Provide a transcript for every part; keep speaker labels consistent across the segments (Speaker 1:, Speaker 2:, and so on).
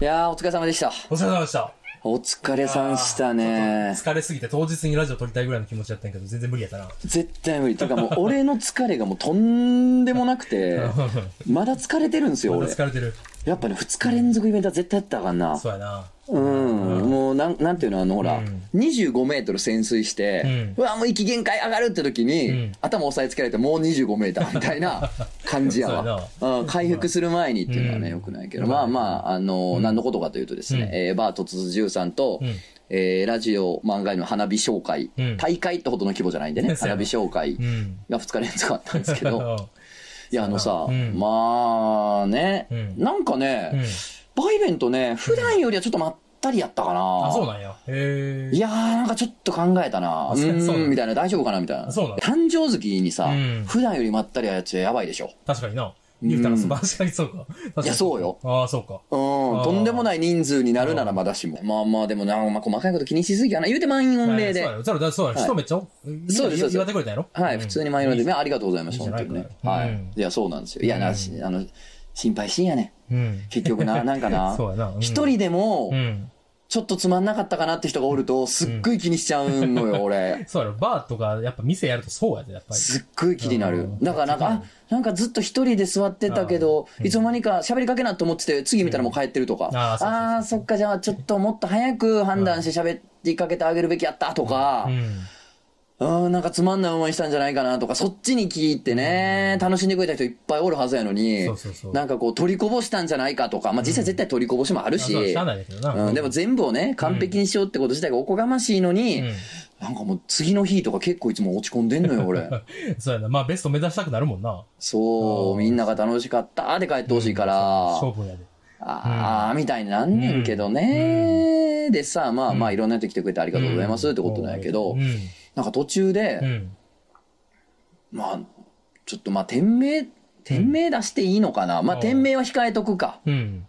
Speaker 1: いやー、お疲れ様でした。
Speaker 2: お疲れ様でした。
Speaker 1: お疲れさんしたね。
Speaker 2: 疲れすぎて当日にラジオ撮りたいぐらいの気持ちだったんやけど、全然無理やっ たな。
Speaker 1: 絶対無理。てかもう、俺の疲れがもうとんでもなくて、まだ疲れてるんですよ、
Speaker 2: まだ
Speaker 1: 俺。
Speaker 2: 疲れてる。
Speaker 1: やっぱね、2日連続イベントは絶対やったらあかんな。
Speaker 2: そうやな。
Speaker 1: うん、もうなん、なんていうの、あの、ほら、
Speaker 2: うん
Speaker 1: 25メートル潜水して、
Speaker 2: うん
Speaker 1: うわ、もう息限界上がるって時に、
Speaker 2: うん
Speaker 1: 頭押さえつけられて、もう25メータ ーみたいな感じやわ。うん、回復する前にっていうのはね、
Speaker 2: うん
Speaker 1: よくないけど、まあまあ、あの、何のことかというとですね、
Speaker 2: うん
Speaker 1: えーバー突然13さんと、
Speaker 2: うん
Speaker 1: えーラジオ漫画への花火紹介、
Speaker 2: うん
Speaker 1: 大会ってほどの規模じゃないんでね、
Speaker 2: そうや
Speaker 1: 花
Speaker 2: な
Speaker 1: 火紹介
Speaker 2: うん。
Speaker 1: が2日連続あったんですけ
Speaker 2: う
Speaker 1: ど、いや、あのさ、
Speaker 2: うん
Speaker 1: まあね、
Speaker 2: うん
Speaker 1: なんかね、
Speaker 2: ん。
Speaker 1: バイベントね、普段よりはちょっとまったりやったかな。
Speaker 2: あ、そうなんや。へえ。
Speaker 1: いやー、なんかちょっと考えたな。う
Speaker 2: あそうそう
Speaker 1: ー、
Speaker 2: なんん
Speaker 1: みたいな、大丈夫かなみたいな。
Speaker 2: あそうなん
Speaker 1: 誕生月にさ、
Speaker 2: うん
Speaker 1: 普段よりまったりやつやばいでしょ。
Speaker 2: 確かにな。言うたら、
Speaker 1: うん
Speaker 2: 確かにそうか。確か
Speaker 1: い
Speaker 2: に
Speaker 1: やそうよ。
Speaker 2: ああ、そうか。
Speaker 1: うん
Speaker 2: あ、ー
Speaker 1: とんでもない人数になるならまだしも。まあまあ、でもな、まあ、細かいこと気にしすぎやな。言うて満員御礼で
Speaker 2: は。いそうだよ、そうだよ、人めっちゃ、
Speaker 1: そうですそうです
Speaker 2: 言われてくれたやろ
Speaker 1: はい、普通に満員御礼で。ねありがとうございました、
Speaker 2: いいじゃ
Speaker 1: 本当
Speaker 2: ない
Speaker 1: にね。
Speaker 2: これ
Speaker 1: は
Speaker 2: うん
Speaker 1: い。いや、そうなんですよ。いや、な、しあの、心配しんやね。
Speaker 2: うん。
Speaker 1: 結局な、なんかな。
Speaker 2: そうやな。うん
Speaker 1: 一、人でも
Speaker 2: う、ん。
Speaker 1: ちょっとつまんなかったかなって人がおると、すっごい気にしちゃうのよ、 俺。
Speaker 2: そうやろ、バーとか、やっぱ店やるとそうやで、やっぱり。
Speaker 1: すっごい気になる
Speaker 2: うん。
Speaker 1: だからなんか、あ、なんかずっと一人で座ってたけど、
Speaker 2: うん
Speaker 1: いつの間にか喋りかけなと思ってて、次見たらもう帰ってるとか。
Speaker 2: うんあーそうそうそう
Speaker 1: ああー、そっか、じゃあちょっともっと早く判断して喋りかけてあげるべきやったとか
Speaker 2: う、ん。
Speaker 1: うん、なんかつまんない思いしたんじゃないかなとか、そっちに聞いてね、楽しんでくれた人いっぱいおるはずやのに
Speaker 2: そうそうそう、
Speaker 1: なんかこう取りこぼしたんじゃないかとか、まあ実際絶対取りこぼしもある
Speaker 2: あそう
Speaker 1: し
Speaker 2: しゃあ、ないんだけどな。
Speaker 1: うん、でも全部をね、完璧にしようってこと自体がおこがましいのに、
Speaker 2: うん
Speaker 1: なんかもう次の日とか結構いつも落ち込んでんのよ、 俺。
Speaker 2: そうやな。まあ、ベスト目指したくなるもんな。
Speaker 1: そう、
Speaker 2: あー
Speaker 1: みんなが楽しかったで帰ってほしいから、
Speaker 2: 勝負やで。
Speaker 1: ああ、みたいになんねんけどね、でさ、まあまあいろんな人来てくれてありがとうございますってことなんやけど
Speaker 2: うん、。
Speaker 1: なんか途中
Speaker 2: う
Speaker 1: で、
Speaker 2: ん。
Speaker 1: まあ、ちょっとまあ店名、店名出していいのかなまあ
Speaker 2: うん
Speaker 1: 店名は控えとくか。
Speaker 2: うん。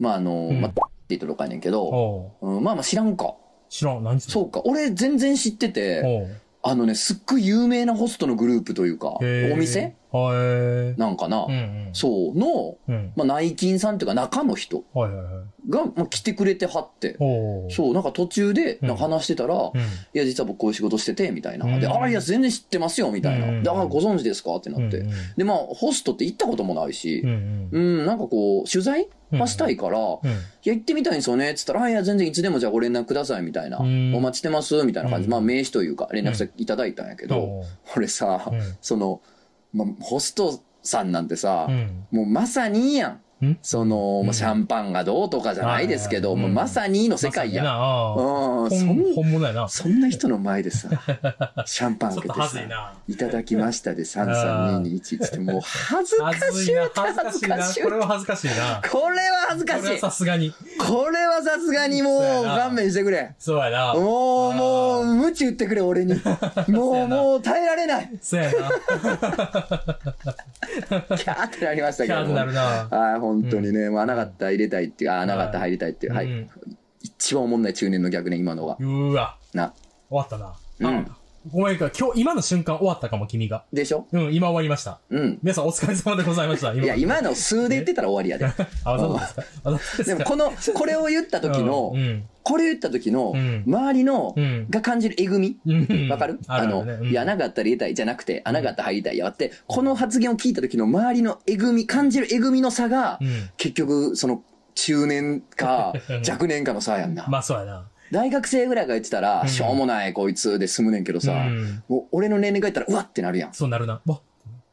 Speaker 1: まああの、
Speaker 2: ん
Speaker 1: まあ、って言っとるかやねんけど、
Speaker 2: おう
Speaker 1: うんまあまあ知らんか。
Speaker 2: 知らん。何それ
Speaker 1: そうか。俺全然知ってて、
Speaker 2: おう
Speaker 1: あのね、すっごい有名なホストのグループというか、
Speaker 2: へー
Speaker 1: お店
Speaker 2: はい。
Speaker 1: なんかな
Speaker 2: うん。うん。
Speaker 1: そう、の、
Speaker 2: うん。
Speaker 1: まあ内勤さんというか中の人。
Speaker 2: はいはいはい。
Speaker 1: が、まあ、来てくれてはって、
Speaker 2: おう
Speaker 1: そう、なんか途中で、
Speaker 2: うん
Speaker 1: なんか話してたら、
Speaker 2: う
Speaker 1: い
Speaker 2: ん。
Speaker 1: や、実は僕こういう仕事してて、みたいな。
Speaker 2: うん
Speaker 1: で、ああ、いや、全然知ってますよ、みたいな。
Speaker 2: うん
Speaker 1: で、ああ、ご存知ですかってなって。
Speaker 2: うんうん
Speaker 1: で、まあ、ホストって行ったこともないし、
Speaker 2: う
Speaker 1: うん、
Speaker 2: ん
Speaker 1: なんかこう、取材
Speaker 2: うん。
Speaker 1: はしたいから、
Speaker 2: うん。
Speaker 1: いや、行ってみたいんですよね、つったら、ああ、いや、全然いつでもじゃあご連絡ください、みたいな。
Speaker 2: うん
Speaker 1: お待ちしてます、みたいな感じ。
Speaker 2: うん
Speaker 1: まあ、名刺というか、連絡先いただいたんやけど、
Speaker 2: おう
Speaker 1: 俺さ、
Speaker 2: うん
Speaker 1: その、まあ、ホストさんなんてさ、
Speaker 2: うん。
Speaker 1: もうまさにやん。
Speaker 2: うん
Speaker 1: その、
Speaker 2: う
Speaker 1: まあ
Speaker 2: ん
Speaker 1: シャンパンがどうとかじゃないですけど、
Speaker 2: はいはい
Speaker 1: も
Speaker 2: は
Speaker 1: うま
Speaker 2: い
Speaker 1: さにの世界やん。
Speaker 2: ま
Speaker 1: うん、
Speaker 2: さに
Speaker 1: そ
Speaker 2: な。
Speaker 1: ん
Speaker 2: 本本物やな。ち
Speaker 1: そんな人の前で さ、シャンパン
Speaker 2: ょっ
Speaker 1: 開け
Speaker 2: と
Speaker 1: て
Speaker 2: 恥ずい
Speaker 1: さ、
Speaker 2: な。
Speaker 1: いただきましたで33221つって、もう恥ずか
Speaker 2: 恥
Speaker 1: し
Speaker 2: ず
Speaker 1: い
Speaker 2: いな。恥ずか
Speaker 1: 恥
Speaker 2: し
Speaker 1: ず
Speaker 2: いな
Speaker 1: かし。い。
Speaker 2: これは恥ずかしいな。
Speaker 1: これは恥ず
Speaker 2: これ
Speaker 1: か
Speaker 2: は
Speaker 1: しい。
Speaker 2: さすがに。
Speaker 1: これはさすがにもう
Speaker 2: そうやな
Speaker 1: 勘弁してくれ。
Speaker 2: そうやな。
Speaker 1: もう、
Speaker 2: あー
Speaker 1: もう、無知打ってくれ、俺 に。もう、
Speaker 2: な
Speaker 1: もう耐えられない。
Speaker 2: そ うやな。
Speaker 1: キャーってなりましたけ
Speaker 2: キ
Speaker 1: ど
Speaker 2: ャー
Speaker 1: も。
Speaker 2: になるな。
Speaker 1: はい、本当にね、もう穴があったら入れたいっていう、あ穴があったら入りたいっていう、は
Speaker 2: う
Speaker 1: い。
Speaker 2: ん
Speaker 1: 一番おもんない中年の逆ね、今のが。
Speaker 2: うーわ。
Speaker 1: な。
Speaker 2: 終わったな。
Speaker 1: うん
Speaker 2: あ。ごめんか、今日、今の瞬間終わったかも、君が。
Speaker 1: でしょ
Speaker 2: うん、今終わりました。
Speaker 1: うん。
Speaker 2: 皆さんお疲れ様でございました。今
Speaker 1: いや、今の数で言ってたら終わりや
Speaker 2: あ、そうですか。あ、そ
Speaker 1: で。
Speaker 2: うで
Speaker 1: ですも、
Speaker 2: か。
Speaker 1: この、これを言った時の
Speaker 2: う、ん。
Speaker 1: これ言った時の
Speaker 2: うん、
Speaker 1: 周りの
Speaker 2: うん、
Speaker 1: が感じるえぐみ。
Speaker 2: うん
Speaker 1: わかる
Speaker 2: あ
Speaker 1: あ
Speaker 2: るあ
Speaker 1: の
Speaker 2: るね、うん
Speaker 1: いや、穴があったら入れたいじゃなくて、穴があったら入りたいやって、この発言を聞いた時の周りのえぐみ、感じるえぐみの差が
Speaker 2: う、ん。
Speaker 1: 結局、その、中年か
Speaker 2: うん
Speaker 1: 若年かの差やんな。
Speaker 2: まあ、そうやな。
Speaker 1: 大学生ぐらいが言ってたら、
Speaker 2: うん
Speaker 1: しょうもないこいつで済むねんけどさ、
Speaker 2: うん
Speaker 1: もう俺の年齢が言ったら、うわってなるやん。
Speaker 2: そうなるな。わ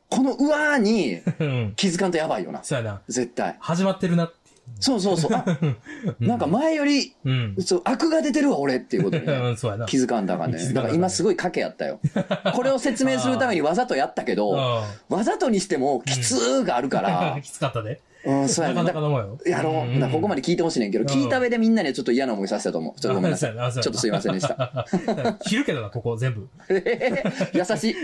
Speaker 1: このうわーに
Speaker 2: うん。
Speaker 1: 気づかんとやばいよな。
Speaker 2: そうやな。
Speaker 1: 絶対。
Speaker 2: 始まってるなって。
Speaker 1: そうそうそう。あなんか前より、
Speaker 2: うん。
Speaker 1: そう、悪が出てるわ、俺っていうことに ね、
Speaker 2: うん、そうやな。
Speaker 1: 気づかんだから
Speaker 2: 気づか
Speaker 1: ね。だ
Speaker 2: んだか
Speaker 1: からら
Speaker 2: ね
Speaker 1: 今すごい賭けやったよ。これを説明するためにわざとやったけど、
Speaker 2: う
Speaker 1: わざとにしても、きつーがあるか
Speaker 2: ん。
Speaker 1: ら
Speaker 2: 、きつかったで。
Speaker 1: うん、そうや
Speaker 2: な
Speaker 1: ね
Speaker 2: か
Speaker 1: ん。だ
Speaker 2: なかのもんよ。
Speaker 1: やろう。だからここまで聞いてほしいねんけど、
Speaker 2: うん
Speaker 1: 聞いた上でみんなにはちょっと嫌な思いさせたと思う。ちょっとごめんなさい。ちょ
Speaker 2: あ そうやなそうやな
Speaker 1: っとすいませんでした。
Speaker 2: で。切るけどな、ここ全部。
Speaker 1: 優しい。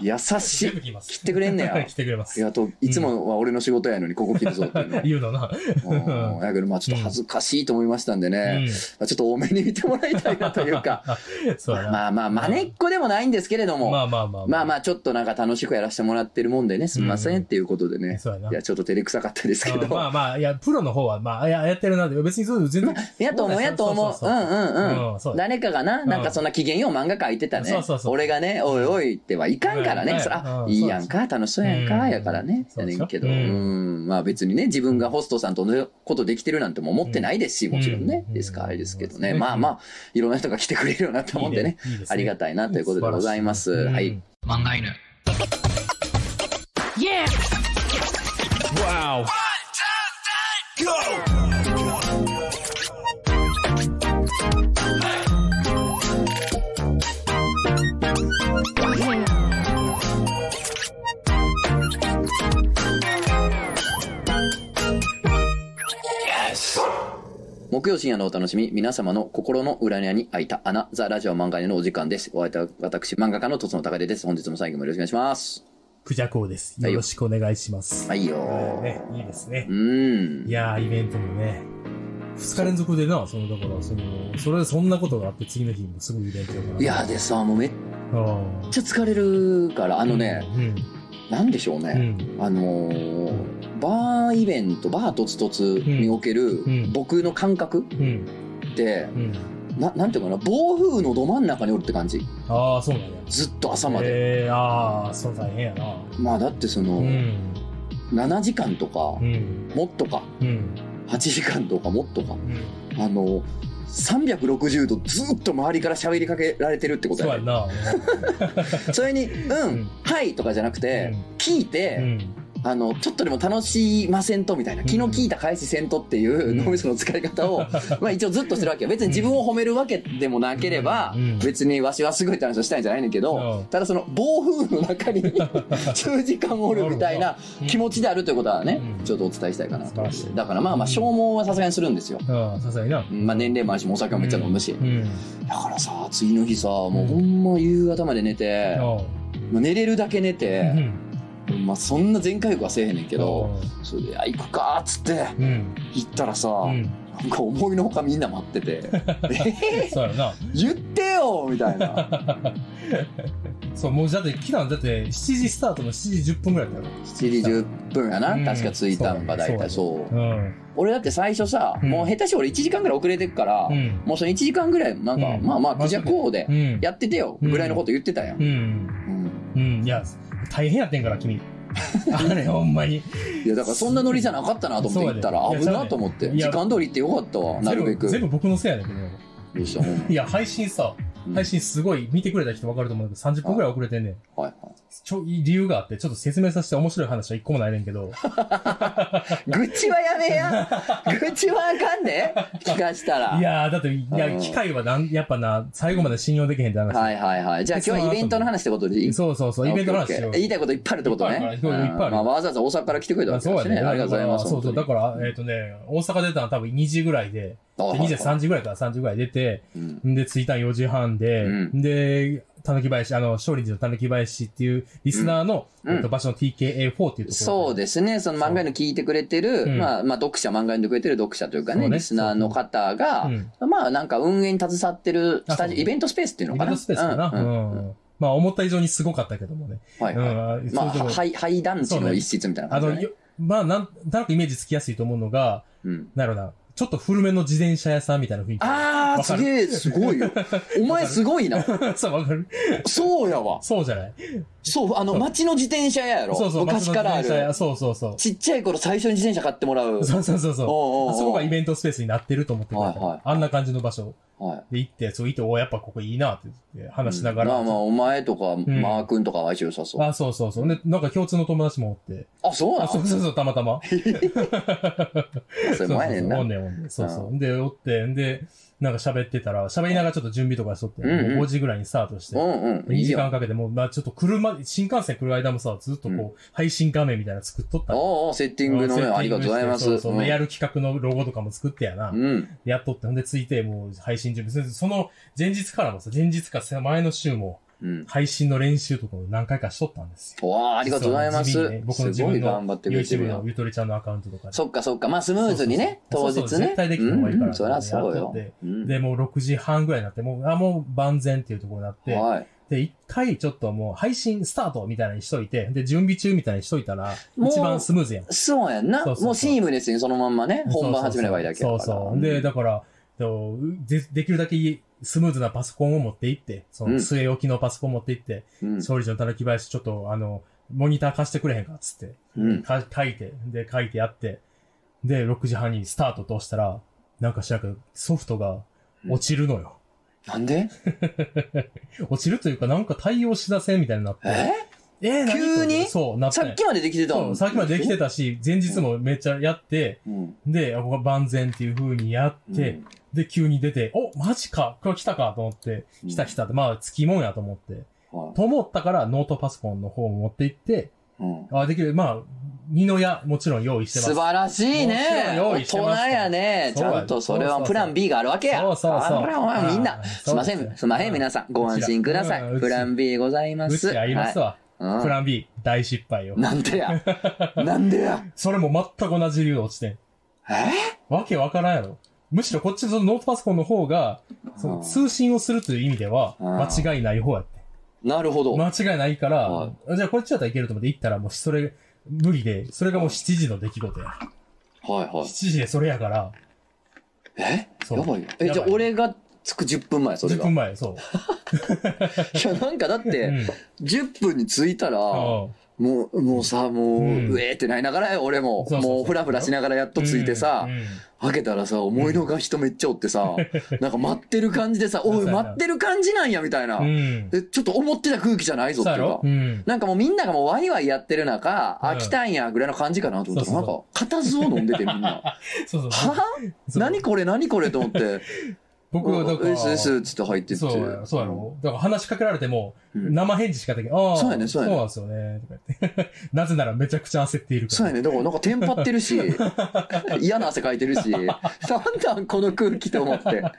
Speaker 1: 優 し
Speaker 2: 全部
Speaker 1: い。
Speaker 2: 切ります。
Speaker 1: 切ってくれんねや。
Speaker 2: 来てくれます
Speaker 1: い。や、と、いつもは俺の仕事やのに、ここ切るぞっていうの
Speaker 2: 。言うのな。
Speaker 1: うんやけど、まあちょっと恥ずかしいと思いましたんで
Speaker 2: う
Speaker 1: ね
Speaker 2: ん、
Speaker 1: まあちょっと多めに見てもらいたいなというか、
Speaker 2: そうやな。
Speaker 1: まあまあ、まねっこでもないんですけれども、
Speaker 2: まあまあまあ。
Speaker 1: まあまあ、ちょっとなんか楽しくやらせてもらってるもんでね、すみませんっていうことでね
Speaker 2: そうやな、
Speaker 1: いや、ちょっと照れくさかかったですけ
Speaker 2: うんま
Speaker 1: ど。
Speaker 2: あまあ、いや、プロの方は、まあ、ややってるなって、別にそう、全然。
Speaker 1: やと思う、やと思う。
Speaker 2: そうそ
Speaker 1: ん
Speaker 2: そ
Speaker 1: うん。
Speaker 2: うんそううん
Speaker 1: 誰かがな、なんかそんな機嫌よう漫画描いてたね
Speaker 2: そうそう。そう
Speaker 1: 俺がね、おいおいってはいかんから
Speaker 2: うん
Speaker 1: ね。そら、
Speaker 2: うん
Speaker 1: いいやんか、楽しそうやん
Speaker 2: う
Speaker 1: か、
Speaker 2: ん
Speaker 1: やからね。
Speaker 2: そ
Speaker 1: や
Speaker 2: うで
Speaker 1: ね
Speaker 2: しょ
Speaker 1: んけど、う
Speaker 2: うん
Speaker 1: ん。まあ別にね、自分がホストさんと同じことできてるなんても思ってないですし、もちろんね。
Speaker 2: うん
Speaker 1: ですから、あれですけどね。
Speaker 2: うん
Speaker 1: まあまあ、いろんな人が来てくれるようになったもんでね。
Speaker 2: いいねいいですね
Speaker 1: ありがたいなということでございます。
Speaker 2: うん
Speaker 1: は
Speaker 2: う
Speaker 1: い
Speaker 2: ん。
Speaker 1: 漫画犬。木曜深夜のお楽しみ、皆様の心の裏庭に開いた穴、ザ・ラジオ漫画家のお時間です。お相手は私、漫画家のとつのたかでです。本日も最後もよろしくお願いします。
Speaker 2: クジャコウです。
Speaker 1: はい
Speaker 2: よろしくお願いします。
Speaker 1: はいよ
Speaker 2: ね、いいですね
Speaker 1: う。ん。
Speaker 2: いやー、イベントもね、二日連続でな、その、だから、その、それ、そんなことがあって、次の日もすぐイベントが。
Speaker 1: いやでさ、もうめっ
Speaker 2: うん、
Speaker 1: ちゃ疲れるから、あのね、
Speaker 2: う
Speaker 1: なんでしょうね。
Speaker 2: ん、
Speaker 1: あのー、バーイベント、バーとつとつにおける
Speaker 2: うんうん
Speaker 1: 僕の感覚
Speaker 2: うん、うん、
Speaker 1: って、
Speaker 2: うん。
Speaker 1: な、なんていうかな、暴風雨のど真ん中におるって感じ。
Speaker 2: ああ、そうなんや。
Speaker 1: ずっと朝まで。
Speaker 2: えー、ああ、そう大変やな。
Speaker 1: まあだってその、
Speaker 2: うん、
Speaker 1: 7時間とか
Speaker 2: う、ん、
Speaker 1: もっとか、
Speaker 2: うん、
Speaker 1: 8時間とかもっとか。
Speaker 2: うん。
Speaker 1: あの、360度ずっと周りから喋りかけられてるってこと
Speaker 2: そう
Speaker 1: や
Speaker 2: や
Speaker 1: ね。
Speaker 2: な。
Speaker 1: それに、うん、
Speaker 2: うん
Speaker 1: はいとかじゃなくて、聞いうて、
Speaker 2: ん。
Speaker 1: あの、ちょっとでも楽しませんとみたいな、
Speaker 2: うん
Speaker 1: 昨日聞いた返しせんとっていううん脳みその使い方 を、まあ一応ずっとしてるわけよ。別に自分を褒めるわけでもなければ
Speaker 2: うんうん、
Speaker 1: 別にわしはすごいって話をしたいんじゃないねんだけ
Speaker 2: う
Speaker 1: ど
Speaker 2: ん、
Speaker 1: ただその暴風雨の中 に10時間おるみたいな気持ちであるということはね
Speaker 2: う、ん
Speaker 1: ちょっとお伝えしたいかなと思っ
Speaker 2: 素晴
Speaker 1: て
Speaker 2: らし。い
Speaker 1: だからまあまあ消耗はさすがにするんですよ。
Speaker 2: ああ、さすがにな。
Speaker 1: まあ年齢もあるし、もうお酒もめっちゃ飲むし。
Speaker 2: うん。
Speaker 1: だからさ、次の日さ、もうほんま夕方まで寝て、
Speaker 2: あ
Speaker 1: まあ寝れるだけ寝
Speaker 2: あ。
Speaker 1: て、まあそんな全回復はせえへんねんけど、それで、あ、行くかーっつって、
Speaker 2: うん。
Speaker 1: 行ったらさ、
Speaker 2: うん。
Speaker 1: なんか思いのほかみんな待ってて、 え
Speaker 2: そうやな。
Speaker 1: 言ってよみたいな。
Speaker 2: そう、もうだって、昨日だって、7時スタートの7時10分ぐらいだったよ。
Speaker 1: 7時10分やな、
Speaker 2: うん
Speaker 1: 確か着いたのが大体そう
Speaker 2: うん。
Speaker 1: 俺だって最初さ、
Speaker 2: うん
Speaker 1: もう下手し俺1時間ぐらい遅れてっから、
Speaker 2: うん。
Speaker 1: もうその1時間ぐらい、なんか、
Speaker 2: うん
Speaker 1: まあまあ、クジャコうで
Speaker 2: うん。
Speaker 1: やっててよ、
Speaker 2: うん
Speaker 1: ぐらいのこと言ってたやん。
Speaker 2: うん。
Speaker 1: うん
Speaker 2: うん。いや、大変やってんか ら、君。あれ、ほんまに。
Speaker 1: いや、だからそんなノリじゃなかったなと思って行ったら
Speaker 2: そう、やで
Speaker 1: 危なと思って、
Speaker 2: いや
Speaker 1: 時間通り行ってよかったわ、なるべく。
Speaker 2: 全部僕のせいやねんけど。
Speaker 1: どうしたほんま
Speaker 2: いや、配信さ、
Speaker 1: うん
Speaker 2: 配信すごい見てくれた人分かると思うんだけど、30分ぐらい遅れてんねん。
Speaker 1: はい
Speaker 2: ちょ、理由があって、ちょっと説明させて面白い話は一個もないねん けど。
Speaker 1: はい。愚痴はやめや愚痴はあかん で聞かしたら。
Speaker 2: いやー、だって、い
Speaker 1: あ
Speaker 2: や、
Speaker 1: の
Speaker 2: 機械はなん、やっぱな、最後まで信用できへんって話。
Speaker 1: はいはいはい。じゃあ今日はイベントの話ってことでいい
Speaker 2: そうそうそう、イベントの話しよ
Speaker 1: オッケーオッ
Speaker 2: う
Speaker 1: ケー言いたいこといっぱいあるってこと
Speaker 2: いっぱいあ
Speaker 1: ね
Speaker 2: る。
Speaker 1: う
Speaker 2: からいっぱいある
Speaker 1: んまあわざわざ大阪から来てくれたわ
Speaker 2: あ
Speaker 1: け
Speaker 2: そう
Speaker 1: で
Speaker 2: や
Speaker 1: す
Speaker 2: ね。
Speaker 1: ね。ありがとうございます。
Speaker 2: そうそう。だ
Speaker 1: 本
Speaker 2: から、えっ、とね、大阪出たの多分2時ぐらいで、
Speaker 1: 当
Speaker 2: で
Speaker 1: に
Speaker 2: 2時、3時ぐらいから3時ぐらい出て、
Speaker 1: うん
Speaker 2: んで、着いたん4時半で、、
Speaker 1: うん
Speaker 2: で、たぬき林、あの、勝利寺のたぬき林っていうリスナーの、
Speaker 1: うん
Speaker 2: えっと、場所の TKA4 っていうところで。
Speaker 1: そうですね。その漫画の聞いてくれてる、
Speaker 2: うん
Speaker 1: まあ、まあ、読者、漫画読んでくれてる読者というか
Speaker 2: そ
Speaker 1: ね、
Speaker 2: うね
Speaker 1: リスナーの方が、まあ、なんか運営に携わってるスタジ
Speaker 2: あ
Speaker 1: オ、
Speaker 2: そう
Speaker 1: イベントスペースっていうの
Speaker 2: うん。イ
Speaker 1: か
Speaker 2: ベン
Speaker 1: な。
Speaker 2: トスペースかな。う
Speaker 1: うん
Speaker 2: ん。
Speaker 1: うん
Speaker 2: まあ、思った以上にすごかったけどもね。
Speaker 1: はいはい。
Speaker 2: うん。
Speaker 1: まあ、
Speaker 2: それでも
Speaker 1: 廃廃団地の一室みたいな感
Speaker 2: あ
Speaker 1: じだ
Speaker 2: の、
Speaker 1: ね。
Speaker 2: よまあ、なん、なんかイメージつきやすいと思うのが、
Speaker 1: うん
Speaker 2: なるほどな。ちょっと古めの自転車屋さんみたいな雰囲気。
Speaker 1: あー、
Speaker 2: わか
Speaker 1: す
Speaker 2: る
Speaker 1: げえ、すご いよ。お前すごいな。
Speaker 2: そう、わかる。
Speaker 1: そうやわ。
Speaker 2: そうじゃない
Speaker 1: そう、あの、
Speaker 2: そう
Speaker 1: 街の自転車屋やろ。
Speaker 2: そうそう、
Speaker 1: 昔からあ
Speaker 2: 街の自転車
Speaker 1: る
Speaker 2: 屋。そうそうそう。
Speaker 1: ちっちゃい頃最初に自転車買ってもらう。
Speaker 2: そうそうそうそう。
Speaker 1: おうおうおう
Speaker 2: あそこがイベントスペースになってると思ってくれたら、
Speaker 1: はいはい
Speaker 2: あんな感じの場所
Speaker 1: はい。
Speaker 2: で行って、そう行って、おやっぱここいいなって言って話しなが
Speaker 1: ま
Speaker 2: ら。
Speaker 1: あまあ、お前とか、
Speaker 2: ん
Speaker 1: マー君とかは相性良さそう。
Speaker 2: あ、そうそうそう。で、なんか共通の友達もおって。
Speaker 1: あ、そうな
Speaker 2: あ、
Speaker 1: の
Speaker 2: そうそうそう、たまた ま。
Speaker 1: それもやねんな
Speaker 2: そうそうそうお。んねんおんねんそうそう。で、おって、で、なんか喋ってたら、喋りながらちょっと準備とかしとって、
Speaker 1: うんうん
Speaker 2: もう5時ぐらいにスタートして
Speaker 1: う。んうん。
Speaker 2: 2
Speaker 1: いい
Speaker 2: 時間
Speaker 1: よ。
Speaker 2: かけて、もう、まあちょっと車、新幹線来る間もさ、ずっとこう、配信画面みたいなの作っとったの
Speaker 1: おうおう、セッティングのね、
Speaker 2: セッティングして
Speaker 1: ありがとうございます。
Speaker 2: そうそう
Speaker 1: うん
Speaker 2: でやる企画のロゴとかも作ってやな。
Speaker 1: うん。
Speaker 2: やっとって、ほんでついて、もう配信準備する。その前日からもさ、前日か前の週も、
Speaker 1: うん。
Speaker 2: 配信の練習とかを何回かしとったんですよ。
Speaker 1: わあ、ありがとうございま
Speaker 2: 実
Speaker 1: す。
Speaker 2: は地味にね僕の
Speaker 1: す
Speaker 2: 自
Speaker 1: ごい
Speaker 2: 分の
Speaker 1: 頑張ってくれて
Speaker 2: YouTube
Speaker 1: る
Speaker 2: の
Speaker 1: よ。
Speaker 2: ゆとりちゃんのアカウントとかで。
Speaker 1: そっかそっか。まあ、スムーズにね、
Speaker 2: そ
Speaker 1: 当
Speaker 2: う
Speaker 1: 日
Speaker 2: そうそう
Speaker 1: ね。
Speaker 2: そうそう絶対できた方がい
Speaker 1: う
Speaker 2: いから
Speaker 1: んうんそりゃそう
Speaker 2: やっと
Speaker 1: よ
Speaker 2: っ。て
Speaker 1: うん
Speaker 2: で、もう6時半ぐらいになって、もう、あ、もう万全っていうところになって、
Speaker 1: はい。
Speaker 2: で、一回ちょっともう配信スタートみたいなにしといて、で、準備中みたいにしといたら、
Speaker 1: もう
Speaker 2: 一番スムーズやん。
Speaker 1: そうやんな。
Speaker 2: そうそうそう
Speaker 1: もうシームレスにそのまんまね、本番始めればいいだけや
Speaker 2: そ
Speaker 1: から
Speaker 2: うそう。で、だから、とでできるだけスムーズなパソコンを持っていって、その据え置きのパソコン持っていって、
Speaker 1: うん
Speaker 2: 総理のたらき林ちょっとあの、モニター貸してくれへんかっつって、
Speaker 1: うん。
Speaker 2: か書いて、で、書いてやって、で、6時半にスタートと押したら、なんかしらんけどソフトが落ちるのよ。
Speaker 1: なんで
Speaker 2: 落ちるというか、なんか対応しだせんみたいになって。
Speaker 1: え
Speaker 2: えー何これ
Speaker 1: 急に
Speaker 2: そう、なって
Speaker 1: さっきまでできてた
Speaker 2: そ
Speaker 1: の
Speaker 2: う、さっきまでできてたし、前日もめっちゃやって、
Speaker 1: うん。
Speaker 2: で、ここが万全っていう風にやって、
Speaker 1: うん、
Speaker 2: で、急に出て、お、マジか、これ来たかと思って、来た来たって、まあ、つきもんやと思って。
Speaker 1: は
Speaker 2: と思ったから、ノートパソコンの方を持って行って、
Speaker 1: い。うん
Speaker 2: あ、できる、まあ、二の矢、もちろん用意してます。
Speaker 1: 素晴らしい
Speaker 2: もちろ
Speaker 1: ね
Speaker 2: ん。用
Speaker 1: 大
Speaker 2: 意して
Speaker 1: 人
Speaker 2: ますから
Speaker 1: やね。ち
Speaker 2: そう
Speaker 1: ゃんとそれ
Speaker 2: そうそう
Speaker 1: は
Speaker 2: そう
Speaker 1: プラン B があるわけや。
Speaker 2: そうそうそう
Speaker 1: あらお前みんな
Speaker 2: あ。ー
Speaker 1: すいませ
Speaker 2: そうで
Speaker 1: ん。
Speaker 2: す
Speaker 1: すいまへん、皆さん。ご安心くださ
Speaker 2: うちらう
Speaker 1: い。
Speaker 2: ん
Speaker 1: プラン B ございま
Speaker 2: う
Speaker 1: す。
Speaker 2: ちやりますわ。
Speaker 1: はい
Speaker 2: プラン B、大失敗を
Speaker 1: うん。なんで や。なんでや。
Speaker 2: それも全く同じ理由で落ちてん。
Speaker 1: え
Speaker 2: わけわからんやろ。むしろこっちのノートパソコンの方が、その通信をするという意味では、
Speaker 1: うん
Speaker 2: 間違いない方やって。
Speaker 1: なるほど。
Speaker 2: 間違いないから、
Speaker 1: は
Speaker 2: じゃあこっちだったらいけると思って行ったら、もうそれ、無理で、それがもう7時の出来事や。
Speaker 1: はいはい。
Speaker 2: 7時でそれやから、
Speaker 1: え
Speaker 2: そう
Speaker 1: やばいよ。え、じゃあ
Speaker 2: やばい
Speaker 1: 俺が着く10分前、それ
Speaker 2: 10
Speaker 1: が。
Speaker 2: 分
Speaker 1: い
Speaker 2: 前、そ
Speaker 1: や、
Speaker 2: う。
Speaker 1: なんかだっ
Speaker 2: う
Speaker 1: て、
Speaker 2: ん
Speaker 1: 10分に着いたら、
Speaker 2: うん
Speaker 1: もう、もうさ、もう、
Speaker 2: うん
Speaker 1: うえーってなりながらよ、俺も。
Speaker 2: そうそうそう
Speaker 1: もう、ふらふらしながらやっと着いてさ
Speaker 2: う、んうん
Speaker 1: 開けたらさ、思いのが人めっちゃおってさ、 なんか待ってる感じでさ、お
Speaker 2: そう
Speaker 1: い、
Speaker 2: やな
Speaker 1: 待ってる感じなんや、みたいな。
Speaker 2: うん。
Speaker 1: え、ちょっと思ってた空気じゃないぞ
Speaker 2: そ
Speaker 1: っ
Speaker 2: う
Speaker 1: てい
Speaker 2: や
Speaker 1: うか
Speaker 2: ろ。うん。
Speaker 1: なんかもうみんながもうワイワイやってる中、
Speaker 2: うん
Speaker 1: 飽きたんや、ぐらいの感じかなと思ったら、な
Speaker 2: そうんそ
Speaker 1: か、固唾を飲んでてみんな。
Speaker 2: そうそう
Speaker 1: はぁ
Speaker 2: そう。
Speaker 1: 何これ何これと思って、
Speaker 2: 僕はだから、
Speaker 1: すすつって入ってって。
Speaker 2: そうや、そうやろ。だから話しかけられても、
Speaker 1: うん
Speaker 2: 生返事しかできない。ああ、
Speaker 1: そうやねそうやね
Speaker 2: なんですよね。とか言って なぜならめちゃくちゃ焦っているから。
Speaker 1: そうやね。だからなんかテンパってる し、嫌な汗かいてるし、なんなんこの空気と思 って。
Speaker 2: だ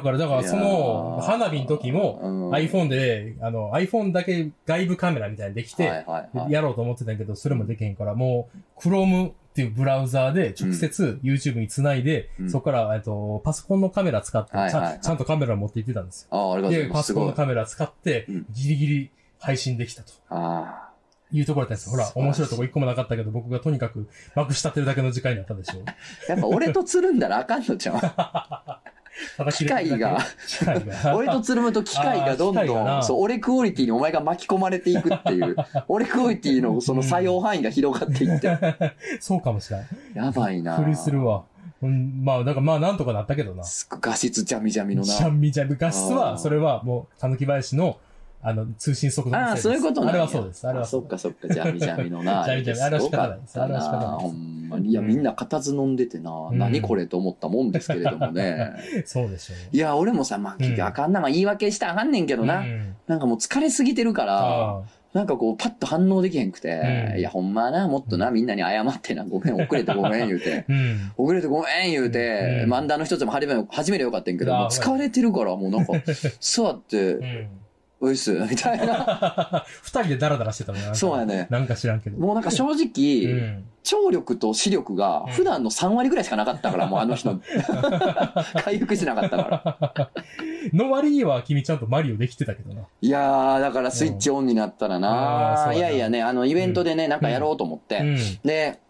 Speaker 2: から、だから、そ
Speaker 1: いやー
Speaker 2: の、花火の時も、
Speaker 1: うん
Speaker 2: iPhone で、あの、iPhone だけ外部カメラみたいにでき
Speaker 1: は
Speaker 2: て、
Speaker 1: いはいはい、
Speaker 2: やろうと思ってたけど、それもできへんから、もう、Chrome っていうブラウザーで直接 YouTube につないで
Speaker 1: う、ん
Speaker 2: そこから、えっと、パソコンのカメラ使って、ち
Speaker 1: はいはいは
Speaker 2: ゃ
Speaker 1: い
Speaker 2: んちゃんとカメラ持って行ってたんですよ。
Speaker 1: ああ、ありがとうござ
Speaker 2: で、
Speaker 1: いま
Speaker 2: パ
Speaker 1: す。す
Speaker 2: ソコン
Speaker 1: ご
Speaker 2: の
Speaker 1: い。
Speaker 2: カメラ使って
Speaker 1: うん、
Speaker 2: ギリギリ配信できたと。
Speaker 1: あ
Speaker 2: いうところだったんですよ。ほら、面白いとこ一個もなかったけど、僕がとにかく、まくしたてるだけの時間になったでし ょ。
Speaker 1: あ。やっぱ俺とつるんだらあかんのじ ゃん。
Speaker 2: 叩
Speaker 1: 機
Speaker 2: き入れ
Speaker 1: 械
Speaker 2: てる
Speaker 1: が
Speaker 2: だ、け。機械 が。
Speaker 1: 俺とつるむと機械がどん
Speaker 2: あー機械が
Speaker 1: どん、
Speaker 2: な
Speaker 1: そう、俺クオリティにお前が巻き込まれていくって いう、俺クオリティのその作用範囲が広がっていって、
Speaker 2: そうかもしれない。
Speaker 1: やばいな
Speaker 2: 不。りするわ。うん、まあ、だからまあ、なんとかなったけどな。シ
Speaker 1: すっごい画質ジャミジャミのな。
Speaker 2: ャンミジャブ画質
Speaker 1: あー
Speaker 2: は、それはもう、たぬき林の、あの、通信速度の
Speaker 1: あ
Speaker 2: せ
Speaker 1: あ、
Speaker 2: です
Speaker 1: そういうことなんや
Speaker 2: あれはそうです。あれは
Speaker 1: そ
Speaker 2: そう
Speaker 1: っ
Speaker 2: です。
Speaker 1: かそっか、ジャミジャミのな。
Speaker 2: ジャミジャミあれは仕方ないですあれは仕方ないです
Speaker 1: ほんまに。いや、
Speaker 2: うん
Speaker 1: みんな固唾飲んでてな、
Speaker 2: ん
Speaker 1: 何これと思ったもんですけれども ね。
Speaker 2: そうでしょう。
Speaker 1: いや、俺もさ、まあ、結局あかんな、まあ、言い訳したらあかんねんけどな。
Speaker 2: うん
Speaker 1: なんかもう疲れすぎてるから、
Speaker 2: あ
Speaker 1: なんかこう、パッと反応できへんくて、
Speaker 2: うん
Speaker 1: いや、ほんまな、もっとな、みんなに謝ってな、ごめん、遅れてごめん、言う て。
Speaker 2: ーうん。
Speaker 1: 遅れてごめん言うて、
Speaker 2: うん
Speaker 1: 漫談の一つも始め始めりゃよかったんやけど、
Speaker 2: あー
Speaker 1: もう疲れてるから、もうなんか、座っ
Speaker 2: う
Speaker 1: て、
Speaker 2: ん。
Speaker 1: おいっす、みたいな。
Speaker 2: 二人でダラダラしてたもんなんか
Speaker 1: そうやね。
Speaker 2: なんか知らんけど。
Speaker 1: もうなんか正
Speaker 2: う
Speaker 1: 直、
Speaker 2: ん。
Speaker 1: 聴力と視力が普段の3割ぐらいしかなかったから、もうあの 人、回復しなかったから。
Speaker 2: の割には君ちゃんとマリオできてたけどな。
Speaker 1: いやー、だからスイッチオンになったらな、
Speaker 2: うんあーそう
Speaker 1: いや
Speaker 2: やない
Speaker 1: やね、あのイベントでね、なんかやろうと思って、
Speaker 2: うん。
Speaker 1: で、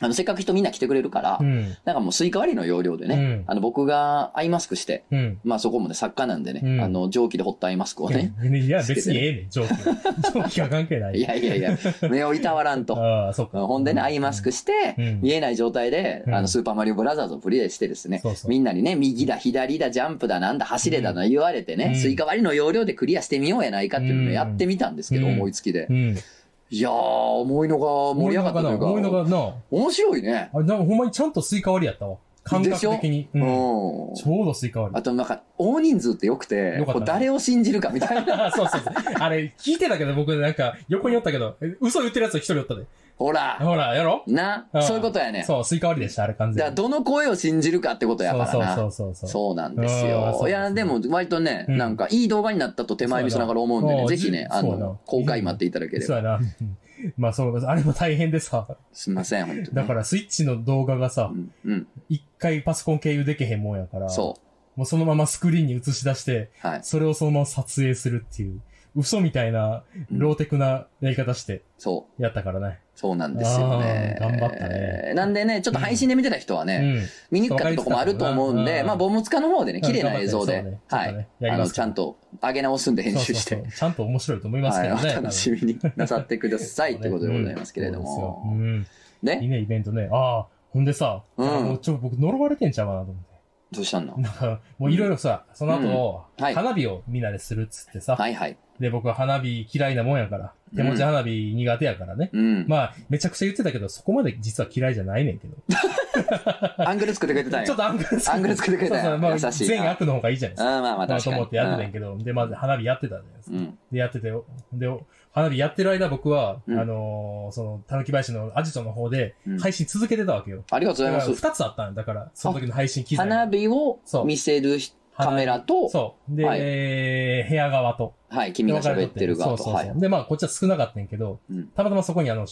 Speaker 1: あのせっかく人みんな来てくれるから、
Speaker 2: うん。
Speaker 1: なんかもうスイカ割りの要領でね、
Speaker 2: うん
Speaker 1: あの僕がアイマスクして、
Speaker 2: うん。
Speaker 1: まあそこもね、作家なんでね、
Speaker 2: うん
Speaker 1: あの蒸気で掘ったアイマスクをね、
Speaker 2: うんいや、別にええ ねん、蒸気。蒸気は関係ない。
Speaker 1: いやいやいや、目をいたわらんと。
Speaker 2: ああ、そっか。
Speaker 1: ほんでね、アイマスクして、
Speaker 2: うん
Speaker 1: 見えない状態で、
Speaker 2: うん
Speaker 1: あの、スーパーマリオブラザーズをプレイしてですね、
Speaker 2: そうそう
Speaker 1: みんなにね、右だ、左だ、ジャンプだ、なんだ、走れだな、言われてね、
Speaker 2: うん
Speaker 1: スイカ割りの要領でクリアしてみようやないかっていうのをね
Speaker 2: うん
Speaker 1: やってみたんですけど、
Speaker 2: うん
Speaker 1: 思いつきで
Speaker 2: う。ん。
Speaker 1: いやー、思いのが盛り上がったというか、
Speaker 2: 思いのがな、
Speaker 1: 面白いね。
Speaker 2: あれ、なんかほんまにちゃんとスイカ割りやったわ。感覚的に。
Speaker 1: う
Speaker 2: うんん。ちょうどスイカ割
Speaker 1: あとなんか、大人数ってよくて
Speaker 2: よ、かったね
Speaker 1: こう誰を信じるかみ たいな。
Speaker 2: り。そうそうそう。あれ、聞いてたけど、僕なんか、横におったけど、え嘘言ってるやつ一人おったで。
Speaker 1: ほら、
Speaker 2: ほら、やろ
Speaker 1: な
Speaker 2: う、ん
Speaker 1: そういうことやね。だか
Speaker 2: そう、スイカ割りでした、あれ完全
Speaker 1: ら、
Speaker 2: に。
Speaker 1: どの声を信じるかってことやからな。
Speaker 2: そうそうそうそう。
Speaker 1: そうなんです
Speaker 2: あー
Speaker 1: よ
Speaker 2: そ。う
Speaker 1: いや、でも、割とね、
Speaker 2: うん
Speaker 1: なんか、いい動画になったと手前味噌ながら思うんで
Speaker 2: そう
Speaker 1: ね、
Speaker 2: やな
Speaker 1: ぜひね、
Speaker 2: あー
Speaker 1: あ
Speaker 2: そうやな
Speaker 1: の、公開待っていただけれ
Speaker 2: そう
Speaker 1: ば。
Speaker 2: やな。 うんまあ、そう、あれも大変でさ。
Speaker 1: すいません、本当に。
Speaker 2: だから、スイッチの動画がさ
Speaker 1: う、ん、うん、
Speaker 2: 一回パソコン経由できへんもんやから、
Speaker 1: そ
Speaker 2: もうそのままスクリーンに映し出して、
Speaker 1: う。はい。
Speaker 2: それをそのまま撮影するっていう、嘘みたいな、
Speaker 1: うん
Speaker 2: ローテクなやり方して
Speaker 1: そう。
Speaker 2: やったからね。
Speaker 1: そうなんですよね。
Speaker 2: あー頑張ったね
Speaker 1: なんでね、ちょっと配信で見てた人は
Speaker 2: う
Speaker 1: ね、
Speaker 2: ん。
Speaker 1: 見にくかったとこもあると思うん
Speaker 2: わかりづらい
Speaker 1: で、
Speaker 2: うん
Speaker 1: まあ、ボムツカの方でね、綺麗な映像
Speaker 2: うん
Speaker 1: で、
Speaker 2: 頑張
Speaker 1: は
Speaker 2: ってそ
Speaker 1: い
Speaker 2: うね。ちょっとねや
Speaker 1: あ
Speaker 2: りま
Speaker 1: の、
Speaker 2: す
Speaker 1: ちゃんと上げ直すんで編
Speaker 2: そうそ
Speaker 1: 集
Speaker 2: う
Speaker 1: し
Speaker 2: そ
Speaker 1: て
Speaker 2: う。ちゃんと面白いと思います
Speaker 1: は
Speaker 2: け
Speaker 1: い、
Speaker 2: どね。
Speaker 1: お楽しみになさってください
Speaker 2: 多
Speaker 1: っ
Speaker 2: 分
Speaker 1: てことでございますけれど
Speaker 2: う
Speaker 1: も。
Speaker 2: んうんそうですようん。いい
Speaker 1: ね、
Speaker 2: ね、イベントね。ああ、ほんでさ、
Speaker 1: うん
Speaker 2: あのちょ、僕呪われてんちゃうかなと思って。
Speaker 1: どうしたの
Speaker 2: なんか、もういろいろさ、その後、
Speaker 1: うんはい
Speaker 2: 花火をみんなでするっつってさ、
Speaker 1: はいはい。
Speaker 2: で、僕は花火嫌いなもんやから、手持ち花火苦手やからね。
Speaker 1: うん。
Speaker 2: まあ、めちゃくちゃ言ってたけど、そこまで実は嫌いじゃないねんけど。
Speaker 1: アングル作ってくれてたん
Speaker 2: ちょ
Speaker 1: よ。
Speaker 2: っとアングルつ
Speaker 1: アングル作ってくれた
Speaker 2: そうそうまあ、
Speaker 1: 優しい
Speaker 2: 全悪の方がいいじゃないで
Speaker 1: う
Speaker 2: す
Speaker 1: ん、
Speaker 2: か。
Speaker 1: まあまあ
Speaker 2: まあ、
Speaker 1: 確か
Speaker 2: と
Speaker 1: に。
Speaker 2: 思ってやってたんやけど、で、まず花火やってたじゃないです
Speaker 1: う
Speaker 2: か。
Speaker 1: ん。
Speaker 2: で、やってて、で、花火やってる間僕は、
Speaker 1: うん
Speaker 2: あのーその、たぬき林のアジトの方で
Speaker 1: うん、
Speaker 2: 配信続けてたわけよ。
Speaker 1: ありがとう
Speaker 2: だ
Speaker 1: ご
Speaker 2: か
Speaker 1: ざい
Speaker 2: ら、
Speaker 1: ます。
Speaker 2: 二つあったんよだから、その時の配信機材が。
Speaker 1: 花火を見せるひ
Speaker 2: 花
Speaker 1: カ
Speaker 2: 火
Speaker 1: メラと、
Speaker 2: そう。で、
Speaker 1: はい
Speaker 2: えー部屋側と。
Speaker 1: はい、君が喋ってる
Speaker 2: そ
Speaker 1: 側
Speaker 2: う
Speaker 1: と。
Speaker 2: そうそう、
Speaker 1: はい。
Speaker 2: で、まあ、こっちは少なかったんやけど、
Speaker 1: うん
Speaker 2: たまたまそこにあの、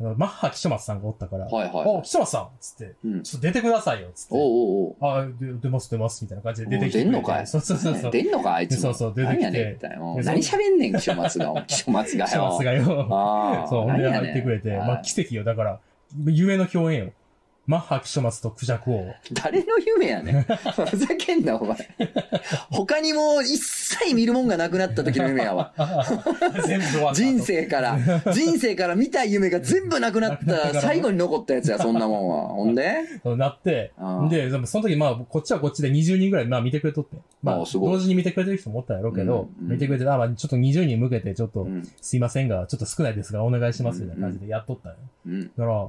Speaker 2: あのマッハ岸松さんがおったから、
Speaker 1: はいは
Speaker 2: お、岸松さんっつって、
Speaker 1: い。うん。
Speaker 2: ちょっと出てくださいよっつって。
Speaker 1: おうおうおう。
Speaker 2: あ、で出ます出ますみたいな感じで出てきて
Speaker 1: お出
Speaker 2: くれて。
Speaker 1: んのかい
Speaker 2: そうそうそうそう。
Speaker 1: ね出んのか、あいつも。
Speaker 2: そうそう出てき
Speaker 1: 何
Speaker 2: て
Speaker 1: やねんみたいな。うん
Speaker 2: で
Speaker 1: 何喋んねん、気象松が。気象松が
Speaker 2: シャ
Speaker 1: よ
Speaker 2: ワ。スがよ。
Speaker 1: ああ。
Speaker 2: そう、ほん
Speaker 1: 何
Speaker 2: で
Speaker 1: やねん
Speaker 2: 入ってくれて、
Speaker 1: はい
Speaker 2: まあ奇跡よ。だから、夢の共演よ。マッハ、キショマスとクジャク王。
Speaker 1: 誰の夢やねん。ふざけんな、お前。他にも一切見るもんがなくなった時の夢や わ。
Speaker 2: 全部終わった。
Speaker 1: 人。生から、人生から見た夢が全部なくなっ
Speaker 2: なくなった
Speaker 1: た
Speaker 2: から
Speaker 1: 最後に残ったやつや、そんなもんは。ほんで
Speaker 2: そうなって
Speaker 1: あー、
Speaker 2: で、でもその時まあ、こっちはこっちで20人ぐらいまあ見てくれとって。ま
Speaker 1: あ
Speaker 2: あ、
Speaker 1: ーすごい
Speaker 2: 同時に見てくれてる人もおったやろうけど、
Speaker 1: うんうん
Speaker 2: 見てくれて、あ、まあちょっと20人向けて、ちょっ
Speaker 1: う
Speaker 2: と、
Speaker 1: ん。
Speaker 2: すいませんが、ちょっと少ないですが、お願いしますみたいな感じでやっとったんよ。
Speaker 1: うん。
Speaker 2: だから、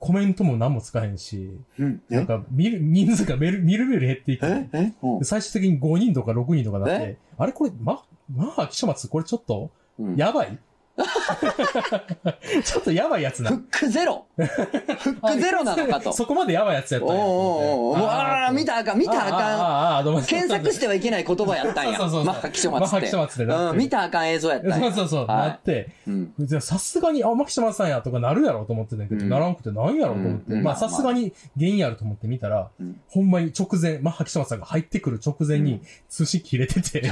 Speaker 2: コメントも何もつかへんし、
Speaker 1: うん。
Speaker 2: なんか、見る、人数がみるみるみる減っていく。
Speaker 1: ええうん
Speaker 2: で最終的に5人とか6人とかなって、あれこれ、ま、まあ、岸松、これちょっと、
Speaker 1: うん
Speaker 2: やばい ちょっとやばいやつ
Speaker 1: フ
Speaker 2: な。
Speaker 1: ックゼロフックゼロなのかと。
Speaker 2: そこまでやばいやつやっ
Speaker 1: お
Speaker 2: た
Speaker 1: うお
Speaker 2: んやと
Speaker 1: うおう
Speaker 2: 思
Speaker 1: お
Speaker 2: って
Speaker 1: うあら、見たらあかん、見たらあ
Speaker 2: あ
Speaker 1: かん。
Speaker 2: あああ、どうも
Speaker 1: 検索してはいけない言葉やったんや。
Speaker 2: そうそうそう
Speaker 1: マッハ気象
Speaker 2: まあ、
Speaker 1: 松って
Speaker 2: 岸。松でなっ
Speaker 1: う
Speaker 2: て。
Speaker 1: ん、見たらあかん映像やったん
Speaker 2: そ
Speaker 1: や
Speaker 2: う。そうそう、
Speaker 1: はい
Speaker 2: なって。
Speaker 1: うん。
Speaker 2: じゃあさすがに、あ、マキシマさんやとかなるやろうと思ってたけど、
Speaker 1: うん
Speaker 2: ならんくてなんやろうと思って、
Speaker 1: うん
Speaker 2: まあさすがに原因あると思って見たら、
Speaker 1: うん
Speaker 2: ほんまに直前、マッハキシマさんが入ってくる直前
Speaker 1: う
Speaker 2: に
Speaker 1: ん
Speaker 2: 寿司切れてて、 終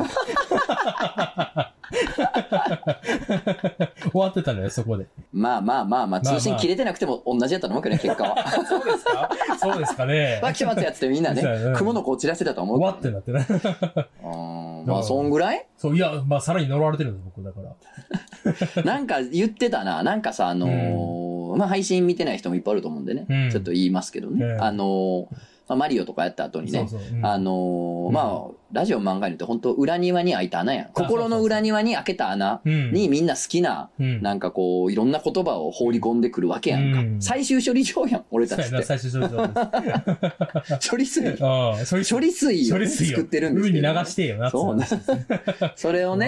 Speaker 2: わってたのよ、そこで。
Speaker 1: まあまあまあまあ、
Speaker 2: まあまあ
Speaker 1: 通信切れてなくても同じやったのわけね、結果 は。
Speaker 2: そうですかそうですかね。
Speaker 1: マッハ気象松やっててみんなね
Speaker 2: そうやね、
Speaker 1: 雲の子を散らせたと思う
Speaker 2: 終
Speaker 1: け
Speaker 2: わ
Speaker 1: どね。
Speaker 2: ってなってね。
Speaker 1: あーまあ、そんぐらい
Speaker 2: そう、いや、まあさらに呪われてるの、僕だから。
Speaker 1: なんか言ってたな。なんかさ、あのーまあ、配信見てない人もいっぱいあると思うんでね。
Speaker 2: うん
Speaker 1: ちょっと言いますけど
Speaker 2: え
Speaker 1: ね
Speaker 2: え。
Speaker 1: あのーまあ、マリオとかやった後にね、
Speaker 2: そうそう。うん
Speaker 1: あのー
Speaker 2: うん
Speaker 1: まあ、ラジオ漫画によって本当裏庭に開いた穴やん。心の裏庭に開けた穴
Speaker 2: うん
Speaker 1: にみんな好きな、
Speaker 2: うん
Speaker 1: なんかこう、いろんな言葉を放り込んでくるわけやんか。
Speaker 2: うん
Speaker 1: 最終処理場やん、俺た
Speaker 2: そ
Speaker 1: ち
Speaker 2: うや
Speaker 1: っ
Speaker 2: な、
Speaker 1: て。
Speaker 2: 最終処理場です。
Speaker 1: 処理水。
Speaker 2: ああ、処理
Speaker 1: 処理水を
Speaker 2: 処
Speaker 1: ね
Speaker 2: 理水を
Speaker 1: 作ってるんですけどね、
Speaker 2: 海に流してよなって
Speaker 1: そう
Speaker 2: 話
Speaker 1: ね
Speaker 2: ですね。
Speaker 1: それをね、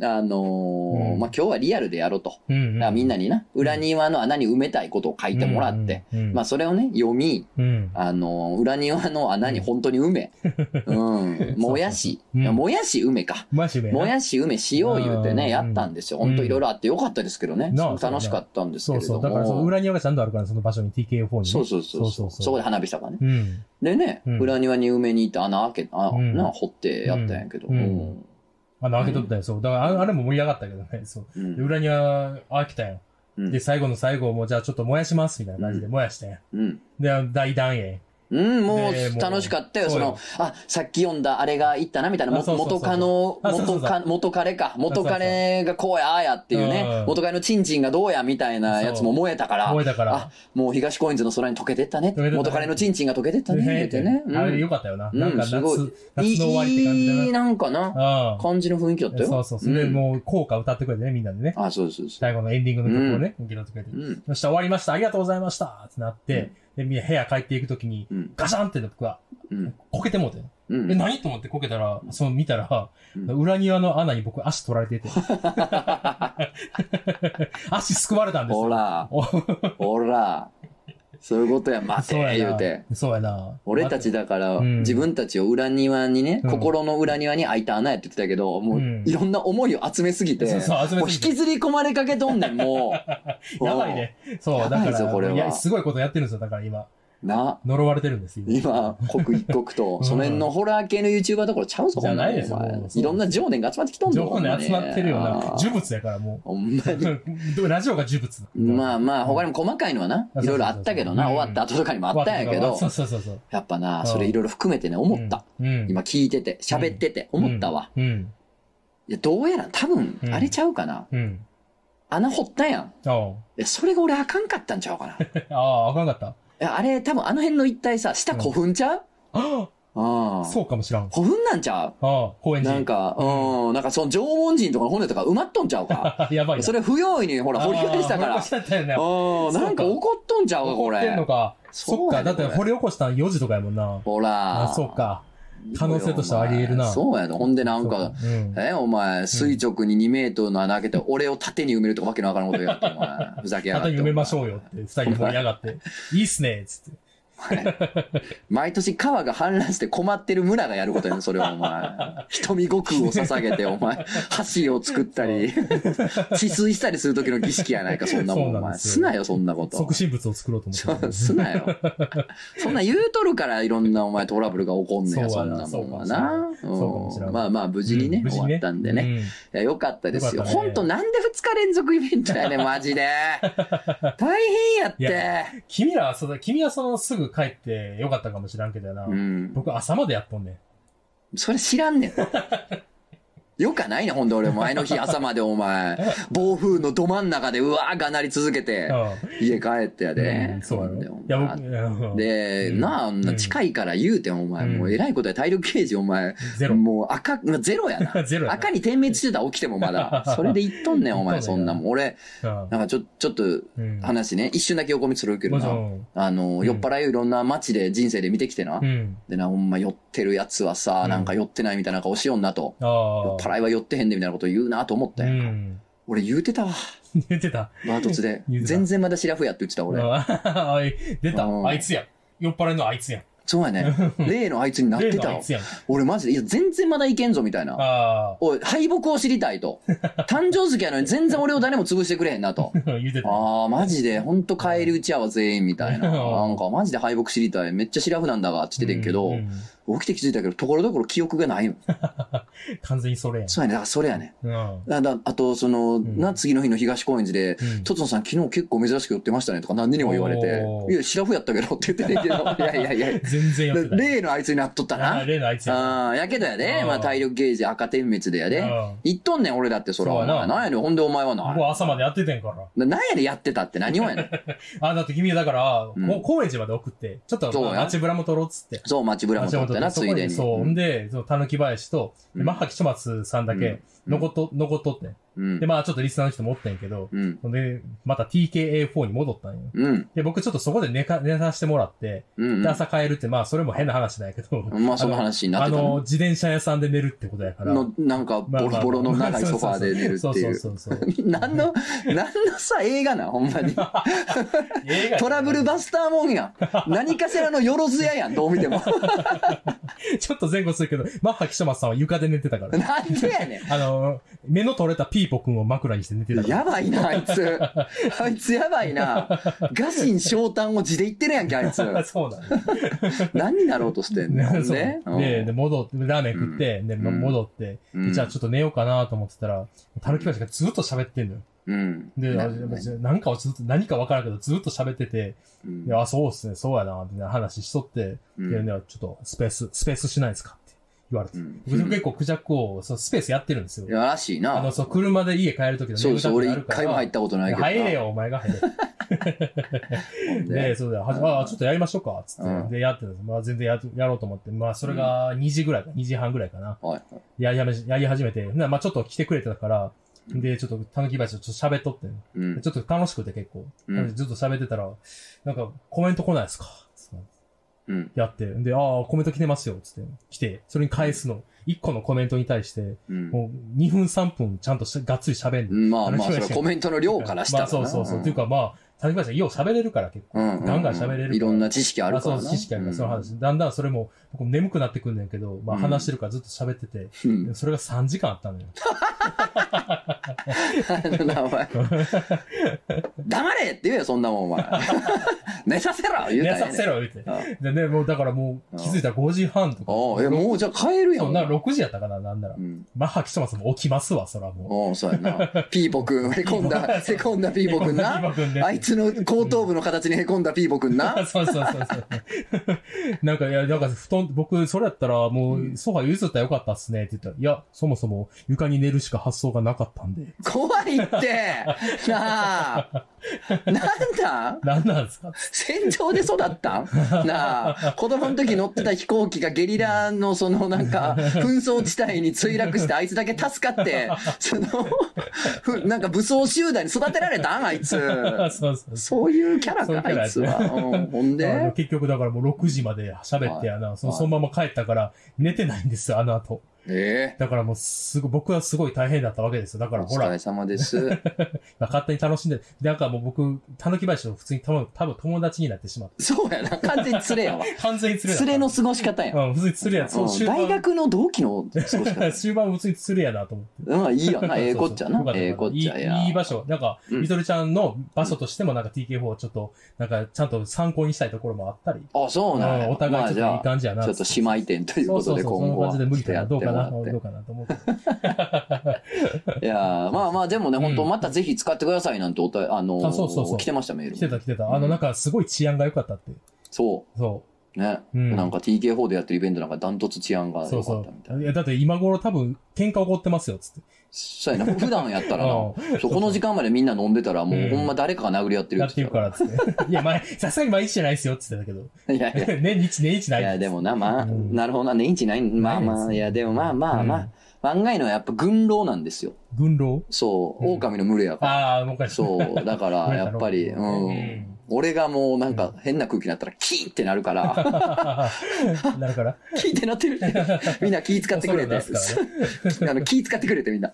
Speaker 2: ね。
Speaker 1: あのー
Speaker 2: うん
Speaker 1: まあ、今日はリアルでやろうと。
Speaker 2: うん
Speaker 1: だからみんなにな、裏庭の穴に埋めたいことを書いてもらって、、
Speaker 2: うんうん
Speaker 1: まあ、それをね、読み、
Speaker 2: うん
Speaker 1: あのー裏庭の穴に本当に埋 め、うん、もやし、
Speaker 2: うん
Speaker 1: いやもやし埋めか。
Speaker 2: マジでな
Speaker 1: もやし埋めしよう言うて
Speaker 2: うん
Speaker 1: ね、やったんですよ。本当いろいろあってよかったですけどね。
Speaker 2: なあ
Speaker 1: そう楽しかったんです
Speaker 2: そ
Speaker 1: け
Speaker 2: う
Speaker 1: れど
Speaker 2: そう。
Speaker 1: も。
Speaker 2: だからその裏庭がちゃんとあるから、その場所に TKO4 にね。
Speaker 1: そうそうそう
Speaker 2: そ
Speaker 1: そうう。
Speaker 2: そうそう
Speaker 1: そこで花火したからね。
Speaker 2: うん。
Speaker 1: でね、
Speaker 2: うん
Speaker 1: 裏庭に埋めに行って穴開け、あ
Speaker 2: うん
Speaker 1: な掘ってやったんやけど。
Speaker 2: うん穴開けとったよ、そう。だからああれも盛り上がったけどね、そう。
Speaker 1: うん
Speaker 2: で裏庭開けたよ。
Speaker 1: うん
Speaker 2: で、最後の最後も、じゃあちょっと燃やします、みたいな感じで燃やしてん。
Speaker 1: うん
Speaker 2: で、あの大団円。
Speaker 1: うん、も
Speaker 2: でも
Speaker 1: う
Speaker 2: う
Speaker 1: 楽しかったよ。
Speaker 2: そ
Speaker 1: そう
Speaker 2: よ
Speaker 1: の、あ、さっき読んだあれが言ったな、みたいな、
Speaker 2: あそう
Speaker 1: も
Speaker 2: そうそう
Speaker 1: 元カノ、
Speaker 2: あそうそうそう
Speaker 1: 元カ、元カレか。元カレがこうや、ああやっていう
Speaker 2: う
Speaker 1: ね
Speaker 2: ん。
Speaker 1: 元カレのチンチンがどうや、みたいなやつも燃えたから
Speaker 2: 燃。えたから
Speaker 1: あ。、もう東コインズの空に溶けてったね
Speaker 2: 溶けてっ。た
Speaker 1: 元カレのチンチンが溶けてったね。言うてね。
Speaker 2: ねあれよかったよな。
Speaker 1: うん
Speaker 2: なんか夏、
Speaker 1: すごい
Speaker 2: 夏
Speaker 1: うんい
Speaker 2: の終わりって感じだ
Speaker 1: いい、
Speaker 2: な。
Speaker 1: なんかな、
Speaker 2: ああ。
Speaker 1: 感じの雰囲気だったよ。
Speaker 2: そうそう。それ
Speaker 1: ん
Speaker 2: でもう効果歌ってくれてね、みんなでね。
Speaker 1: あ、そうそうそ
Speaker 2: 最後のエンディングの曲をね、受け取ってくれて
Speaker 1: う。。うん。
Speaker 2: よっしゃ、終わりました。ありがとうございましたってなって、で、みんな部屋帰っていくときに、
Speaker 1: うん。
Speaker 2: ガシャンって僕は、
Speaker 1: うん。
Speaker 2: こけてもうて。
Speaker 1: うん。
Speaker 2: え、何と思ってこけたら、その見たら、
Speaker 1: うん
Speaker 2: 裏庭の穴に僕足取られてて。 足すくわれたんです
Speaker 1: ほ
Speaker 2: よ。
Speaker 1: ら、
Speaker 2: お
Speaker 1: ほら。そういうことや、待て
Speaker 2: そうやな。
Speaker 1: 言うて。
Speaker 2: そうやな。
Speaker 1: 俺たちだから、
Speaker 2: うん
Speaker 1: 自分たちを裏庭にね、
Speaker 2: うん
Speaker 1: 心の裏庭に開いた穴やって言ってたけど、もう、
Speaker 2: うん
Speaker 1: いろんな思いを集めすぎて、
Speaker 2: そうそう集め
Speaker 1: も
Speaker 2: すぎて
Speaker 1: う引きずり込まれかけとんねん、もう。
Speaker 2: やばいね。そう、
Speaker 1: や
Speaker 2: だ
Speaker 1: ばい
Speaker 2: か
Speaker 1: ぞ
Speaker 2: ら、
Speaker 1: これはい
Speaker 2: や、すごいことやってるんですよ、だから今。
Speaker 1: うん。な、
Speaker 2: 呪われてるんですよ。
Speaker 1: 今、刻一刻と、
Speaker 2: うん
Speaker 1: その辺のホラー系の YouTuber どころちゃうぞ、
Speaker 2: じ
Speaker 1: ほ
Speaker 2: ゃ
Speaker 1: ん
Speaker 2: な
Speaker 1: ま
Speaker 2: い
Speaker 1: に。
Speaker 2: ですよ
Speaker 1: お前
Speaker 2: もうそう
Speaker 1: いろんな情念が集まってきとんぞ。
Speaker 2: 情報ね、集まってるよ
Speaker 1: ほんまに
Speaker 2: な。呪物やからも
Speaker 1: ほんま
Speaker 2: う。
Speaker 1: に。
Speaker 2: ラジオが呪物。
Speaker 1: まあまあ、他
Speaker 2: に
Speaker 1: にも細かいのはな
Speaker 2: う、ん
Speaker 1: いろいろあったけどな、
Speaker 2: そうそ
Speaker 1: 終
Speaker 2: うそう
Speaker 1: わった後とかにもあったんやけど
Speaker 2: そ、うそうそうそう。
Speaker 1: やっぱ
Speaker 2: う
Speaker 1: な、
Speaker 2: ん
Speaker 1: それいろいろ含めてね、思った。
Speaker 2: うん。うん、
Speaker 1: 今聞いてて、喋ってて、思ったわ。
Speaker 2: うん。
Speaker 1: いや、どうやら多分、
Speaker 2: うん
Speaker 1: あれちゃうかな。
Speaker 2: うん。うん。
Speaker 1: 穴掘ったやん。い
Speaker 2: ああ。
Speaker 1: や、それが俺あかんかったんちゃうかな。い
Speaker 2: ああ、あかんかった。
Speaker 1: や、あれ多分あの辺の一帯さ、下古墳ちゃう
Speaker 2: あ
Speaker 1: あ
Speaker 2: あ、
Speaker 1: あ。
Speaker 2: そうかもしらん。あ
Speaker 1: 古墳なんちゃ
Speaker 2: あ、公
Speaker 1: う
Speaker 2: 園寺。
Speaker 1: なんか、うん、なんかその縄文人とかの骨とか埋まっとんちゃうか。
Speaker 2: あ。やばいな。
Speaker 1: それ不用意にほら、
Speaker 2: ああ、
Speaker 1: 掘り返したから。
Speaker 2: 掘り返したよね。
Speaker 1: うん、なんか怒っとんちゃうか、こ
Speaker 2: 怒ってんの
Speaker 1: れ。
Speaker 2: か。
Speaker 1: そ
Speaker 2: そうっ
Speaker 1: やね
Speaker 2: か。だって
Speaker 1: これ
Speaker 2: 掘り起こしたの4時とかやもんな。
Speaker 1: ほら。
Speaker 2: あ、そうか。可能性としてはあり得るな
Speaker 1: お前そうやで。ほんでなんか、
Speaker 2: そううん。
Speaker 1: え、お前、垂直に2メートルの穴開けて、俺を縦に埋めるとかわけのわからんこと言うやがって、お前。ふざけやがっ
Speaker 2: 肩
Speaker 1: て。
Speaker 2: に埋 めましょうよって、二人で盛り上 がって。いいっすね、つって。
Speaker 1: 毎年川が氾濫して困ってる村がやることやねそれはお前。 瞳悟空を捧げて、お前、橋を作ったり、 治水したりする時の儀式やないか、そんなもん、
Speaker 2: そ
Speaker 1: お
Speaker 2: うなん
Speaker 1: 前。
Speaker 2: ですよ
Speaker 1: すなよ、そんなこと
Speaker 2: 促。進物を作ろうと思ってた。
Speaker 1: すな よ。そんな言うとるから、いろんなお前トラブルが起こんねや、
Speaker 2: そ
Speaker 1: そ
Speaker 2: うんや
Speaker 1: な
Speaker 2: な
Speaker 1: もんは
Speaker 2: そうか
Speaker 1: な。
Speaker 2: そうかもしれん
Speaker 1: うんまあまあ、無事にね
Speaker 2: う、ん無事に
Speaker 1: 終わったんでね。。いや、よかったですよ。
Speaker 2: よかった
Speaker 1: ほ
Speaker 2: ね
Speaker 1: んと、なんで2日連続イベントや ねん、マジで。大変やっ
Speaker 2: い
Speaker 1: て。
Speaker 2: うん君らは、そうだ、君はそのすぐ帰ってよかったかもしらんけどやな
Speaker 1: う。ん。
Speaker 2: 僕朝までやっとんねん。
Speaker 1: それ知らんねん。よかないね、ほんで俺、前の日朝までお 前、暴風のど真ん中でうわーがなり続けて、
Speaker 2: う
Speaker 1: 家帰ってやで
Speaker 2: ん。。そうや
Speaker 1: ほ
Speaker 2: ろ。
Speaker 1: ん
Speaker 2: い
Speaker 1: で
Speaker 2: や、
Speaker 1: お前
Speaker 2: 僕、うん
Speaker 1: で、
Speaker 2: うん
Speaker 1: なあ、あんな近いから言うてんお前、
Speaker 2: うん
Speaker 1: もうえらいことや、体力ゲージお前、
Speaker 2: ゼロ。
Speaker 1: もう赤、まあゼロやな。
Speaker 2: ゼロやな
Speaker 1: 赤に点滅してたら起きてもま だ。それで言っとんねん、お前、そんなもん。俺、
Speaker 2: うん
Speaker 1: なんかちょ、ちょっと
Speaker 2: うん
Speaker 1: 話ね、一瞬だけ横道するけど
Speaker 2: もちろ
Speaker 1: な。
Speaker 2: ん。
Speaker 1: あの、
Speaker 2: ん
Speaker 1: 酔っ払いをいろんな街で人生で見てきてな
Speaker 2: う。ん。
Speaker 1: でな、ほんま酔ってるやつはさ、なんか酔ってないみたいな顔しよんなと。
Speaker 2: ああ。
Speaker 1: 酔っ払いは酔ってへんでみたいなこと言うなと思った
Speaker 2: う
Speaker 1: やん。
Speaker 2: ん。
Speaker 1: 俺言うてたわ。
Speaker 2: 言ってた。。
Speaker 1: バートツで
Speaker 2: 言うてた
Speaker 1: 全然まだシラフやって言ってた俺。
Speaker 2: ああい出た
Speaker 1: う。ん
Speaker 2: あいつや。酔っ払いのあいつや。
Speaker 1: そうや ね。例のあいつになっ
Speaker 2: 例
Speaker 1: て
Speaker 2: の
Speaker 1: た
Speaker 2: あい
Speaker 1: わ
Speaker 2: つ。やん。
Speaker 1: 俺マジで、いや、全然まだいけんぞみたいな。
Speaker 2: あ
Speaker 1: おい、敗北を知りたいと。誕生月やのに全然俺を誰も潰してくれへんなと
Speaker 2: あ。。言ってた。
Speaker 1: あー、マジで、ほんと帰りうちやわ全員みたいな。
Speaker 2: うん
Speaker 1: なんかマジで敗北知りたい。めっちゃシラフなんだが、って言っててんけど
Speaker 2: う、ん
Speaker 1: 起きて気づいたけど、ところどころ記憶がないの。
Speaker 2: 完全にそれやん。
Speaker 1: そうやね。だからそれやね。
Speaker 2: うん。
Speaker 1: だだあと、その、
Speaker 2: ん
Speaker 1: な、次の日の東高円寺で、
Speaker 2: うん
Speaker 1: とつのさん昨日結構珍しく寄ってましたねとか何にも言われて
Speaker 2: お、ー
Speaker 1: いや、シラフやったけどって言ってたけど、 いやいやいや、
Speaker 2: 全然やってた。
Speaker 1: 例のあいつになっとった
Speaker 2: あ
Speaker 1: な
Speaker 2: ー。例のあいつや。
Speaker 1: ああ、やけどやで、
Speaker 2: うん
Speaker 1: まあ体力ゲージ赤点滅でやで
Speaker 2: うん。
Speaker 1: 言っとんねん、俺だってそら。
Speaker 2: そう
Speaker 1: お
Speaker 2: やな
Speaker 1: 前なんやねん、ほんでお前はな。
Speaker 2: 僕は朝までやっててんから。
Speaker 1: ななんやねん、やってたって何をやね ん。
Speaker 2: あ、だって君だから、
Speaker 1: うん
Speaker 2: こ高円寺まで送って、ちょっと
Speaker 1: そうや
Speaker 2: 街ブラも取ろうっつって。
Speaker 1: そう、街ブラも取ったな、
Speaker 2: そ
Speaker 1: つ
Speaker 2: こ
Speaker 1: いで
Speaker 2: に、
Speaker 1: に。
Speaker 2: そう。
Speaker 1: うんん
Speaker 2: で、その、たぬき林と、
Speaker 1: うん
Speaker 2: でマッハ吉松さんだけ、残っと、残っとってん。
Speaker 1: うん
Speaker 2: で、。まあちょっとリスナーの人もおったんやけど、
Speaker 1: うん。
Speaker 2: ほんで、また TKA4 に戻ったんよ。
Speaker 1: うん。
Speaker 2: で、僕ちょっとそこで寝か、寝させてもらって、
Speaker 1: うん
Speaker 2: で。朝帰るって、まあそれも変な話なんやけど。
Speaker 1: まあ、その話にな
Speaker 2: あ
Speaker 1: ってた
Speaker 2: の、
Speaker 1: の。
Speaker 2: 自転車屋さんで寝るってことやから。
Speaker 1: の、なんか、ボ
Speaker 2: まあま
Speaker 1: ロ
Speaker 2: あ
Speaker 1: ボロの長いソファーで寝るっていう。
Speaker 2: そうそうそうそう。
Speaker 1: 何の、何のさ、映画な、ほんまに。
Speaker 2: 映画
Speaker 1: トラブルバスターもんやん。何かしらのよろずややん、どう見ても。
Speaker 2: ちょっと前後するけど、マッハ北松さんは床で寝てたから。
Speaker 1: なんでやね
Speaker 2: あの、目の取れたピーポくんを枕にして寝てた
Speaker 1: ん。
Speaker 2: から。
Speaker 1: やばいな、あいつ。あいつやばいな。ガシン昇胆を地で言ってるやんけ、あいつ。
Speaker 2: そうなんだね。
Speaker 1: 何になろうとしてんの
Speaker 2: そう
Speaker 1: ね。
Speaker 2: で、で、戻って、ラーメン食って、で、ま
Speaker 1: うん
Speaker 2: 戻って、
Speaker 1: うん
Speaker 2: じゃあちょっと寝ようかなと思ってたら、たぬきばしがずっと喋ってんのよ。
Speaker 1: うん。
Speaker 2: で、
Speaker 1: な
Speaker 2: あなんかをずっと、何かわからんけど、ずっと喋ってて、
Speaker 1: うん
Speaker 2: であ、そうっすね、そうやな、みたいな話しとって、
Speaker 1: うん
Speaker 2: いや、ではちょっとスペース、スペースしないですかって言われて。
Speaker 1: うん
Speaker 2: 僕結構クジャクを、そのスペースやってるんですよ
Speaker 1: い。やらしい
Speaker 2: あの、
Speaker 1: な。
Speaker 2: そう、車で家帰るときの
Speaker 1: そうそう、俺
Speaker 2: 眠たくな
Speaker 1: 一
Speaker 2: るから
Speaker 1: 回も入ったことないけどな。
Speaker 2: 入れよ、お前が入れ。
Speaker 1: ほんで。
Speaker 2: で、そうだよ。はじああ、ちょっとやりましょうか、つっ
Speaker 1: うん
Speaker 2: て。で、やってたんです。まあ、全然や、やろうと思って。まあ、それが2時ぐらいか、2時半ぐらいかな。
Speaker 1: はい。
Speaker 2: やりはめ、やり始めて。ほんならまあ、ちょっと来てくれてたから、で、ちょっと、たぬき橋とちょっと喋っとってん、
Speaker 1: うん
Speaker 2: ちょっと楽しくて結構。
Speaker 1: うん
Speaker 2: ずっと喋ってたら、なんか、コメント来ないですかつって
Speaker 1: うん
Speaker 2: やって。で、ああ、コメント来てますよ。つって、来て、それに返すの。1個のコメントに対して、
Speaker 1: うん
Speaker 2: もう2分3分ちゃんとしがっつり喋ん
Speaker 1: う
Speaker 2: の。
Speaker 1: んまあ
Speaker 2: あの
Speaker 1: まあ、それはコメントの量からしたら
Speaker 2: まあ
Speaker 1: な。
Speaker 2: そうそうそう。っていうかまあ、たぬき橋はよう喋れるから結構。
Speaker 1: うん、うん
Speaker 2: ガンガン喋れるから
Speaker 1: いろんな知識ある
Speaker 2: あ
Speaker 1: から
Speaker 2: そう、
Speaker 1: な。
Speaker 2: 知識あるから、その話。だんだんそれも、僕眠くなってくんねんけど、まあ
Speaker 1: うん
Speaker 2: 話してるからずっと喋ってて、
Speaker 1: うんうん
Speaker 2: でそれが3時間あったのよ。
Speaker 1: あのなお前黙れって言えよ、そんなもん、お 前。寝させろ言う
Speaker 2: 寝
Speaker 1: たらえ
Speaker 2: させろ、言って。
Speaker 1: えねん。
Speaker 2: でね、もうだからもう気づいたら5時半とか。
Speaker 1: おうえ、もうじゃあ帰るや
Speaker 2: そ
Speaker 1: ん。
Speaker 2: んな6時やったかな、なんなら
Speaker 1: う。ん。
Speaker 2: マッハキトマスも起きますわ、そらも
Speaker 1: おうそうやな。ピーボくん、へこんだ、へこんだ
Speaker 2: う。
Speaker 1: ピーボくんな。
Speaker 2: 今君ね
Speaker 1: あいつの後頭部の形にへこんだピーボくん な。
Speaker 2: そうそうそうそう。なんか、いや、なんか、布団、僕、それやったら、も
Speaker 1: う
Speaker 2: う、ソファ譲ったらよかったっすね、って言ったら、いや、そもそも、床に寝るしか発想がなかったんで。
Speaker 1: 怖いってなあなんだ
Speaker 2: なんなんで すか
Speaker 1: 戦場で育ったんなあ子供の時乗ってた飛行機がゲリラのそのなんか紛争地帯に墜落してあいつだけ助かって、その、ふなんか武装集団に育てられたんあいつ。
Speaker 2: そうそうそ
Speaker 1: そういうキャラ
Speaker 2: そういう
Speaker 1: か、
Speaker 2: キャラ
Speaker 1: あ
Speaker 2: や
Speaker 1: いつは。うんほん
Speaker 2: う。あの
Speaker 1: で、
Speaker 2: 結局、だからもう6時まで喋ってやな、そのそのまま帰ったから、寝てないんですよ、あの後。
Speaker 1: ええ
Speaker 2: だからもう、すごい、僕はすごい大変だったわけですよ。だから、
Speaker 1: お
Speaker 2: ほ
Speaker 1: 疲
Speaker 2: ら
Speaker 1: れ、様です。
Speaker 2: 勝手に楽しんで、なんかもう僕、たぬき林を普通に多分、多分友達になってしまって。
Speaker 1: そうやな、完全に連れ やわ。
Speaker 2: 完全に釣れ
Speaker 1: 連れの過ごし方や。
Speaker 2: うん、普通に釣れや。そう、
Speaker 1: うん
Speaker 2: 終
Speaker 1: 大
Speaker 2: 盤、
Speaker 1: 学の同期の過ごし 方。
Speaker 2: 終盤普通に釣れやなと思って。
Speaker 1: うん、いいよな、ええこっちゃな
Speaker 2: そうそ。う
Speaker 1: ええ
Speaker 2: よか
Speaker 1: こ
Speaker 2: った
Speaker 1: っちゃ
Speaker 2: いい
Speaker 1: や。
Speaker 2: いい場所。なんか、
Speaker 1: うん
Speaker 2: ゆとりちゃんの場所としてもなんか TK4 をちょっと、なんかちゃんと参考にしたいところもあったり。
Speaker 1: あ、そうなんや
Speaker 2: う
Speaker 1: ま
Speaker 2: んお
Speaker 1: あ
Speaker 2: 互いち
Speaker 1: じ
Speaker 2: ょっ
Speaker 1: ゃ
Speaker 2: といい
Speaker 1: あ
Speaker 2: 感じやな。
Speaker 1: ちょっと姉妹店という
Speaker 2: そ
Speaker 1: こ
Speaker 2: うそ
Speaker 1: と
Speaker 2: う
Speaker 1: で
Speaker 2: そう、
Speaker 1: 今
Speaker 2: その
Speaker 1: 後は
Speaker 2: 感じで無理
Speaker 1: して
Speaker 2: か
Speaker 1: や
Speaker 2: な。
Speaker 1: って
Speaker 2: どう
Speaker 1: も
Speaker 2: からな。
Speaker 1: っ
Speaker 2: どう
Speaker 1: て。
Speaker 2: かなと思って。
Speaker 1: いやーまあまあでもね、
Speaker 2: うん
Speaker 1: 本当またぜひ使ってくださいなんておた、あのー
Speaker 2: あそうそうそう
Speaker 1: 来てましたメールも。
Speaker 2: 来てた来てた。あ
Speaker 1: う
Speaker 2: の、
Speaker 1: ん
Speaker 2: なんかすごい治安が良かったって。
Speaker 1: そ。
Speaker 2: そう
Speaker 1: ね。
Speaker 2: う。うん。
Speaker 1: なんか TK4 でやってるイベントなんかダントツ治安が
Speaker 2: そ
Speaker 1: 良
Speaker 2: う
Speaker 1: かっ
Speaker 2: そ。
Speaker 1: たみたいう
Speaker 2: い
Speaker 1: な。
Speaker 2: や、だって今頃多分喧嘩起こってますよ、つって。
Speaker 1: そうやな。普段やったらな、
Speaker 2: う
Speaker 1: そうこの時間までみんな飲んでたらもう
Speaker 2: うん
Speaker 1: ほんま誰かが殴り合ってる
Speaker 2: やってるから、つって。 いや、前、さすがに毎日じゃないですよ、つってたけど。
Speaker 1: ら。いやい や。
Speaker 2: 年日、年日ないい。
Speaker 1: や、でもな、まあ、
Speaker 2: うん
Speaker 1: なるほどな、年一ない、まあま
Speaker 2: な
Speaker 1: あ、
Speaker 2: いですね
Speaker 1: いや、でもまあまあまあ、案外のはやっぱ軍狼なんですよ。
Speaker 2: 軍狼
Speaker 1: そう、
Speaker 2: うん
Speaker 1: 狼の群れやから。
Speaker 2: ああ、もう一 回。
Speaker 1: そう、だから、やっぱり、う
Speaker 2: うんん。
Speaker 1: 俺がもうなんか変な空気になったら、キーってなるから、
Speaker 2: なるから。
Speaker 1: キーってなってる って。みんな気使ってくれて。
Speaker 2: そうなん
Speaker 1: あの気使ってくれてみんな。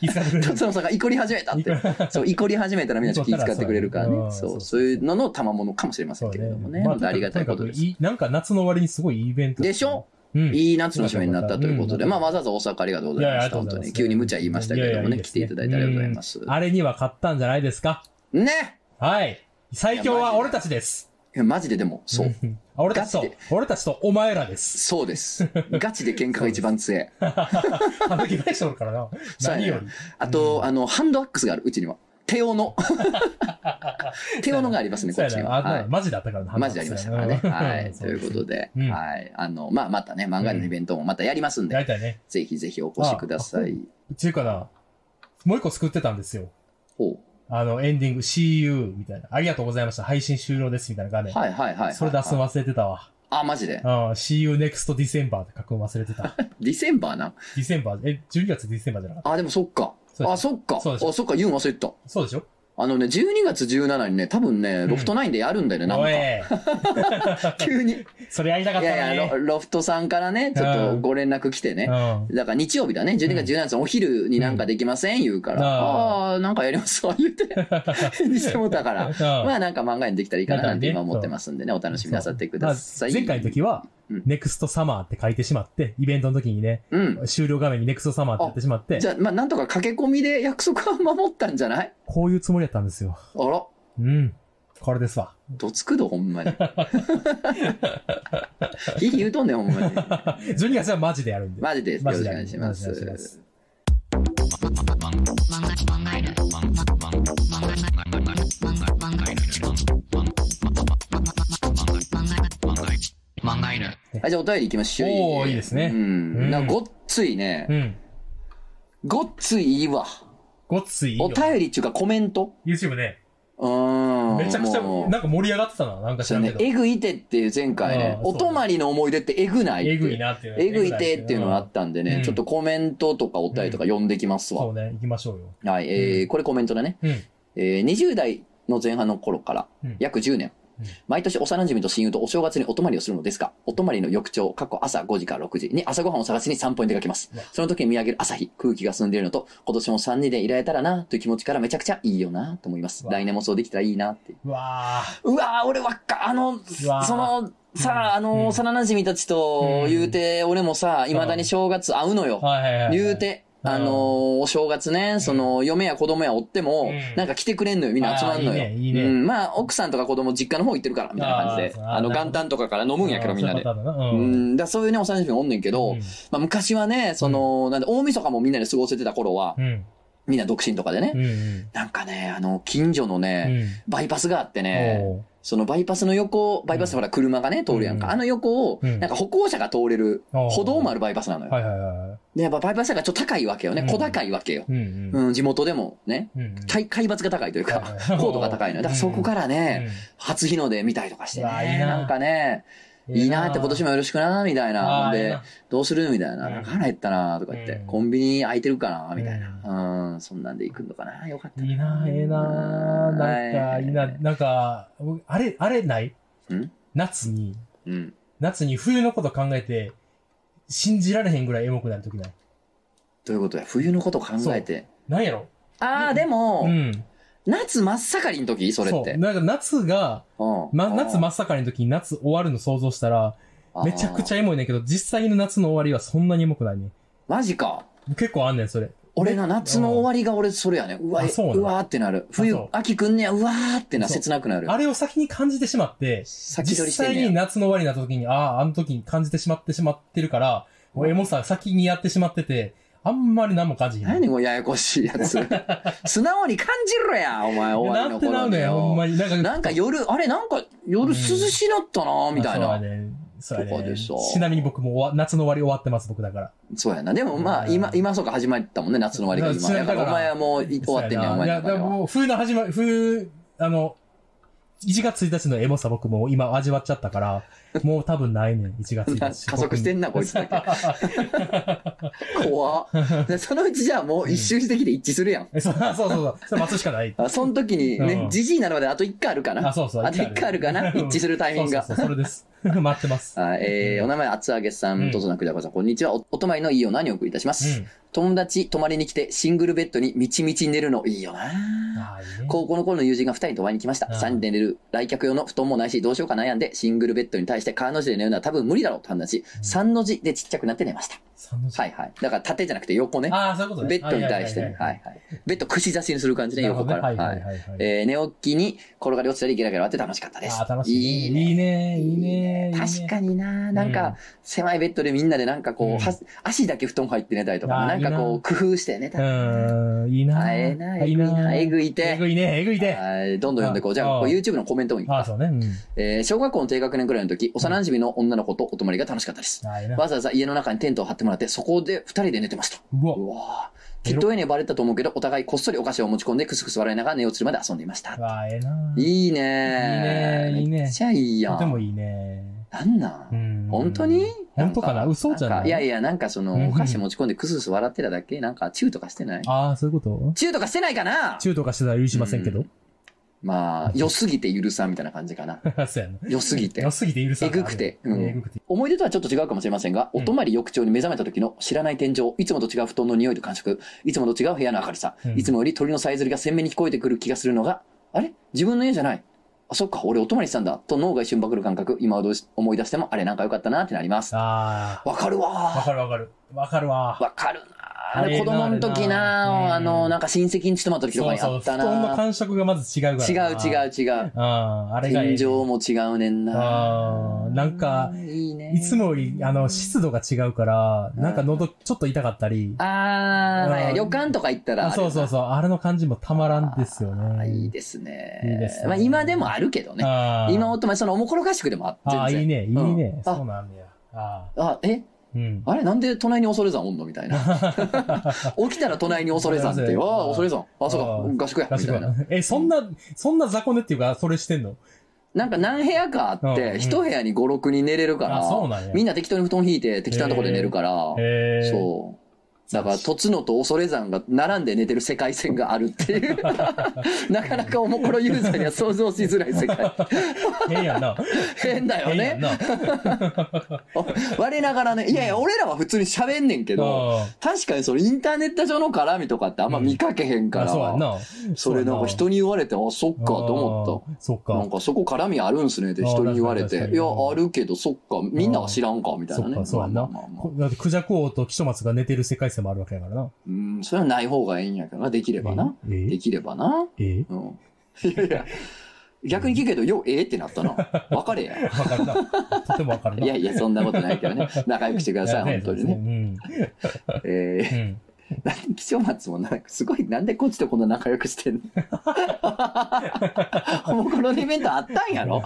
Speaker 2: 気遣ってくれる
Speaker 1: そのさんが怒り始めた って。そう、怒り始めたらみんなちょっと気使ってくれるから
Speaker 2: う
Speaker 1: ね。
Speaker 2: ん
Speaker 1: そう、そ
Speaker 2: そうう
Speaker 1: いうのの賜物かもしれませんけれどもね。本当ありがたいことです。
Speaker 2: にかくなんか夏の終わりにすごいいいイベント。
Speaker 1: でしょ
Speaker 2: うん。
Speaker 1: いい夏の締めになったということで、
Speaker 2: うん
Speaker 1: まあわざわざ大阪ありがとうございました。本当に。急に無茶言いましたけれどもね、来ていただいてありがとうございます
Speaker 2: うん。あれには勝ったんじゃないですか。
Speaker 1: ね
Speaker 2: はい。最強は俺たちです。
Speaker 1: いやマジででも、そう。
Speaker 2: ん。あ俺たちと
Speaker 1: だって、
Speaker 2: 俺たちとお前らです。
Speaker 1: そう です。ガチで喧嘩が一番強い。
Speaker 2: あの、被害者おるからな。
Speaker 1: そうやね
Speaker 2: 何より。
Speaker 1: あと、あの、ハンドアックスがある、うちには。手用 の。手用のがありますね、こ
Speaker 2: そう
Speaker 1: っち
Speaker 2: や
Speaker 1: に
Speaker 2: な。
Speaker 1: は。は
Speaker 2: あ
Speaker 1: い
Speaker 2: マジだったからな。
Speaker 1: マジでありましたからね。は
Speaker 2: う
Speaker 1: い。
Speaker 2: ん
Speaker 1: ということで、
Speaker 2: うん
Speaker 1: はい。あの、まあ、またね、漫画のイベントもまたやりますん
Speaker 2: やり
Speaker 1: で、
Speaker 2: たいね。
Speaker 1: ぜひぜひお越しください。
Speaker 2: っていうかな、もう一個作ってたんですよ。
Speaker 1: ほ
Speaker 2: あの、エンディング、See you! みたいな。ありがとうございました。配信終了です。みたいな画
Speaker 1: う。
Speaker 2: 面。
Speaker 1: はいはいはいはい。
Speaker 2: それ出すの忘れてたわ。
Speaker 1: あ、マジで
Speaker 2: う。ん、See you next December って書くの忘れ てた。
Speaker 1: ディセンバーな。
Speaker 2: December、え、12月 December じゃなかっ
Speaker 1: あ、でもそっか。
Speaker 2: そうです
Speaker 1: あ、そっか。あ、
Speaker 2: そうです
Speaker 1: そっか、ユン忘れてた。
Speaker 2: た。そうでしょ
Speaker 1: あのね、12月17にね、多分ね、
Speaker 2: ん
Speaker 1: ロフト9でやるんだよね、
Speaker 2: おい
Speaker 1: なんか。急に。い
Speaker 2: それやりたかった
Speaker 1: やいや
Speaker 2: ね
Speaker 1: ロ、。ロフトさんからね、ちょっとご連絡来てね。
Speaker 2: うん。
Speaker 1: だから日曜日だね、12月17日のお昼になんかできません言うから、
Speaker 2: うん
Speaker 1: ああ、なんかやります わ、言うて、返事してもうたから、
Speaker 2: うん
Speaker 1: まあなんか漫画にできたらいいかななんて今
Speaker 2: なんかね
Speaker 1: 思ってますんでね、お楽しみなさってください。
Speaker 2: そうまあ前回の時は、
Speaker 1: うん
Speaker 2: Next Summer って書いてしまって、イベントの時にね、
Speaker 1: うん。
Speaker 2: 終了画面に Next Summer ってやってしまって
Speaker 1: じ、ゃあ、まあなんとか駆け込みで約束は守ったんじゃない
Speaker 2: こういうつもりやったんですよ。
Speaker 1: あら、
Speaker 2: うん。これですわ。
Speaker 1: どつくど、ほんまに。いい言うとんねん、ほんまに。
Speaker 2: 12月はマジでやるんで。
Speaker 1: マジです。よ
Speaker 2: マ
Speaker 1: ろ
Speaker 2: ジ
Speaker 1: しく
Speaker 2: で
Speaker 1: お願いします
Speaker 2: マジでお願いします。
Speaker 1: はい、じゃあお便り行きましょう。
Speaker 2: おーいいですね
Speaker 1: うん。なんか
Speaker 2: う
Speaker 1: ごっついね
Speaker 2: う。ん。
Speaker 1: ごっついいいわ。
Speaker 2: ごっついいよ
Speaker 1: お便りっていうかコメント
Speaker 2: YouTube ね。
Speaker 1: うん。
Speaker 2: めちゃくちゃ、
Speaker 1: もう
Speaker 2: なんか盛り上がってたな、なんか知
Speaker 1: そう
Speaker 2: らんけ
Speaker 1: ね、
Speaker 2: ど。
Speaker 1: えぐいてっていう前回ね
Speaker 2: あ、あ
Speaker 1: お泊まりの思い出ってえぐないって
Speaker 2: えぐいなっていう。
Speaker 1: えぐいてっていうのがあったんでね、
Speaker 2: うん
Speaker 1: ちょっとコメントとかお便りとか読んできますわ。
Speaker 2: そうね、行きましょうよ。
Speaker 1: はい、えーこれコメントだね。
Speaker 2: うん。
Speaker 1: えー20代の前半の頃から
Speaker 2: うん、
Speaker 1: 約10年
Speaker 2: うん。
Speaker 1: 毎年幼馴染と親友とお正月にお泊まりをするのですが、お泊まりの翌朝、過去朝5時から6時に朝ごはんを探しに散歩に出かけます
Speaker 2: うわ。
Speaker 1: その時に見上げる朝日、空気が澄んでいるのと、今年も3人でいられたらなという気持ちからめちゃくちゃいいよなと思います。
Speaker 2: うわ
Speaker 1: 来年もそうできたらいいなっていう。
Speaker 2: うわ
Speaker 1: うわー、俺わっか、あの、
Speaker 2: うわー
Speaker 1: その、さあ、あ
Speaker 2: うん
Speaker 1: の、幼馴染たちと
Speaker 2: うん
Speaker 1: 言うて、俺もさ、未だに正月会うの
Speaker 2: ー。
Speaker 1: よ。
Speaker 2: はいはいはい。
Speaker 1: 言うて、
Speaker 2: うん
Speaker 1: あのー、お正月ね、その、嫁や子供やおっても
Speaker 2: うん、
Speaker 1: なんか来てくれんのよ、みんな集まんの
Speaker 2: あー
Speaker 1: よ。
Speaker 2: いいねいいね
Speaker 1: うん、まあ、奥さんとか子供実家の方行ってるから、みたいな感じで
Speaker 2: あ。
Speaker 1: あ
Speaker 2: ー
Speaker 1: の、
Speaker 2: なるほど
Speaker 1: 元旦とかから飲むんやけど、みんなで
Speaker 2: そう。いうパターンだな
Speaker 1: う
Speaker 2: うん
Speaker 1: ん、だからそういうね、幼馴染がおんねんけど、まあ、昔はね、その、なんで、大晦日もみんなで過ごせてた頃は
Speaker 2: う、ん。
Speaker 1: みんな独身とかでね
Speaker 2: うん。う、ん。
Speaker 1: なんかね、あの、近所の
Speaker 2: う
Speaker 1: ね、
Speaker 2: ん。
Speaker 1: バイパスがあってね、
Speaker 2: おう
Speaker 1: そのバイパスの横、バイパスってほら車がね、通るやんか。
Speaker 2: うん
Speaker 1: あの横を、
Speaker 2: うん
Speaker 1: なんか歩行者が通れる、
Speaker 2: あー
Speaker 1: 歩道もあるバイパスなのよ。
Speaker 2: はいはいは
Speaker 1: で、やっぱバイパスだからちょっと高いわけよね。
Speaker 2: うん
Speaker 1: 小高いわけよ。
Speaker 2: い。うん
Speaker 1: うん、地元でもね、
Speaker 2: うん。うん。
Speaker 1: 体海抜が高いというか、
Speaker 2: はい
Speaker 1: 高度が高いのよ。だからそこからね、
Speaker 2: うん
Speaker 1: 初日の出見たりとかしてね。
Speaker 2: うわいいな
Speaker 1: なんかね、いいなって今年もよろしくな、みたいな。ほんで、、どうするみたいな。
Speaker 2: うん
Speaker 1: なんか腹減ったな、とか言って、
Speaker 2: うん
Speaker 1: コンビニ空いてるかな、みたいな。うん、そんなんで行くのかな。よかった
Speaker 2: いいな、ええな、なんか、いいな、なんか、あれ、あれない
Speaker 1: ん
Speaker 2: 夏に、
Speaker 1: うん。
Speaker 2: 夏に冬のこと考えて、信じられへんぐらいエモくなるときない。
Speaker 1: どういうことや冬のこと考えて。
Speaker 2: なんやろ
Speaker 1: ああ、でも、
Speaker 2: うん。
Speaker 1: 夏真っ盛りの時それっ
Speaker 2: そう。
Speaker 1: て。
Speaker 2: なんか夏が、
Speaker 1: うん
Speaker 2: ま、夏真っ盛りの時に夏終わるの想像したら、めちゃくちゃエモいねんけど、実際の夏の終わりはそんなにエモくないね。
Speaker 1: マジか。
Speaker 2: 結構あんねん、それ。
Speaker 1: 俺な、夏の終わりが俺それやね。うわ、
Speaker 2: あそうなん
Speaker 1: うわーってなる。冬
Speaker 2: そう、
Speaker 1: 秋くんねや、うわーってな、
Speaker 2: そう
Speaker 1: 切なくなる
Speaker 2: あ。れを先に感じてしまって、
Speaker 1: 先取
Speaker 2: 実
Speaker 1: りして
Speaker 2: 際
Speaker 1: ん
Speaker 2: に
Speaker 1: ねや。
Speaker 2: 夏の終わりになった時に、ああ、あの時に感じてしまってしまってるから、もうエモさ先にやってしまってて、あんまり何も感じひん。
Speaker 1: 何やねんこのややこしいや つ。素直に感じろや、お前、終わり
Speaker 2: な
Speaker 1: の
Speaker 2: んてな
Speaker 1: 頃
Speaker 2: う
Speaker 1: に
Speaker 2: ねん、ほんま
Speaker 1: よ。
Speaker 2: に。なんか、
Speaker 1: なんか夜、あれ、なんか夜涼しなったな、みたい
Speaker 2: ま
Speaker 1: な
Speaker 2: あそう。やねん。そうや
Speaker 1: とか
Speaker 2: ね
Speaker 1: で
Speaker 2: ん。
Speaker 1: さ
Speaker 2: ちなみに僕もう終わ夏の終わり終わってます、僕だから。
Speaker 1: そうやな。でもまあ、今、今そうか始まったもんね、夏の終わりが
Speaker 2: そう
Speaker 1: 今。
Speaker 2: や
Speaker 1: だ
Speaker 2: な
Speaker 1: からお前はもう
Speaker 2: 終
Speaker 1: い終わってんねん、お前
Speaker 2: い
Speaker 1: の中
Speaker 2: や、だか
Speaker 1: で
Speaker 2: ら
Speaker 1: は。
Speaker 2: もう冬の始まり、冬、あの、1月1日のエモさ僕も今味わっちゃっ たから、もう多分ないねん、1月1
Speaker 1: な
Speaker 2: 日。
Speaker 1: 加速してんな、こいつだけ。怖っ でそのうちじゃあもう一周してきて一致するやん。
Speaker 2: え そうそうそうそう。それ待つしかない。
Speaker 1: あその時に
Speaker 2: う
Speaker 1: ね
Speaker 2: ん、
Speaker 1: じじいになるまであと一回あるか
Speaker 2: あ、
Speaker 1: な。
Speaker 2: そうそう。
Speaker 1: あと一回あるかな一致するタイミングが
Speaker 2: そうそうそうそれです。 待ってます。
Speaker 1: あえー
Speaker 2: う
Speaker 1: お
Speaker 2: ん
Speaker 1: 名前、厚揚げさ
Speaker 2: うん
Speaker 1: ん、とぞなくじゃこさん、こんにちは。おお泊まりのいいよなにお送りいたしま
Speaker 2: う
Speaker 1: す。
Speaker 2: ん。
Speaker 1: 友達、泊まりに来て、シングルベッドにみちみち寝るのいいよな。
Speaker 2: ああ、いいね。
Speaker 1: 高校の頃の友人が2人とワイに来ました。
Speaker 2: うん
Speaker 1: 3人で寝る来客用の布団もないし、どうしようか悩んで、シングルベッドに対して川の字で寝るのは多分無理だろうと話し、
Speaker 2: うん
Speaker 1: 3の字でちっちゃくなって寝ました。
Speaker 2: 三の字
Speaker 1: はいはい。だから縦じゃなくて横ね。
Speaker 2: ああ、そういうことね。
Speaker 1: ベッドに対してね。はいはい。ベッド串刺しにする感じね、横から。
Speaker 2: はい
Speaker 1: は
Speaker 2: はいいはいはい。
Speaker 1: えー寝起きに転がり落ちたりゲラゲラ割って楽しかったです。
Speaker 2: ああ、楽し
Speaker 1: い
Speaker 2: い。
Speaker 1: いね。
Speaker 2: いいね、いいね。
Speaker 1: 確かにななん
Speaker 2: うん
Speaker 1: か、狭いベッドでみんなでなんかこう、
Speaker 2: うん
Speaker 1: は足だけ布団入って寝たりとか、
Speaker 2: あ
Speaker 1: な
Speaker 2: ー
Speaker 1: んかこ、
Speaker 2: いいう
Speaker 1: 工夫して寝た
Speaker 2: う
Speaker 1: りとかね。
Speaker 2: ーん、いいな。
Speaker 1: あええな
Speaker 2: あいいな。
Speaker 1: えぐい
Speaker 2: え
Speaker 1: て。
Speaker 2: ぐいね、えぐいて。
Speaker 1: はいどんどん読んでこう。じゃあ、
Speaker 2: あ
Speaker 1: こう YouTube のコメントもいこう
Speaker 2: ああ、そうね。うん。
Speaker 1: えー小学校の低学年くらいの時、幼馴染の女の子とお泊まりが楽しかったです。
Speaker 2: ああ、いいな。うわ
Speaker 1: わざわざ家の中にテントを張ってもらって、そこで二人で寝てました。うわーきっと親にはバレたと思うけど、お互いこっそりお菓子を持ち込んで、クスクス笑いながら寝落ちるまで遊んでいました。
Speaker 2: ああ、ええな。
Speaker 1: いいねー
Speaker 2: いいねいいね
Speaker 1: めっちゃいいや
Speaker 2: とても
Speaker 1: ん。
Speaker 2: いいね。
Speaker 1: なんなん
Speaker 2: うん
Speaker 1: 本当に
Speaker 2: 本当かな嘘じゃ
Speaker 1: なん
Speaker 2: な
Speaker 1: か
Speaker 2: い
Speaker 1: いやいや、なんかそ
Speaker 2: うん
Speaker 1: の、お菓子持ち込んでクスクス笑ってただけなんか、チューとかしてない
Speaker 2: ああ、そういうこと
Speaker 1: チューとかしてないかな
Speaker 2: 中とかしてたら許しませんけど。
Speaker 1: まあ、良すぎて許さんみたいな感じか な。
Speaker 2: そうやな。
Speaker 1: 良すぎて
Speaker 2: 良。すぎて許さん
Speaker 1: えぐくてうん
Speaker 2: えぐくて。
Speaker 1: 思い出とはちょっと違うかもしれませんが、
Speaker 2: うん
Speaker 1: お泊まり翌朝に目覚めた時の知らない天井、いつもと違う布団の匂いと感触、いつもと違う部屋の明るさ、
Speaker 2: うん
Speaker 1: いつもより鳥のさえずりが鮮明に聞こえてくる気がするのが、あれ自分の家じゃない。あ、そっか、俺お泊まりしたんだ。と脳が一瞬バクる感覚、今はどうし思い出しても、あれなんか良かったなってなります。
Speaker 2: あ
Speaker 1: わかる
Speaker 2: あ、わ
Speaker 1: わ
Speaker 2: かるわかる。わかるわ
Speaker 1: ー。。わかるなーあ
Speaker 2: あ
Speaker 1: れ
Speaker 2: れ
Speaker 1: 子供の時なー、
Speaker 2: あれ
Speaker 1: あ
Speaker 2: なーうん
Speaker 1: の、なんか親戚に勤まった時とかに
Speaker 2: そ
Speaker 1: あ
Speaker 2: う
Speaker 1: っ
Speaker 2: そ
Speaker 1: た
Speaker 2: う。布団の
Speaker 1: な
Speaker 2: 感触がまず違うか
Speaker 1: ー。違
Speaker 2: ら。
Speaker 1: う違う違う。
Speaker 2: うん、あれが
Speaker 1: 天
Speaker 2: いい。
Speaker 1: 井も違うねん
Speaker 2: あ
Speaker 1: な
Speaker 2: ーなんか、
Speaker 1: いいね
Speaker 2: いつもより、あの、湿度が違うから、なんか喉ちょっと痛かったり。
Speaker 1: あー、はいはい、
Speaker 2: う
Speaker 1: 旅
Speaker 2: ん
Speaker 1: 館とか行ったら
Speaker 2: あ
Speaker 1: あるよ
Speaker 2: そう
Speaker 1: な。
Speaker 2: そうそう。あれの感じもたまらんですよ
Speaker 1: あ
Speaker 2: ね。
Speaker 1: いいですね。
Speaker 2: いいですね
Speaker 1: まあ今でもあるけどね。
Speaker 2: あー
Speaker 1: 今おとまそのおもころ合宿でもあって。
Speaker 2: あー、いい
Speaker 1: ね。
Speaker 2: ね、いい
Speaker 1: うん
Speaker 2: ね。
Speaker 1: あ
Speaker 2: そうなんだよ。あ
Speaker 1: あ、え
Speaker 2: うん。
Speaker 1: あれなんで隣に恐れ山おんのみたいな。 起きたら隣に恐れ山って、
Speaker 2: あー
Speaker 1: わあ、恐れ山。あ、そ
Speaker 2: あ
Speaker 1: う
Speaker 2: ー
Speaker 1: か、合宿や、み
Speaker 2: 確
Speaker 1: たい
Speaker 2: か
Speaker 1: な。
Speaker 2: に。え、そんな、そんな雑魚寝っていうか、それしてんの
Speaker 1: なんか何部屋かあっ
Speaker 2: うんうん
Speaker 1: て、一部屋に5、6人寝れるか
Speaker 2: あ、そう
Speaker 1: ら、
Speaker 2: なんや。
Speaker 1: みんな適当に布団引いて、適当なとこで寝るから、
Speaker 2: へー
Speaker 1: そう。だから、とつのと恐れ山が並んで寝てる世界線があるっていう。 なかなかおもころユーザーには想像しづらい世 界。
Speaker 2: 変やんな。
Speaker 1: 変だよ
Speaker 2: 変や
Speaker 1: ね。
Speaker 2: んな。
Speaker 1: 我ながらね、いやいや、俺らは普通に喋んねんけど、
Speaker 2: あ
Speaker 1: 確かにそのインターネット上の絡みとかってあんま見かけへん
Speaker 2: ー
Speaker 1: か
Speaker 2: あ、そうや
Speaker 1: ら、
Speaker 2: んな。
Speaker 1: それなんか人に言われて、あ、そっかと思っ。
Speaker 2: った。そった
Speaker 1: なん
Speaker 2: か。
Speaker 1: かそこ絡みあるんすねって人に言われ
Speaker 2: あー
Speaker 1: て、い
Speaker 2: 確かに
Speaker 1: や、
Speaker 2: 確かに
Speaker 1: あるけど、そっか、みんなは知らんか、みたい
Speaker 2: そ
Speaker 1: な
Speaker 2: っ
Speaker 1: ね。
Speaker 2: か、そうやんな。
Speaker 1: まあまあまあ
Speaker 2: こだって、クジャク王と木書松が寝てる世界線もあるわけやからな。
Speaker 1: うん、それはない方がいいんやけどな、できればな。
Speaker 2: え
Speaker 1: で
Speaker 2: え
Speaker 1: きればな。
Speaker 2: え
Speaker 1: うん。 いやいや、逆に聞くけど、よう、ええってなったな。分かれや。
Speaker 2: わかるな。 とてもわかるな。
Speaker 1: いやいや、そんなことないけどね。仲良くしてください、本当にね。
Speaker 2: ね。
Speaker 1: ええ
Speaker 2: うん。うん。
Speaker 1: なん気象松もなんかすごいなんでこっちとこんな仲良くしてん のもうこのイベントあったんやろ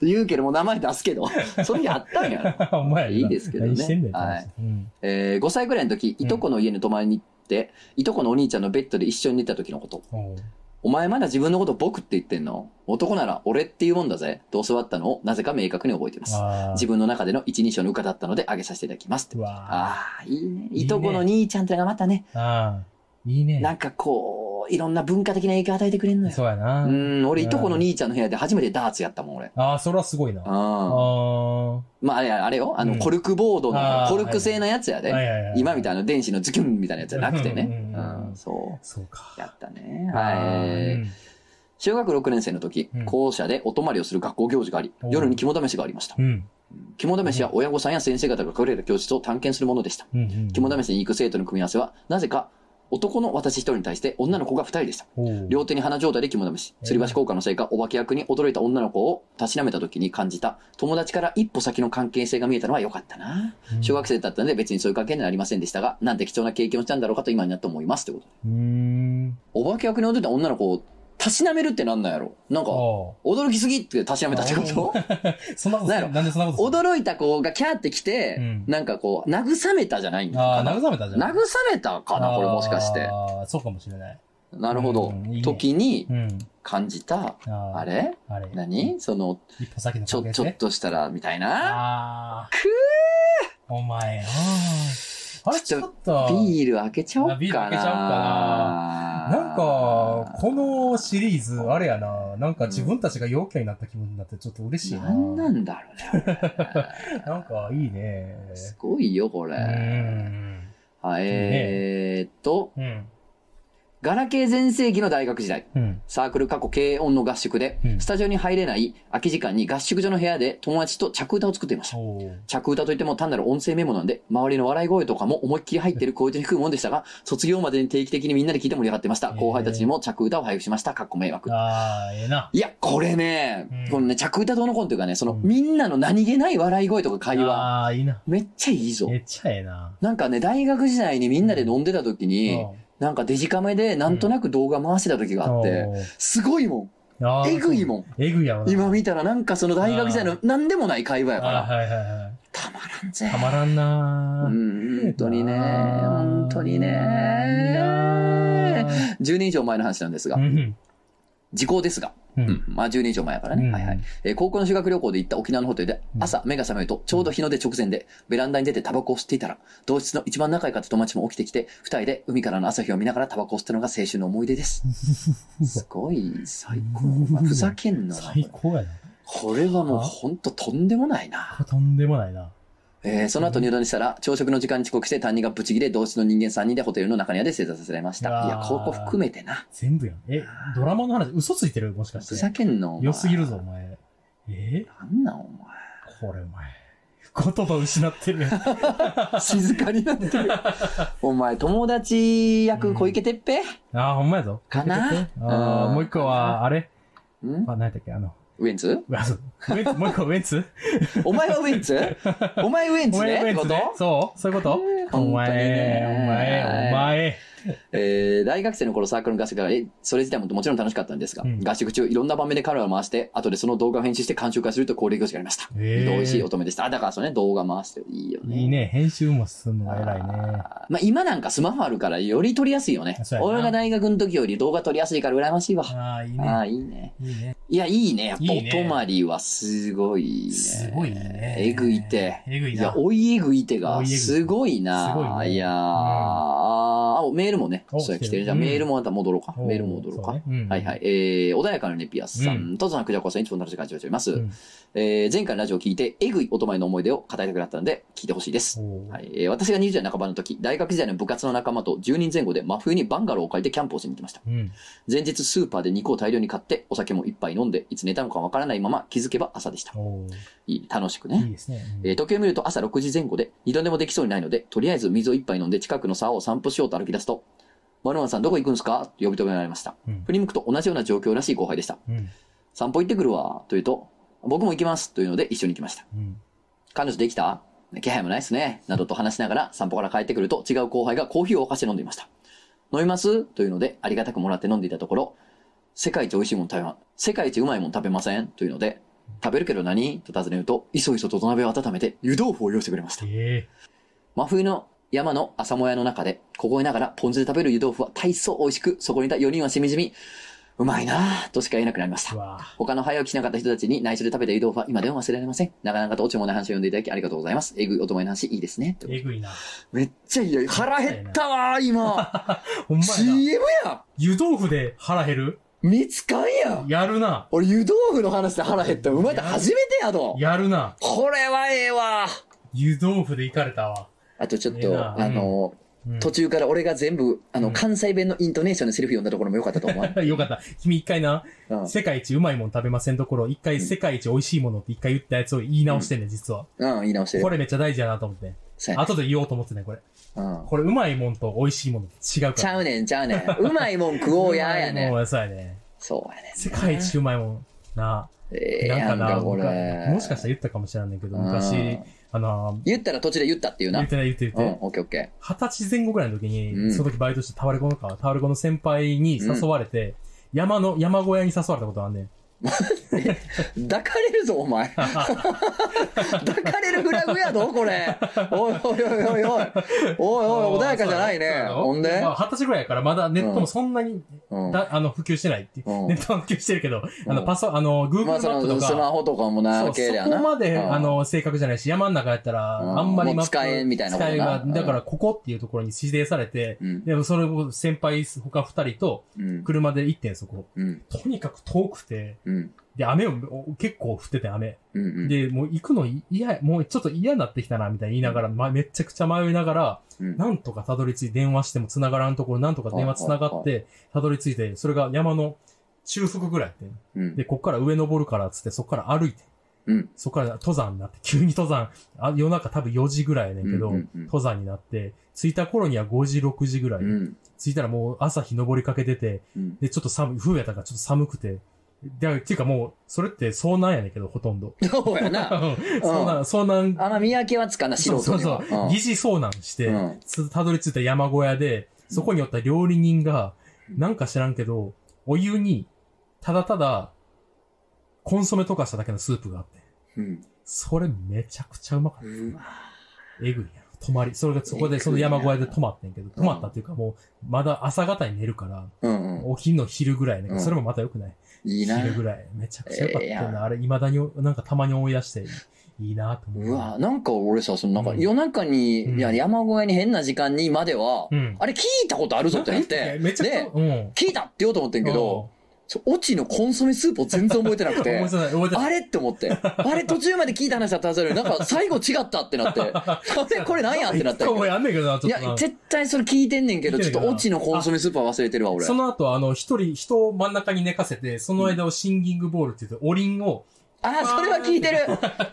Speaker 1: 言うけどもう名前出すけどそれやったんやろ、
Speaker 2: お前
Speaker 1: いいですけどね
Speaker 2: 何してんねん。
Speaker 1: はい
Speaker 2: うん。
Speaker 1: えー5歳ぐらいの時いとこの家に泊まりに行って、いとこのお兄ちゃんのベッドで一緒に寝た時のこと
Speaker 2: おう
Speaker 1: お前まだ自分のこと僕って言ってんの男なら俺っていうもんだぜと教わったのをなぜか明確に覚えています
Speaker 2: あ
Speaker 1: 自
Speaker 2: ー
Speaker 1: 分の中での一人称の歌だったのであげさせていただきます
Speaker 2: うわ
Speaker 1: ああーいいねいとこの兄ちゃんってのがまたね
Speaker 2: ーあー。いいね。
Speaker 1: なんかこういろんな文化的な影響を与えてくれんのよ
Speaker 2: そうやな。
Speaker 1: うん、俺、いとこの兄ちゃんの部屋で初めてダーツやったもん、俺。
Speaker 2: ああ、それはすごいな。あ
Speaker 1: あ
Speaker 2: あ。
Speaker 1: まあ、あれあれよ、あ
Speaker 2: う
Speaker 1: の、
Speaker 2: ん
Speaker 1: コルクボード
Speaker 2: あ
Speaker 1: の、
Speaker 2: ー
Speaker 1: コルク製のやつや
Speaker 2: はい
Speaker 1: で。
Speaker 2: はいはい
Speaker 1: 今みたいな電子のズキュンみたいなやつじゃなくてね。
Speaker 2: うんうんうん
Speaker 1: うん、そ
Speaker 2: そうか
Speaker 1: う。。やったね。
Speaker 2: あー
Speaker 1: は
Speaker 2: う
Speaker 1: い。
Speaker 2: ん
Speaker 1: 小学6年生の時
Speaker 2: うん、
Speaker 1: 校舎でお泊まりをする学校行事があり
Speaker 2: お、う
Speaker 1: 夜に肝試しがありました。
Speaker 2: うん。
Speaker 1: 肝試しは親御さんや先生方が隠れた教室を探検するものでした。
Speaker 2: うんうん。
Speaker 1: 肝試しに行く生徒の組み合わせは、なぜか、男の私一人に対して女の子が二人でした。
Speaker 2: おう
Speaker 1: 両手に鼻状態で肝試し、
Speaker 2: えー
Speaker 1: 吊り橋効果のせいか、お化け役に驚いた女の子をたしなめた時に感じた、友達から一歩先の関係性が見えたのは良かったな。小学生だったので別にそういう関係にはありませんでしたが、なんて貴重な経験をしたんだろうかと今になって思いますってこと。
Speaker 2: うん。
Speaker 1: お化け役に驚いた女の子をたしなめるってなんなんやろなん
Speaker 2: あ
Speaker 1: か、驚きすぎってたしなめたってこと
Speaker 2: あ。そんなこと、
Speaker 1: なんやろ
Speaker 2: なんでそんなことする
Speaker 1: 驚いた子がキャーって来て、
Speaker 2: うん
Speaker 1: なんかこう、慰めたじゃないんだ
Speaker 2: あ
Speaker 1: か
Speaker 2: あ、
Speaker 1: な。
Speaker 2: 慰めたじゃん。
Speaker 1: 慰めたかなこれもしかして。
Speaker 2: ああ、そうかもしれない。
Speaker 1: なるほど。
Speaker 2: うんいいね
Speaker 1: 時に
Speaker 2: うん。
Speaker 1: 感じた、
Speaker 2: あ
Speaker 1: あれ
Speaker 2: あれ
Speaker 1: 何その、
Speaker 2: 一歩先の
Speaker 1: ちょ、ちょっ
Speaker 2: ね。
Speaker 1: としたら、みたいな。
Speaker 2: ああ。
Speaker 1: く
Speaker 2: お前、ああ。あれ、
Speaker 1: ち
Speaker 2: ち
Speaker 1: ょ
Speaker 2: ょっと。
Speaker 1: ビール開けちゃおうかな。
Speaker 2: ビール開けちゃ
Speaker 1: な
Speaker 2: なんか、このシリーズ、あれやな、なんか自分たちが陽キャになった気分になってちょっと嬉しいな。
Speaker 1: なんなんだろうね。
Speaker 2: なんかいいね。
Speaker 1: すごいよ、こ
Speaker 2: う
Speaker 1: れ。
Speaker 2: ん。
Speaker 1: はい、えーっと、
Speaker 2: うん。
Speaker 1: ガラケー全盛期の大学時代。
Speaker 2: うん。
Speaker 1: サークル過去軽音の合宿で、
Speaker 2: うん
Speaker 1: スタジオに入れない空き時間に合宿所の部屋で友達と着歌を作っていました。
Speaker 2: おう
Speaker 1: 着歌といっても単なる音声メモなんで、周りの笑い声とかも思いっきり入ってる声で低いもんでしたが、卒業までに定期的にみんなで聞いて盛り上がってました。
Speaker 2: えー
Speaker 1: 後輩たちにも着歌を配布しました。かっこ迷惑。
Speaker 2: ああ、ええな。
Speaker 1: いや、これね、
Speaker 2: うん
Speaker 1: このね、着歌どうのこうのっていうかね、その、
Speaker 2: うん
Speaker 1: みんなの何気ない笑い声とか会話、
Speaker 2: ああ、いいな。
Speaker 1: めっちゃいいぞ
Speaker 2: め。っちゃええな。
Speaker 1: なんかね、大学時代にみんなで飲んでた時に、
Speaker 2: うん
Speaker 1: なんかデジカメでなんとなく動画回してた時があって、すごいも
Speaker 2: お
Speaker 1: ん。
Speaker 2: う
Speaker 1: えぐいもん。
Speaker 2: あーえぐいやろな。
Speaker 1: 今見たらなんかその大学時代の何でもない会話やか
Speaker 2: あ
Speaker 1: ら、
Speaker 2: はいはいは
Speaker 1: たまらんぜ
Speaker 2: い。。たまらんな
Speaker 1: う。ん、本当にね、
Speaker 2: あー
Speaker 1: 本当に
Speaker 2: いい
Speaker 1: ね
Speaker 2: な。
Speaker 1: 10年以上前の話なんですが
Speaker 2: う、ん。
Speaker 1: 時効ですが、
Speaker 2: う
Speaker 1: うんん。、まあ10年以上前やからね、
Speaker 2: うん
Speaker 1: はいはい。えー高校の修学旅行で行った沖縄のホテルで、
Speaker 2: うん
Speaker 1: 朝目が覚めると、ちょうど日の出直前で、ベランダに出てタバコを吸っていたら、同室の一番仲良かった友達も起きてきて、二人で海からの朝日を見ながらタバコを吸ったのが青春の思い出です。 すごい、最高。まあふざけんな。
Speaker 2: 最高やな。
Speaker 1: これはもうほんととんでもないな。
Speaker 2: とんでもないな。
Speaker 1: えーその後入団したら、朝食の時間に遅刻して担任がブチギレ、同室の人間3人でホテルの中庭で正座させられました。
Speaker 2: うわー
Speaker 1: いや、ここ含めてな。
Speaker 2: 全部やん。え、ドラマの話、嘘ついてるもしか
Speaker 1: ふ
Speaker 2: し
Speaker 1: ざ
Speaker 2: て。
Speaker 1: けんの。お前
Speaker 2: 良すぎるぞ、お。前。え
Speaker 1: なんなん、お
Speaker 2: これお前。言葉失って るやん。
Speaker 1: 前。静かになってる。お前、友達
Speaker 2: う
Speaker 1: 役
Speaker 2: ん
Speaker 1: 小池徹平、
Speaker 2: ああ、ほんまやぞ。
Speaker 1: かな
Speaker 2: ああ、
Speaker 1: うん
Speaker 2: もう一個は、あれ
Speaker 1: うん、
Speaker 2: あ、何やったっけあの、
Speaker 1: ウエンツ
Speaker 2: うわそうウェ ンツもう一個ウェンツ
Speaker 1: お前はウエンツお前ウエン
Speaker 2: お
Speaker 1: ツ
Speaker 2: 前
Speaker 1: ねっ
Speaker 2: ウェ
Speaker 1: て
Speaker 2: ン
Speaker 1: こ
Speaker 2: ツ
Speaker 1: と
Speaker 2: ねそうそういうことお
Speaker 1: 本当に
Speaker 2: 前、お
Speaker 1: ね
Speaker 2: 前、お前。
Speaker 1: えー大学生の頃サークルの合宿が、えそれ自体ももちろん楽しかったんですが、
Speaker 2: うん
Speaker 1: 合宿中いろんな場面でカメラを回して、後でその動画を編集して監修化するという交流行事がありました。
Speaker 2: えー
Speaker 1: 美味しい乙女でした。あ、だからそのね、動画回していいよね。
Speaker 2: いいね。編集もするの
Speaker 1: あ
Speaker 2: が
Speaker 1: ー。
Speaker 2: 偉いね。
Speaker 1: まあ今なんかスマホあるからより撮りやすいよね。
Speaker 2: そうやな
Speaker 1: 俺が大学の時より動画撮りやすいから羨ましいわ。
Speaker 2: ああ、いい
Speaker 1: あ
Speaker 2: ね。
Speaker 1: あ、いいね。
Speaker 2: いいね。
Speaker 1: いや、いいね。やっぱ
Speaker 2: いい
Speaker 1: お
Speaker 2: ね
Speaker 1: 泊まりはすごいね。
Speaker 2: すごいね。
Speaker 1: えぐいて。
Speaker 2: えぐい
Speaker 1: い
Speaker 2: な
Speaker 1: や、。追いえぐい手
Speaker 2: 追
Speaker 1: が、
Speaker 2: いえぐい
Speaker 1: すごい
Speaker 2: すごい
Speaker 1: な。
Speaker 2: ね
Speaker 1: いやー、
Speaker 2: うん
Speaker 1: あーメールもね、
Speaker 2: お
Speaker 1: そうや、来
Speaker 2: 来てる
Speaker 1: てる。じゃあ
Speaker 2: うん
Speaker 1: メールもまた戻ろうか。
Speaker 2: おー
Speaker 1: メールも戻ろうか。
Speaker 2: そねん
Speaker 1: はいはい。。えー、穏やかなネピアスさん、とつなくじゃこさん、いつも楽しい感じをしております。
Speaker 2: うん
Speaker 1: えー前回のラジオを聞いて、えぐいお泊まりの思い出を語りたくなったので、聞いてほしいです。
Speaker 2: おー
Speaker 1: はいえー私が20代半ばの時、大学時代の部活の仲間と10人前後で真冬にバンガローを借りてキャンプをしに行きました。
Speaker 2: うん。
Speaker 1: 前日スーパーで肉を大量に買って、お酒も一杯飲んで、いつ寝たのかわからないまま気づけば朝でした。
Speaker 2: おー
Speaker 1: いい楽しく
Speaker 2: いい
Speaker 1: ね。
Speaker 2: ですね。うん
Speaker 1: えー時計を見ると朝6時前後で、二度でもできそうにないので、とりあえず水を一杯飲んで近くの沢を散歩しようと歩き出すと、マルマンさんどこ行くんすかと呼び止められました。
Speaker 2: うん
Speaker 1: 振り向くと同じような状況らしい後輩でした。
Speaker 2: うん。
Speaker 1: 散歩行ってくるわ、と言うと、僕も行きます、というので一緒に行きました。
Speaker 2: うん。
Speaker 1: 彼女できた気配もないですね。などと話しながら散歩から帰ってくると違う後輩がコーヒーを沸かして飲んでいました。飲みますというのでありがたくもらって飲んでいたところ、世界一美味しいもん食べま、世界一うまいもん食べませんというので、食べるけど何と尋ねると、いそいそと土鍋を温めて湯豆腐を用意してくれました。
Speaker 2: え
Speaker 1: 真冬の山の朝もやの中で、凍えながらポン酢で食べる湯豆腐は大層美味しく、そこにいた4人はしみじみ、うまいなぁとしか言えなくなりました
Speaker 2: ー。う。わ
Speaker 1: 他の早起きしなかった人たちに内緒で食べた湯豆腐は今でも忘れられません。なかなかとオチもない話を読んでいただきありがとうございます。えぐいお供の話いいですね。
Speaker 2: ーえぐいな。
Speaker 1: めっちゃいいよ。腹減ったわー、今。
Speaker 2: ほんまやな。
Speaker 1: CM や
Speaker 2: 湯豆腐で腹減る
Speaker 1: 見つかんやん
Speaker 2: やるな。
Speaker 1: 俺湯豆腐の話で腹減った。生まれて初めてやと。
Speaker 2: やるな。
Speaker 1: これはええわ。
Speaker 2: 湯豆腐でいかれたわ。
Speaker 1: あとちょっ
Speaker 2: ええ
Speaker 1: と、
Speaker 2: な
Speaker 1: あの、
Speaker 2: うん
Speaker 1: 途中から俺が全部、あの、
Speaker 2: うん
Speaker 1: 関西弁のイントネーションのセリフ読んだところもよかったと思 う。
Speaker 2: よかった。君一回な、
Speaker 1: うん
Speaker 2: 世界一うまいもん食べませんところ、一回世界一美味しいものって一回言ったやつを言い直してんね、実は。
Speaker 1: うん、言い直して
Speaker 2: こ
Speaker 1: る。
Speaker 2: れめっちゃ大事やなと思って。
Speaker 1: そうやね
Speaker 2: 後で言おうと思ってね、これ。
Speaker 1: うん
Speaker 2: これうまいもんと美味しいものって違うから。
Speaker 1: ちゃうねん、ちゃうねん。うまいもん食おうや、や
Speaker 2: うまい
Speaker 1: ね
Speaker 2: も
Speaker 1: ん
Speaker 2: ん。はそうやね。
Speaker 1: そうやねん。
Speaker 2: 世界一うまいもん。な
Speaker 1: ええ
Speaker 2: あ。
Speaker 1: や
Speaker 2: なんん
Speaker 1: か
Speaker 2: かな、
Speaker 1: これ。
Speaker 2: もしかしたら言ったかもしれないけど、昔
Speaker 1: うん、
Speaker 2: あのー、
Speaker 1: 言ったら途中で言ったっていうな。う
Speaker 2: 言っ
Speaker 1: ん、
Speaker 2: てない言って言ってない。
Speaker 1: オッケーオッケ
Speaker 2: 二十歳前後ぐらいの時に、
Speaker 1: うん
Speaker 2: その時バイトしてタワレコのか、タワレコの先輩に誘われて、山の、山小屋に誘われたことあんねん。
Speaker 1: ー。抱かれるぞ、お 前。抱かれるフラグやぞ、これ。おいおいおいおいおい。おいおい、穏やかじゃないね。ほんで
Speaker 2: まあ、二十歳ぐらいやから、まだネットもそんなに、
Speaker 1: うん。
Speaker 2: だあの、普及してないっていう。
Speaker 1: うん
Speaker 2: ネットは普及してるけど、あ
Speaker 1: う
Speaker 2: の、
Speaker 1: ん
Speaker 2: パソ、あの、Google
Speaker 1: ま
Speaker 2: マ
Speaker 1: あ、そ
Speaker 2: ップと
Speaker 1: の、スマ
Speaker 2: か、
Speaker 1: ホとかもな、
Speaker 2: そう
Speaker 1: けりゃ
Speaker 2: そ
Speaker 1: な。
Speaker 2: こまで、
Speaker 1: うん
Speaker 2: あ、の、正確じゃないし、山の中やったら、
Speaker 1: うん
Speaker 2: あんまり
Speaker 1: もう使えんみたいなことな
Speaker 2: 使えが
Speaker 1: うん
Speaker 2: だから、ここっていうところに指定されて、
Speaker 1: うん。
Speaker 2: でもそれを先輩、他二人と、
Speaker 1: うん。
Speaker 2: 車で行ってん、そこ。
Speaker 1: うん。
Speaker 2: とにかく遠くて、
Speaker 1: うん。
Speaker 2: で、雨を、お結構降ってて、雨。
Speaker 1: うん。うん。
Speaker 2: で、もう行くのい嫌や、もうちょっと嫌になってきたな、みたいに言いながら、ま、めちゃくちゃ迷いながら、
Speaker 1: うん
Speaker 2: なんとかたどり着い、電話しても繋がらんところ、なんとか電話繋がって、たどり着いて、それが山の中腹ぐらいやって。
Speaker 1: うん
Speaker 2: で、こっから上登るから、つって、そっから歩いて。
Speaker 1: うん
Speaker 2: そっから登山になって、急に登山、あ夜中多分4時ぐらいやねんけど、
Speaker 1: うんうんうん
Speaker 2: 登山になって、着いた頃には5時、6時ぐらい。
Speaker 1: うん。
Speaker 2: 着いたらもう朝日登りかけてて、
Speaker 1: うん
Speaker 2: で、ちょっと寒い、冬やったからちょっと寒くて。で、っていうかもう、それって遭難やねんけど、ほと んど。
Speaker 1: そうや な。
Speaker 2: 遭難、遭難、
Speaker 1: あの、見分けはつかんな、素
Speaker 2: そ
Speaker 1: 人
Speaker 2: うそう
Speaker 1: に
Speaker 2: そ
Speaker 1: は。
Speaker 2: う、疑似遭難して、
Speaker 1: うん
Speaker 2: つたどり着いた山小屋で、そこにおった料理人が、
Speaker 1: うん
Speaker 2: なんか知らんけど、お湯に、ただただ、コンソメ溶かしただけのスープがあって、
Speaker 1: うん。
Speaker 2: それめちゃくちゃうまかっ
Speaker 1: うんうわ
Speaker 2: た。えぐいやろ。泊まり、それがそこ
Speaker 1: えぐい
Speaker 2: で、
Speaker 1: な
Speaker 2: その山小屋で泊まってんけど、泊まったっていうかもう、まだ朝方に寝るから、
Speaker 1: うん。うん
Speaker 2: お昼の昼ぐらいやねんけ
Speaker 1: う
Speaker 2: ど
Speaker 1: ん
Speaker 2: それもまた良くない。
Speaker 1: いいな。
Speaker 2: 昼ぐらい。めちゃくちゃ良かった
Speaker 1: ええやん
Speaker 2: な。あれ、未だに、なんかたまに思い出して、いいなと思う。
Speaker 1: うわ、なんか俺さ、そのなんか
Speaker 2: うん
Speaker 1: 夜中に、
Speaker 2: うん
Speaker 1: いや山小屋に変な時間にまでは、
Speaker 2: うん。
Speaker 1: あれ聞いたことあるぞってなっ
Speaker 2: いや
Speaker 1: て、
Speaker 2: めちゃくちゃ、
Speaker 1: で、
Speaker 2: うん。
Speaker 1: 聞いたって言おうと思ってんけど、そうオチのコンソメスープを全然覚えてなく
Speaker 2: うん、
Speaker 1: て
Speaker 2: 思い出、せない覚えてない
Speaker 1: あれって思って、あれ途中まで聞いた話だったはずなのに、なんか最後違ったってなって、 あれこれなんやってなった
Speaker 2: 一個思いあんねんけどな、ち
Speaker 1: い
Speaker 2: ょっと
Speaker 1: や、
Speaker 2: な。
Speaker 1: 絶対それ聞いてんねんけど、
Speaker 2: 聞
Speaker 1: ち
Speaker 2: い
Speaker 1: ょって
Speaker 2: る
Speaker 1: と
Speaker 2: かな
Speaker 1: オチのコンソメスープは忘れてるわ、俺
Speaker 2: そ。の後、あの、一人、人を真ん中に寝かせて、その間をシンギングボールって言って、おりんを、
Speaker 1: ああ、それは聞いてる。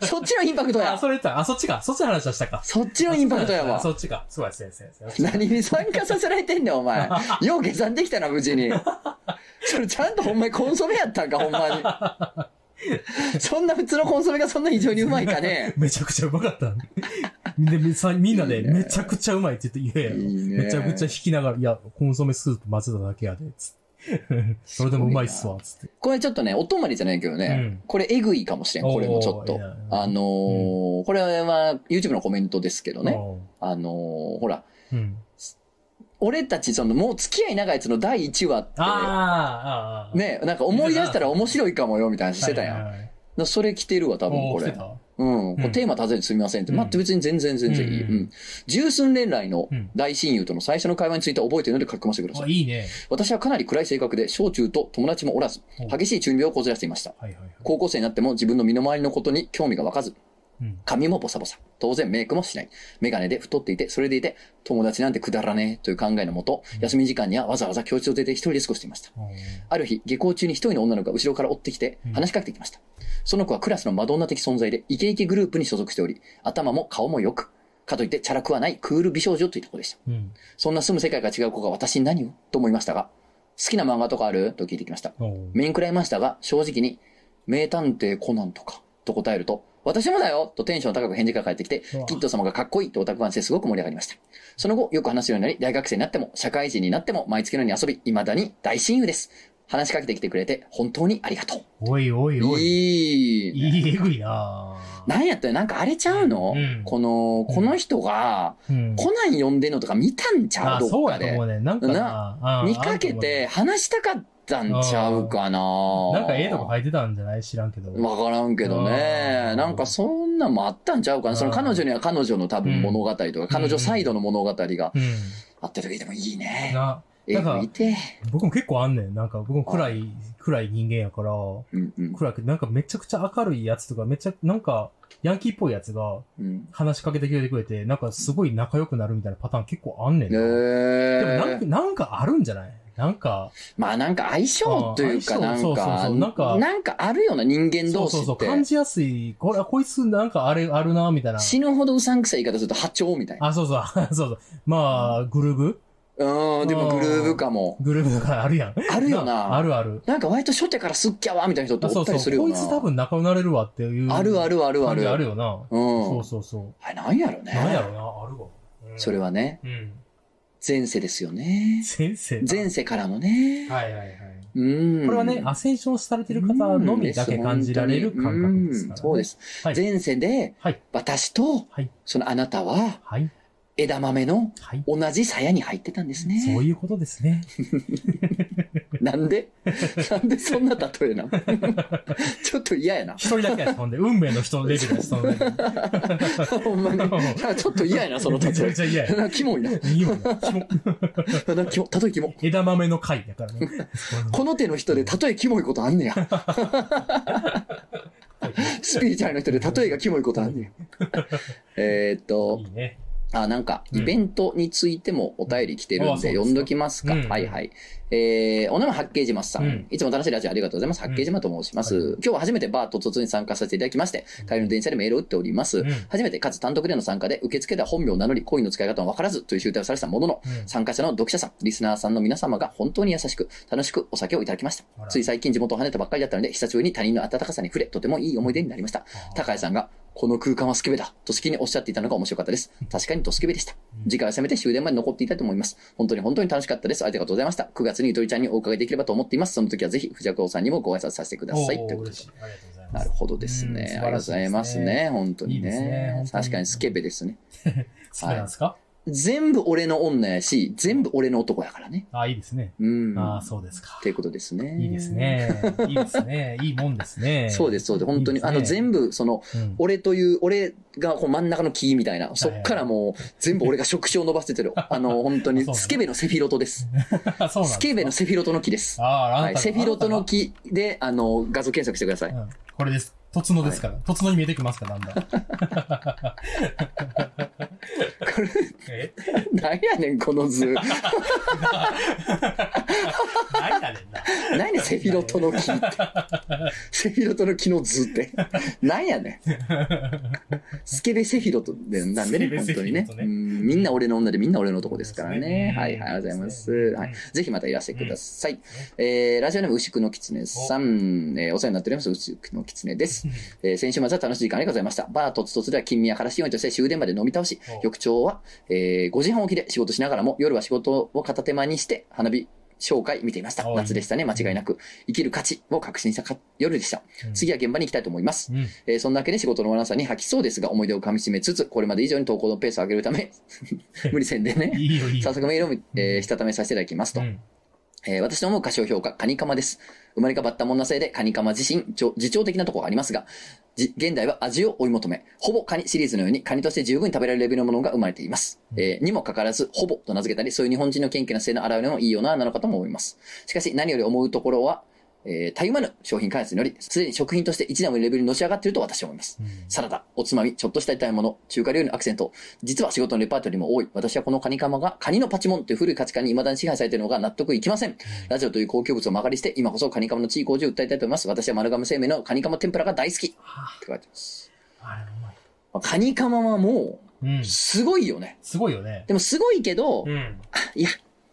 Speaker 1: そっちのインパクト
Speaker 2: あ、
Speaker 1: や。
Speaker 2: それ言ったら、あ、そっちか、そっちの話はしたか。
Speaker 1: そっちのインパクトやわ。
Speaker 2: そっちか、そうや、そうや、そうや。そうや
Speaker 1: 何に参加させられてんねん、お 前。よう計算できたな、無事に。それちゃんとほんまにコンソメやったんか、ほんまに。そんな普通のコンソメがそんな異常にうまいかね。
Speaker 2: めちゃくちゃうまかった。で、さみんなで、
Speaker 1: いいね
Speaker 2: めちゃくちゃうまいって言って、いやいや、
Speaker 1: いいね
Speaker 2: めちゃくちゃ引きながら、いや、コンソメスープ混ぜただけやで、つって。それでもうまいっすわ、つって。
Speaker 1: これちょっとね、お泊まりじゃないけどね、これえぐいかもしれん、これもちょっ
Speaker 2: お
Speaker 1: と
Speaker 2: ーい。やいや
Speaker 1: あのーこれは YouTube のコメントですけどね、あのーほら、
Speaker 2: うん。
Speaker 1: 俺たちそのもう付き合い長いやつの第1話っ
Speaker 2: あーあー、あ
Speaker 1: て、ね、なんか思い出したら面白いかもよみたいな話してたやん。だか
Speaker 2: ん。
Speaker 1: らそれ来てるわ、多分
Speaker 2: お
Speaker 1: こ
Speaker 2: ー来
Speaker 1: れ
Speaker 2: て。た
Speaker 1: うん。こ
Speaker 2: う
Speaker 1: れ
Speaker 2: ん
Speaker 1: テーマ立ててすみませんって。
Speaker 2: うん
Speaker 1: 待って別に全然全然いい。
Speaker 2: う
Speaker 1: うんん。十数年来の
Speaker 2: うん
Speaker 1: 大親友との最初の会話について覚えているので書き込ませてくださ
Speaker 2: あ
Speaker 1: い。
Speaker 2: いいね。
Speaker 1: 私はかなり暗い性格で、小中と友達もおらず、
Speaker 2: お
Speaker 1: 激しい中二病をこじらせていました。
Speaker 2: はいはいはい。
Speaker 1: 高校生になっても自分の身の回りのことに興味が湧かず、
Speaker 2: うん
Speaker 1: 髪もボサボサ。当然メイクもしない。メガネで太っていて、それでいて、友達なんてくだらねえという考えのもと
Speaker 2: う、ん
Speaker 1: 休み時間にはわざわざ教室を出て一人で過ごしていました。
Speaker 2: おー
Speaker 1: ある日、下校中に一人の女の子が後ろから追ってきて
Speaker 2: うん、
Speaker 1: 話しかけてきました。その子はクラスのマドンナ的存在で、イケイケグループに所属しており、頭も顔も良く、かといってチャラくはないクール美少女というところでした。
Speaker 2: うん。
Speaker 1: そんな住む世界が違う子が私に何をと思いましたが、好きな漫画とかあると聞いてきました。
Speaker 2: おー
Speaker 1: 面食らいましたが、正直に、名探偵コナンとか、と答えると、私もだよとテンション高く返事が返ってきて
Speaker 2: うわ、
Speaker 1: キッド様がかっこいいとオタク話ですごく盛り上がりました。その後、よく話すようになり、大学生になっても、社会人になっても、毎月のように遊び、未だに大親友です。話しかけてきてくれて、本当にありがと
Speaker 2: おいお
Speaker 1: う。
Speaker 2: いおい。
Speaker 1: いい。
Speaker 2: いい、えぐいな
Speaker 1: なんやったよ、なんかあれちゃうの、
Speaker 2: うん
Speaker 1: この、この人が、
Speaker 2: うん。
Speaker 1: コナン呼んでんのとか見たんちゃ
Speaker 2: あ
Speaker 1: う
Speaker 2: ー、
Speaker 1: ど
Speaker 2: そ
Speaker 1: っ
Speaker 2: う
Speaker 1: か
Speaker 2: やと
Speaker 1: で
Speaker 2: 思う。ね。なんかな、うん
Speaker 1: 見かけ、て、話したかったんちゃうかな
Speaker 2: あると思うなんか絵とか入ってたんじゃない知らんけど。
Speaker 1: わからんけど
Speaker 2: う
Speaker 1: ね。
Speaker 2: ん
Speaker 1: なんかそんなんもあったんちゃうかな。その彼女には彼女の多分物語とか、彼女サイドの物語が
Speaker 2: うん。
Speaker 1: あった時でもいいね。
Speaker 2: な、
Speaker 1: え
Speaker 2: なんか
Speaker 1: ぐいて。
Speaker 2: 僕も結構あんねん。なんか僕も暗い、暗い人間やから、
Speaker 1: うんうん
Speaker 2: 暗く、なんかめちゃくちゃ明るいやつとか、めちゃ、なんか、ヤンキーっぽいやつが
Speaker 1: うん。
Speaker 2: 話しかけてきてくれて、なんかすごい仲良くなるみたいなパターン結構あんねん
Speaker 1: え
Speaker 2: な。でもなん
Speaker 1: ー
Speaker 2: か、なんかあるんじゃないなんか、
Speaker 1: まあなんか相性というか、
Speaker 2: あ
Speaker 1: な
Speaker 2: 相
Speaker 1: ん
Speaker 2: 性そうそうそうなん
Speaker 1: か
Speaker 2: か、
Speaker 1: なんかあるような人間
Speaker 2: そ
Speaker 1: 同
Speaker 2: うそ
Speaker 1: 士
Speaker 2: うそう、
Speaker 1: って、
Speaker 2: 感じやすい、これ、こいつなんかあれ、あるな、みたいな。
Speaker 1: 死ぬほどうさんくさい言い方すると波長みたいな。
Speaker 2: あ、そう そう、そうそう。まあ、グルーブ
Speaker 1: うん、でもグルーヴかも。
Speaker 2: グルーブだからあるやん。
Speaker 1: あるよな
Speaker 2: あるある。
Speaker 1: なんか割と初手からすっきゃわみたいな人
Speaker 2: あ
Speaker 1: ってお
Speaker 2: そ
Speaker 1: っ
Speaker 2: う
Speaker 1: た
Speaker 2: そ
Speaker 1: りする
Speaker 2: う。
Speaker 1: よ
Speaker 2: こい
Speaker 1: な。
Speaker 2: つ多分仲良くなれるわっていう。
Speaker 1: あるあ
Speaker 2: る
Speaker 1: るあるあ
Speaker 2: ある。
Speaker 1: る。
Speaker 2: あるよな。
Speaker 1: う
Speaker 2: そ
Speaker 1: ん
Speaker 2: う。そうそう。
Speaker 1: あれなんやろね。
Speaker 2: なんやろうな、あるわ。うん
Speaker 1: それ。はね、
Speaker 2: うん。
Speaker 1: 前世ですよね。
Speaker 2: 先生。
Speaker 1: 前世からのね。
Speaker 2: はいはいはい。
Speaker 1: うん。
Speaker 2: これはね、アセンションされてる方のみだけ感じられる感覚ですから、。
Speaker 1: うんそうですす。
Speaker 2: はい
Speaker 1: 前世で
Speaker 2: はい、
Speaker 1: 私と
Speaker 2: はい、
Speaker 1: そのあなたは
Speaker 2: はい、
Speaker 1: 枝豆の
Speaker 2: はい。
Speaker 1: 同じ鞘に入ってたんですね。
Speaker 2: そういうことですね。
Speaker 1: なんでなんでそんな例え なのちょっと嫌やな。
Speaker 2: 一人だけです、ほんで。運命の人のレベルです、そのレベル。
Speaker 1: ほんま に。なんかちょっと嫌やな、その
Speaker 2: めちゃ
Speaker 1: 例
Speaker 2: めちゃ嫌
Speaker 1: え。
Speaker 2: や。
Speaker 1: なんかキモいな。
Speaker 2: いいよなキモ
Speaker 1: なんかキモ、例えキモ。
Speaker 2: 枝豆の回だからね。
Speaker 1: この手の人で例えキモいことあんね や。スピリチュアルの人で例えがキモいことあんね や。えーっと
Speaker 2: い、いね。
Speaker 1: あ、なんか、
Speaker 2: うん
Speaker 1: イベントについてもお便り来てる
Speaker 2: うんあ
Speaker 1: ん
Speaker 2: そ
Speaker 1: で、
Speaker 2: うですか
Speaker 1: 読んどきますか。
Speaker 2: うん
Speaker 1: はいはい。えー、お名前、八景島さん,、
Speaker 2: うん
Speaker 1: いつも楽しいラジオありがとうございます。八景島と申します。
Speaker 2: うんはい
Speaker 1: 今日は初めてバーと突に参加させていただきまして、帰りの電車でメールを打っております。
Speaker 2: うん
Speaker 1: 初めて、かつ単独での参加で、受付では本名を名乗り、コインの使い方もわからずという集体をされてたものの、
Speaker 2: うん
Speaker 1: 参加者の読者さん、リスナーさんの皆様が本当に優しく、楽しくお酒をいただきまし
Speaker 2: あ
Speaker 1: た。
Speaker 2: ら
Speaker 1: つい最近地元を離れたばっかりだったので、久しぶりに他人の温かさに触れ、とてもいい思い出になりました。高井さんが、この空間はスケベだ、と好きにおっしゃっていたのが面白かったです。確かにドスケベでした。次回はせめて終電まで残っていたいと思います。本当に本当に楽しかったです。ありがとうございました。9月にゆとりちゃんにお伺いできればと思っています。その時はぜひ、藤子さんにもご挨拶させてください。と
Speaker 2: おー
Speaker 1: いうこと
Speaker 2: 嬉
Speaker 1: で
Speaker 2: しい。ありがとうございま
Speaker 1: な
Speaker 2: す
Speaker 1: る。ほどです
Speaker 2: うん
Speaker 1: ね。
Speaker 2: 素
Speaker 1: あ
Speaker 2: 晴
Speaker 1: りがとうご
Speaker 2: らしいですね
Speaker 1: ざいますね。本当にね。
Speaker 2: いいですね本当に
Speaker 1: 確かにスケベですね。
Speaker 2: 好きなんですか
Speaker 1: 全部俺の女やし、全部俺の男やからね。
Speaker 2: あ、いいですね。
Speaker 1: うん。
Speaker 2: ああ、そうですか
Speaker 1: っ。ていうことですね。
Speaker 2: いいです。ね。いいですね。いいもんですね。
Speaker 1: そうです、そうです。本当に、
Speaker 2: いいで
Speaker 1: あ
Speaker 2: すね
Speaker 1: の、全部、その、
Speaker 2: うん。
Speaker 1: 俺という、俺がこう真ん中の木みたいな、そっからもう全部俺が触手を伸ばしててる。あの、本当に
Speaker 2: あそうなの
Speaker 1: スケベのセフィロトです。
Speaker 2: あそうなんで
Speaker 1: ス
Speaker 2: すか
Speaker 1: ケベのセフィロトの木です。
Speaker 2: ああ、あ
Speaker 1: は、
Speaker 2: ないた
Speaker 1: セフィロトの木で、あの、画像検索してくださ
Speaker 2: あ
Speaker 1: い。
Speaker 2: なたうんこれです。とつのですから。とつのに見えてきますから、だんだん。
Speaker 1: これ、
Speaker 2: え
Speaker 1: なんやねん、この図。
Speaker 2: 何やねんな。
Speaker 1: 何やねんセフィロトの木 って。セフィロトの木の図って。何やねん。スケベセフィロトで、なんでね、本
Speaker 2: スケベセフ
Speaker 1: 当に
Speaker 2: ィロ
Speaker 1: ね
Speaker 2: ト。ね
Speaker 1: うんみんな俺の女でみんな俺の男ですから
Speaker 2: そうです
Speaker 1: ね
Speaker 2: ね。
Speaker 1: はい、はい、ありがとうございます。
Speaker 2: うん
Speaker 1: はい。ぜひまたいらしてください。えー、ラジオネーム牛久の狐さん、えーお世話になっております、牛久の狐です。えー先週末は楽しい時間ありがとうございました。バーとつとつでは金宮から4位として終電まで飲み倒し
Speaker 2: お、
Speaker 1: 翌朝は、えー5時半起きで仕事しながらも、夜は仕事を片手間にして花火紹介見ていました。
Speaker 2: おいい
Speaker 1: 夏でしたね、間違いなく。生きる価値を確信したか夜でした。次
Speaker 2: は、
Speaker 1: は現場に行きたいと思います。
Speaker 2: うん、
Speaker 1: えーそんなわけで仕事の罠さに吐きそうですが、思い出をかみしめつつ、これまで以上に投稿のペースを上げるため、 無理せんでね。
Speaker 2: いいよいいよ。
Speaker 1: 早速メールを、えーしたためさせていただきますと。
Speaker 2: うん
Speaker 1: えー私の思う歌唱評価、カニカマです。生まれ変わったもんなせいで、カニカマ自身、ちょ自重的なところがありますが、じ現代は味を追い求め、ほぼカニシリーズのように、カニとして十分に食べられるレベルのものが生まれています。えーにもかかわらず、ほぼと名付けたり、そういう日本人の謙虚な性の表れもいいよな、なのかとも思います。しかし、何より思うところは、えーたゆまぬ商品開発により、すでに食品として一段上のレベルにのし上がっていると私は思います。サラダ、おつまみ、ちょっとした炒め物、中華料理のアクセント。実は仕事のレパートリーも多い。私はこのカニカマがカニのパチモンという古い価値観に未だに支配されているのが納得いきません。ラジオという高級物を曲がりして、今こそカニカマの地位向上を訴えたいと思います。私は丸亀製麺のカニカマ天ぷらが大好き。って
Speaker 2: は
Speaker 1: 書いてます。
Speaker 2: ああれうまい
Speaker 1: まあカニカマはも
Speaker 2: うん
Speaker 1: う、。すごいよね。
Speaker 2: すごいよね。
Speaker 1: でもすごいけど、
Speaker 2: うん。
Speaker 1: いや、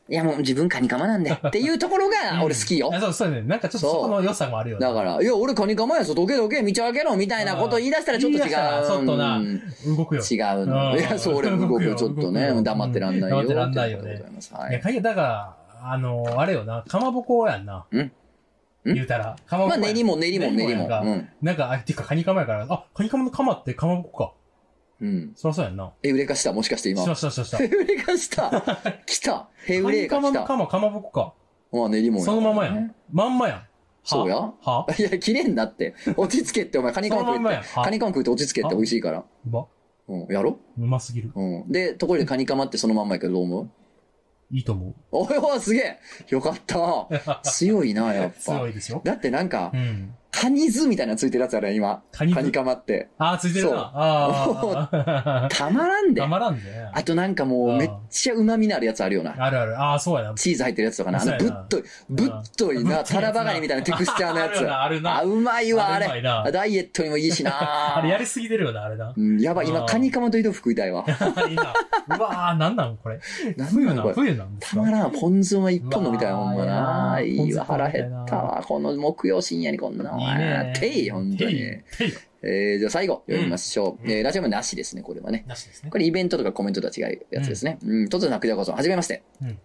Speaker 1: いやもう自分カニカマなん でっていうところが俺好きよ
Speaker 2: あ。そう、そうね。なんかちょっとそこの良さもあるよね。
Speaker 1: だから、いや、俺カニカマやぞ、どけどけ、道開けろ、みたいなこと言い出したらちょっと違
Speaker 2: 言い出したらちょっとな
Speaker 1: う。
Speaker 2: 動くよ。
Speaker 1: 違う
Speaker 2: う
Speaker 1: の。
Speaker 2: ん
Speaker 1: いや、そう、俺動くよ、ちょっと
Speaker 2: 動く
Speaker 1: ね、
Speaker 2: よ
Speaker 1: 黙ってらんないよ。
Speaker 2: うん黙ってらんないよね
Speaker 1: とうことでございます。はい
Speaker 2: や、
Speaker 1: い。
Speaker 2: 鍵だから、あのーあれよな、かまぼこやんな。
Speaker 1: うんん
Speaker 2: 言うたら、かまぼ
Speaker 1: ま
Speaker 2: こ
Speaker 1: あ、
Speaker 2: や
Speaker 1: 練
Speaker 2: ん。
Speaker 1: りもん練りもん練り
Speaker 2: や
Speaker 1: も
Speaker 2: んか
Speaker 1: んうん。
Speaker 2: なんか、あ、てか、カニカマやから、あ、カニカマのカマってかまぼこか。
Speaker 1: うん。
Speaker 2: そりゃそうやんな。
Speaker 1: え、売れかしたもしかして今
Speaker 2: し。ました、しました。
Speaker 1: ヘ
Speaker 2: カ
Speaker 1: ウレカ した。来た。ヘウレ
Speaker 2: ニ
Speaker 1: カ
Speaker 2: カ
Speaker 1: 来
Speaker 2: マの
Speaker 1: た。
Speaker 2: カマ、かまぼこか。
Speaker 1: まあ練り物や
Speaker 2: そのままやん。まんまやん。は
Speaker 1: そうや
Speaker 2: はい
Speaker 1: や、切れんなって。落ち着けって、お前、カニカマ
Speaker 2: そのまん
Speaker 1: 食え
Speaker 2: ま
Speaker 1: っ
Speaker 2: や
Speaker 1: て。
Speaker 2: は
Speaker 1: カニカマ食って落ち着けって
Speaker 2: は
Speaker 1: 美味しいから。
Speaker 2: うま、
Speaker 1: うん、やろ
Speaker 2: うますぎる。
Speaker 1: うん。で、ところでカニカマってそのまんまやけど、どう思う
Speaker 2: いいと思う。
Speaker 1: おいおい、すげえよかった。 強いな、やっぱ
Speaker 2: 強。いでしょ
Speaker 1: だってなんか
Speaker 2: う、ん。
Speaker 1: カニズみたいなのついてるやつあるやん、今。
Speaker 2: カ
Speaker 1: カ
Speaker 2: ニ
Speaker 1: ニ
Speaker 2: ズ
Speaker 1: カマって。
Speaker 2: あー、ついてる
Speaker 1: そう
Speaker 2: な。ああ。
Speaker 1: たまらん で
Speaker 2: た。まらんね。
Speaker 1: あとなんかもう、
Speaker 2: あー
Speaker 1: めっちゃ旨味のあるやつあるよな。
Speaker 2: あるある。ああ、そうやな。
Speaker 1: チーズ入ってるやつとかな。あの、
Speaker 2: そう
Speaker 1: ぶ
Speaker 2: や
Speaker 1: っ
Speaker 2: な
Speaker 1: とい、ぶっといな、タラバガニみたいなテクスチャーのや
Speaker 2: あるな、
Speaker 1: つ。
Speaker 2: あるな
Speaker 1: あ、。うまいわ、あ
Speaker 2: あれうまい
Speaker 1: れ。
Speaker 2: な
Speaker 1: ダイエットにもいいしな。
Speaker 2: あれやりすぎてるよな、あれな。
Speaker 1: うん、やばい、今、
Speaker 2: あー
Speaker 1: カニカマと糸福食いたい わ。
Speaker 2: いいな。うわー、なんなんこれ。
Speaker 1: なん
Speaker 2: 冬
Speaker 1: なの
Speaker 2: な
Speaker 1: こ、れ
Speaker 2: 冬なんです
Speaker 1: た
Speaker 2: か
Speaker 1: まらん、ポン酢は一本飲みたいわ、
Speaker 2: うわ
Speaker 1: ほ
Speaker 2: ー
Speaker 1: んまな。
Speaker 2: い
Speaker 1: い
Speaker 2: いない
Speaker 1: わ、
Speaker 2: ポン酢
Speaker 1: 腹
Speaker 2: 食べた
Speaker 1: 減
Speaker 2: いな
Speaker 1: ったわ。この木曜深夜にこんなの。
Speaker 2: いいね
Speaker 1: てい、ほんとに。え
Speaker 2: ていてい
Speaker 1: ー、じゃあ最後、読みましょ
Speaker 2: う
Speaker 1: う。
Speaker 2: ん
Speaker 1: えー、ラジオもなしですね、これはね。
Speaker 2: なしですね
Speaker 1: こ。れイベントとかコメントとは違うやつですね。うん、突然なくじゃこそ、はじめまして。
Speaker 2: うん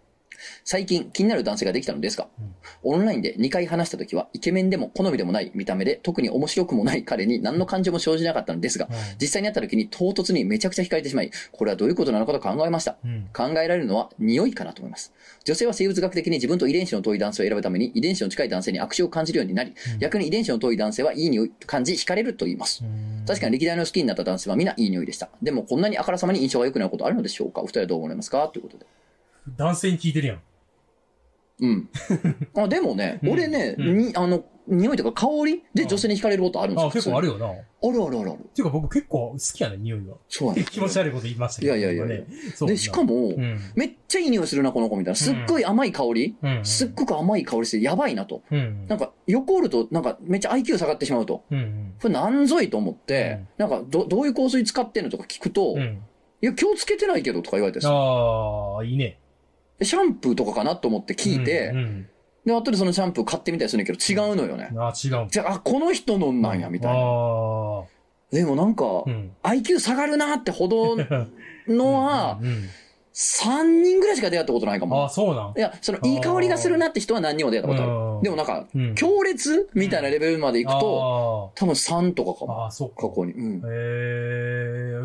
Speaker 1: 最近気になる男性ができたのですが、
Speaker 2: うん
Speaker 1: オンラインで2回話した時は、イケメンでも好みでもない見た目で、特に面白くもない彼に何の感情も生じなかったのですが、実際に会った時に唐突にめちゃくちゃ惹かれてしまい、これはどういうことなのかと考えました。
Speaker 2: うん。うん。
Speaker 1: 考えられるのは匂いかなと思います。女性は生物学的に自分と遺伝子の遠い男性を選ぶために、遺伝子の近い男性に悪臭を感じるようになり、逆に遺伝子の遠い男性はいい匂いと感じ、惹かれると言います。
Speaker 2: うん
Speaker 1: 確かに歴代の好きになった男性は皆いい匂いでした。でもこんなにあからさまに印象が良くなることあるのでしょうかお二人はどう思いますかということで。
Speaker 2: 男性に聞いてるやん。
Speaker 1: うん。あでもね、
Speaker 2: うん
Speaker 1: 俺ね、
Speaker 2: うん
Speaker 1: にあの、匂いとか香りで女性に惹かれることあるんです
Speaker 2: あ
Speaker 1: よ。
Speaker 2: ー、結構ある
Speaker 1: よ。
Speaker 2: よな。っ
Speaker 1: あるあるあるある。
Speaker 2: ていうか僕結構好きやね、匂いが。
Speaker 1: そうなんです
Speaker 2: 気持ち悪いこと言いましたけど。
Speaker 1: いやいやいやいや
Speaker 2: ね。そう
Speaker 1: で、しかも、
Speaker 2: もうん。
Speaker 1: めっちゃいい匂いするな、この子みたいな。すっごい甘い香り、
Speaker 2: うん。
Speaker 1: すっごく甘い香りして、やばいなと。
Speaker 2: うん。
Speaker 1: なんか、横おると、なんか、めっちゃ IQ 下がってしまうと。
Speaker 2: うんうん。
Speaker 1: これなんぞいと思って、なんかど、どういう香水使ってんのとか聞くと、
Speaker 2: う
Speaker 1: い
Speaker 2: ん。
Speaker 1: や、今日つけてないけどとか言われてさ、
Speaker 2: ああ、いいね。
Speaker 1: シャンプーとかかなと思って聞いて、
Speaker 2: うんうん。
Speaker 1: で、後でそのシャンプー買ってみたりするんだけど、違うのよね。
Speaker 2: あー、違うん。
Speaker 1: じゃあ、あこの人のなんや、みたい
Speaker 2: あ
Speaker 1: な。
Speaker 2: あ。
Speaker 1: でもなんか
Speaker 2: う、ん。
Speaker 1: IQ 下がるなってほどのは
Speaker 2: う、んうん
Speaker 1: 3人ぐらいしか出会ったことないか
Speaker 2: ああ、
Speaker 1: も。
Speaker 2: そうなん
Speaker 1: い。や、その、いい香りがするなって人は何人も出会ったことある。
Speaker 2: うん
Speaker 1: でもなんか、
Speaker 2: うん
Speaker 1: 強烈みたいなレベルまで行くと、多分3とかか
Speaker 2: あー
Speaker 1: も。
Speaker 2: あー、そうか
Speaker 1: 過。去に。うん。
Speaker 2: え